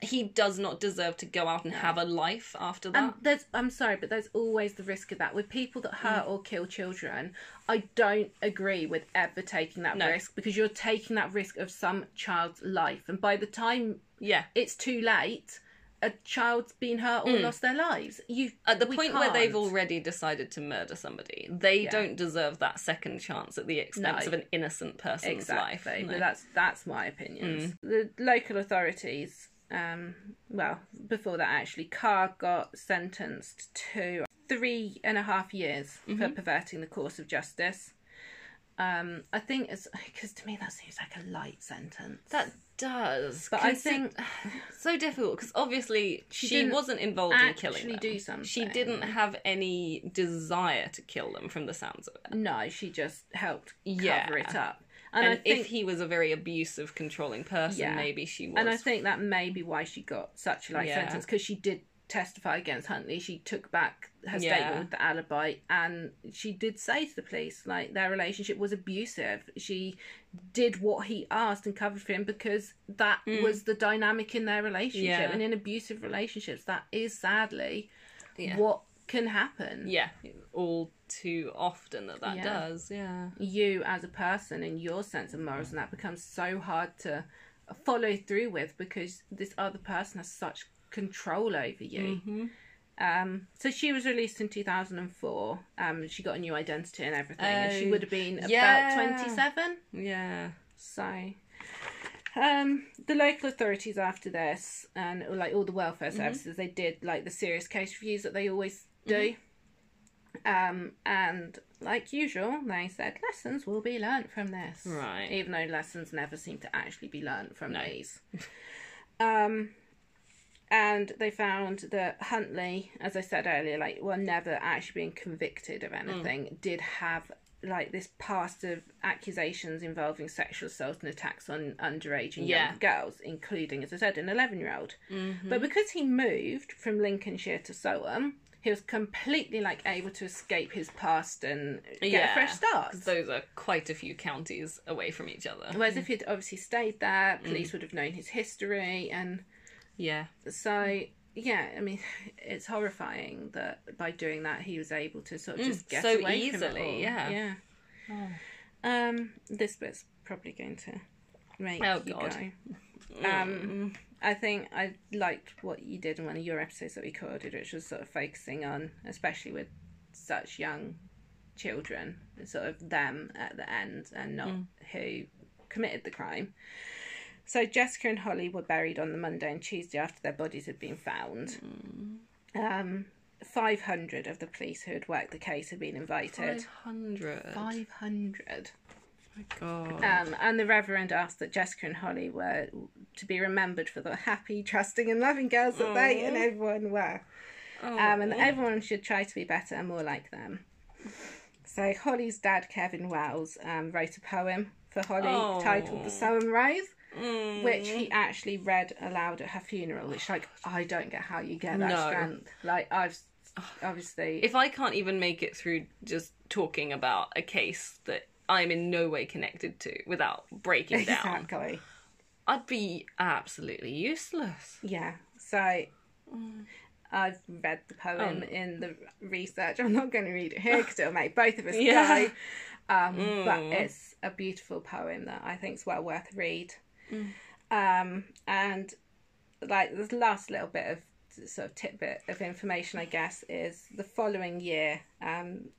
[SPEAKER 2] he does not deserve to go out and have a life after that.
[SPEAKER 1] And Oh, there's, I'm sorry, but there's always the risk of that with people that hurt
[SPEAKER 2] Mm.
[SPEAKER 1] or kill children. I don't agree with ever taking that
[SPEAKER 2] No.
[SPEAKER 1] risk because you're taking that risk of some child's life, and by the time
[SPEAKER 2] yeah.
[SPEAKER 1] it's too late, a child's been hurt or lost their lives. You
[SPEAKER 2] Mm. At the
[SPEAKER 1] we
[SPEAKER 2] point where they've
[SPEAKER 1] can't.
[SPEAKER 2] already decided to murder somebody, they
[SPEAKER 1] Yeah.
[SPEAKER 2] don't deserve that second chance at the expense
[SPEAKER 1] No.
[SPEAKER 2] of an innocent person's
[SPEAKER 1] exactly,
[SPEAKER 2] life. Mm. No.
[SPEAKER 1] but that's that's my opinions. The local authorities, um, well, before that actually, Carr got sentenced to three and a half years
[SPEAKER 2] Mm-hmm.
[SPEAKER 1] for perverting the course of justice. Um, I think it's because to me that seems like a light sentence.
[SPEAKER 2] That does.
[SPEAKER 1] But I
[SPEAKER 2] consi-
[SPEAKER 1] think-
[SPEAKER 2] so difficult because obviously she,
[SPEAKER 1] didn't
[SPEAKER 2] wasn't involved in killing
[SPEAKER 1] actually
[SPEAKER 2] them.
[SPEAKER 1] do
[SPEAKER 2] She
[SPEAKER 1] something.
[SPEAKER 2] didn't have any desire to kill them from the sounds of it.
[SPEAKER 1] no, she just helped
[SPEAKER 2] Yeah.
[SPEAKER 1] cover it up, and,
[SPEAKER 2] And,
[SPEAKER 1] I think
[SPEAKER 2] if he was a very abusive, controlling person,
[SPEAKER 1] Yeah.
[SPEAKER 2] maybe she was.
[SPEAKER 1] And I think that may be why she got such a light
[SPEAKER 2] Yeah.
[SPEAKER 1] sentence because she did testify against Huntley. She took back her
[SPEAKER 2] Yeah.
[SPEAKER 1] statement with the alibi, and she did say to the police like their relationship was abusive. She did what he asked and covered for him because that was the dynamic in their relationship.
[SPEAKER 2] Mm. Yeah.
[SPEAKER 1] And in abusive relationships, that is sadly
[SPEAKER 2] Yeah.
[SPEAKER 1] what can happen.
[SPEAKER 2] Yeah, all too often that that
[SPEAKER 1] Yeah.
[SPEAKER 2] does. Yeah.
[SPEAKER 1] You as a person and your sense of morals and that becomes so hard to follow through with because this other person has such control over you.
[SPEAKER 2] Mm-hmm.
[SPEAKER 1] Um, so she was released in 2004. Um, she got a new identity and everything, and she
[SPEAKER 2] Oh,
[SPEAKER 1] would have been
[SPEAKER 2] yeah.
[SPEAKER 1] about 27.
[SPEAKER 2] Yeah.
[SPEAKER 1] So, um, the local authorities after this, and like all the welfare services, they did like the serious case reviews that they always do. Um, and like usual, they said lessons will be learnt from this.
[SPEAKER 2] Right.
[SPEAKER 1] Even though lessons never seem to actually be learnt from these. um, and they found that Huntley, as I said earlier, like well, never actually being convicted of anything,
[SPEAKER 2] Mm.
[SPEAKER 1] did have like this past of accusations involving sexual assault and attacks on underage and
[SPEAKER 2] Yeah. Mm-hmm.
[SPEAKER 1] young girls, including, as I said, an eleven-year-old. But because he moved from Lincolnshire to Soham, he was completely like able to escape his past and get
[SPEAKER 2] Yeah.
[SPEAKER 1] a fresh start.
[SPEAKER 2] Those are quite a few counties away from each other.
[SPEAKER 1] Whereas if he'd obviously stayed there,
[SPEAKER 2] Mm.
[SPEAKER 1] police would have known his history and
[SPEAKER 2] Yeah.
[SPEAKER 1] So yeah, I mean, it's horrifying that by doing that he was able to sort of just get
[SPEAKER 2] Mm, so
[SPEAKER 1] away from it
[SPEAKER 2] easily,
[SPEAKER 1] all.
[SPEAKER 2] yeah. Oh.
[SPEAKER 1] yeah. Um, this bit's probably going to make
[SPEAKER 2] Oh,
[SPEAKER 1] you
[SPEAKER 2] God. Mm.
[SPEAKER 1] go. Um, I think I liked what you did in one of your episodes that we recorded, which was sort of focusing on, especially with such young children, sort of them at the end and not who committed the crime. So Jessica and Holly were buried on the Monday and Tuesday after their bodies had been found. Um, 500 of the police who had worked the case had been invited.
[SPEAKER 2] 500.
[SPEAKER 1] 500.
[SPEAKER 2] My God.
[SPEAKER 1] Um, and the Reverend asked that Jessica and Holly were to be remembered for the happy, trusting, and loving girls that they and everyone were. Um, and that everyone should try to be better and more like them. So Holly's dad, Kevin Wells, um, wrote a poem for Holly
[SPEAKER 2] Oh.
[SPEAKER 1] titled "The Soham Rose," which he actually read aloud at her funeral. Which, like, I don't get how you get that
[SPEAKER 2] No.
[SPEAKER 1] strength. Like, I've obviously
[SPEAKER 2] if I can't even make it through just talking about a case that I'm in no way connected to without breaking down,
[SPEAKER 1] exactly.
[SPEAKER 2] I'd be absolutely useless.
[SPEAKER 1] Yeah. So I've read the poem in the research. I'm not going to read it here because it'll make both of us
[SPEAKER 2] Yeah.
[SPEAKER 1] die. Um, But it's a beautiful poem that I think is well worth a read. Um, and like this last little bit of sort of tidbit of information, I guess, is the following year. Um,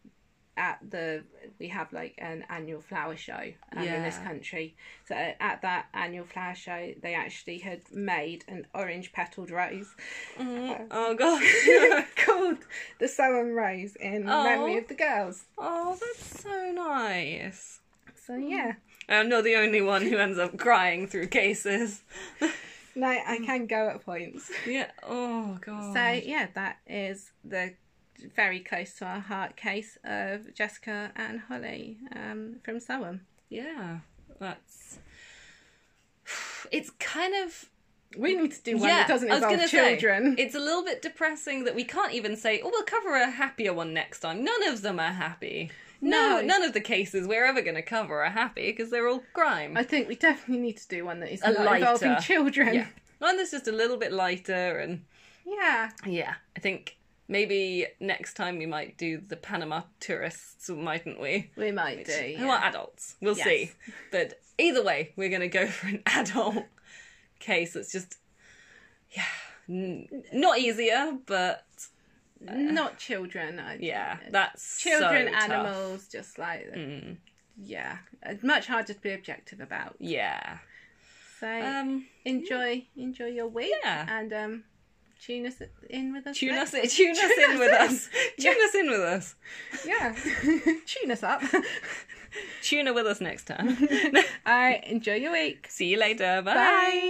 [SPEAKER 1] at the we have like an annual flower show um, in this
[SPEAKER 2] Yeah.
[SPEAKER 1] country. So at that annual flower show, they actually had made an orange petaled rose
[SPEAKER 2] Oh God.
[SPEAKER 1] called the Soham Rose in
[SPEAKER 2] Oh.
[SPEAKER 1] memory of the girls.
[SPEAKER 2] oh, that's so nice.
[SPEAKER 1] So yeah,
[SPEAKER 2] I'm not the only one who ends up crying through cases.
[SPEAKER 1] no, I can go at points.
[SPEAKER 2] Yeah. Oh God.
[SPEAKER 1] So yeah, that is the very close to our heart case of Jessica and Holly um, from Soham.
[SPEAKER 2] yeah. That's. It's kind of
[SPEAKER 1] We need to do one that doesn't
[SPEAKER 2] I was
[SPEAKER 1] involve
[SPEAKER 2] gonna say,
[SPEAKER 1] children.
[SPEAKER 2] it's a little bit depressing that we can't even say, oh, we'll cover a happier one next time. None of them are happy.
[SPEAKER 1] No.
[SPEAKER 2] No, none of the cases we're ever going to cover are happy because they're all crime.
[SPEAKER 1] I think we definitely need to do one that is
[SPEAKER 2] A
[SPEAKER 1] not involving
[SPEAKER 2] lighter.
[SPEAKER 1] children.
[SPEAKER 2] yeah. One that's just a little bit lighter and
[SPEAKER 1] Yeah.
[SPEAKER 2] yeah, I think maybe next time we might do the Panama tourists, mightn't we?
[SPEAKER 1] we might do.
[SPEAKER 2] Who
[SPEAKER 1] yeah.
[SPEAKER 2] are adults. We'll
[SPEAKER 1] Yes.
[SPEAKER 2] see. But either way, we're going to go for an adult case that's just, yeah, n- not easier, but
[SPEAKER 1] Not children. I,
[SPEAKER 2] Yeah, that's
[SPEAKER 1] children,
[SPEAKER 2] so tough.
[SPEAKER 1] animals, just like yeah, Uh, much harder to be objective about.
[SPEAKER 2] Yeah.
[SPEAKER 1] So
[SPEAKER 2] Um.
[SPEAKER 1] enjoy, enjoy your week,
[SPEAKER 2] Yeah.
[SPEAKER 1] and um, tune us in with us.
[SPEAKER 2] Tune
[SPEAKER 1] next-
[SPEAKER 2] us. In, tune us in with us. Tune us in with us.
[SPEAKER 1] yeah, tune us up.
[SPEAKER 2] Tune in with us next time.
[SPEAKER 1] All right, enjoy your week.
[SPEAKER 2] See you later. Bye.
[SPEAKER 1] Bye.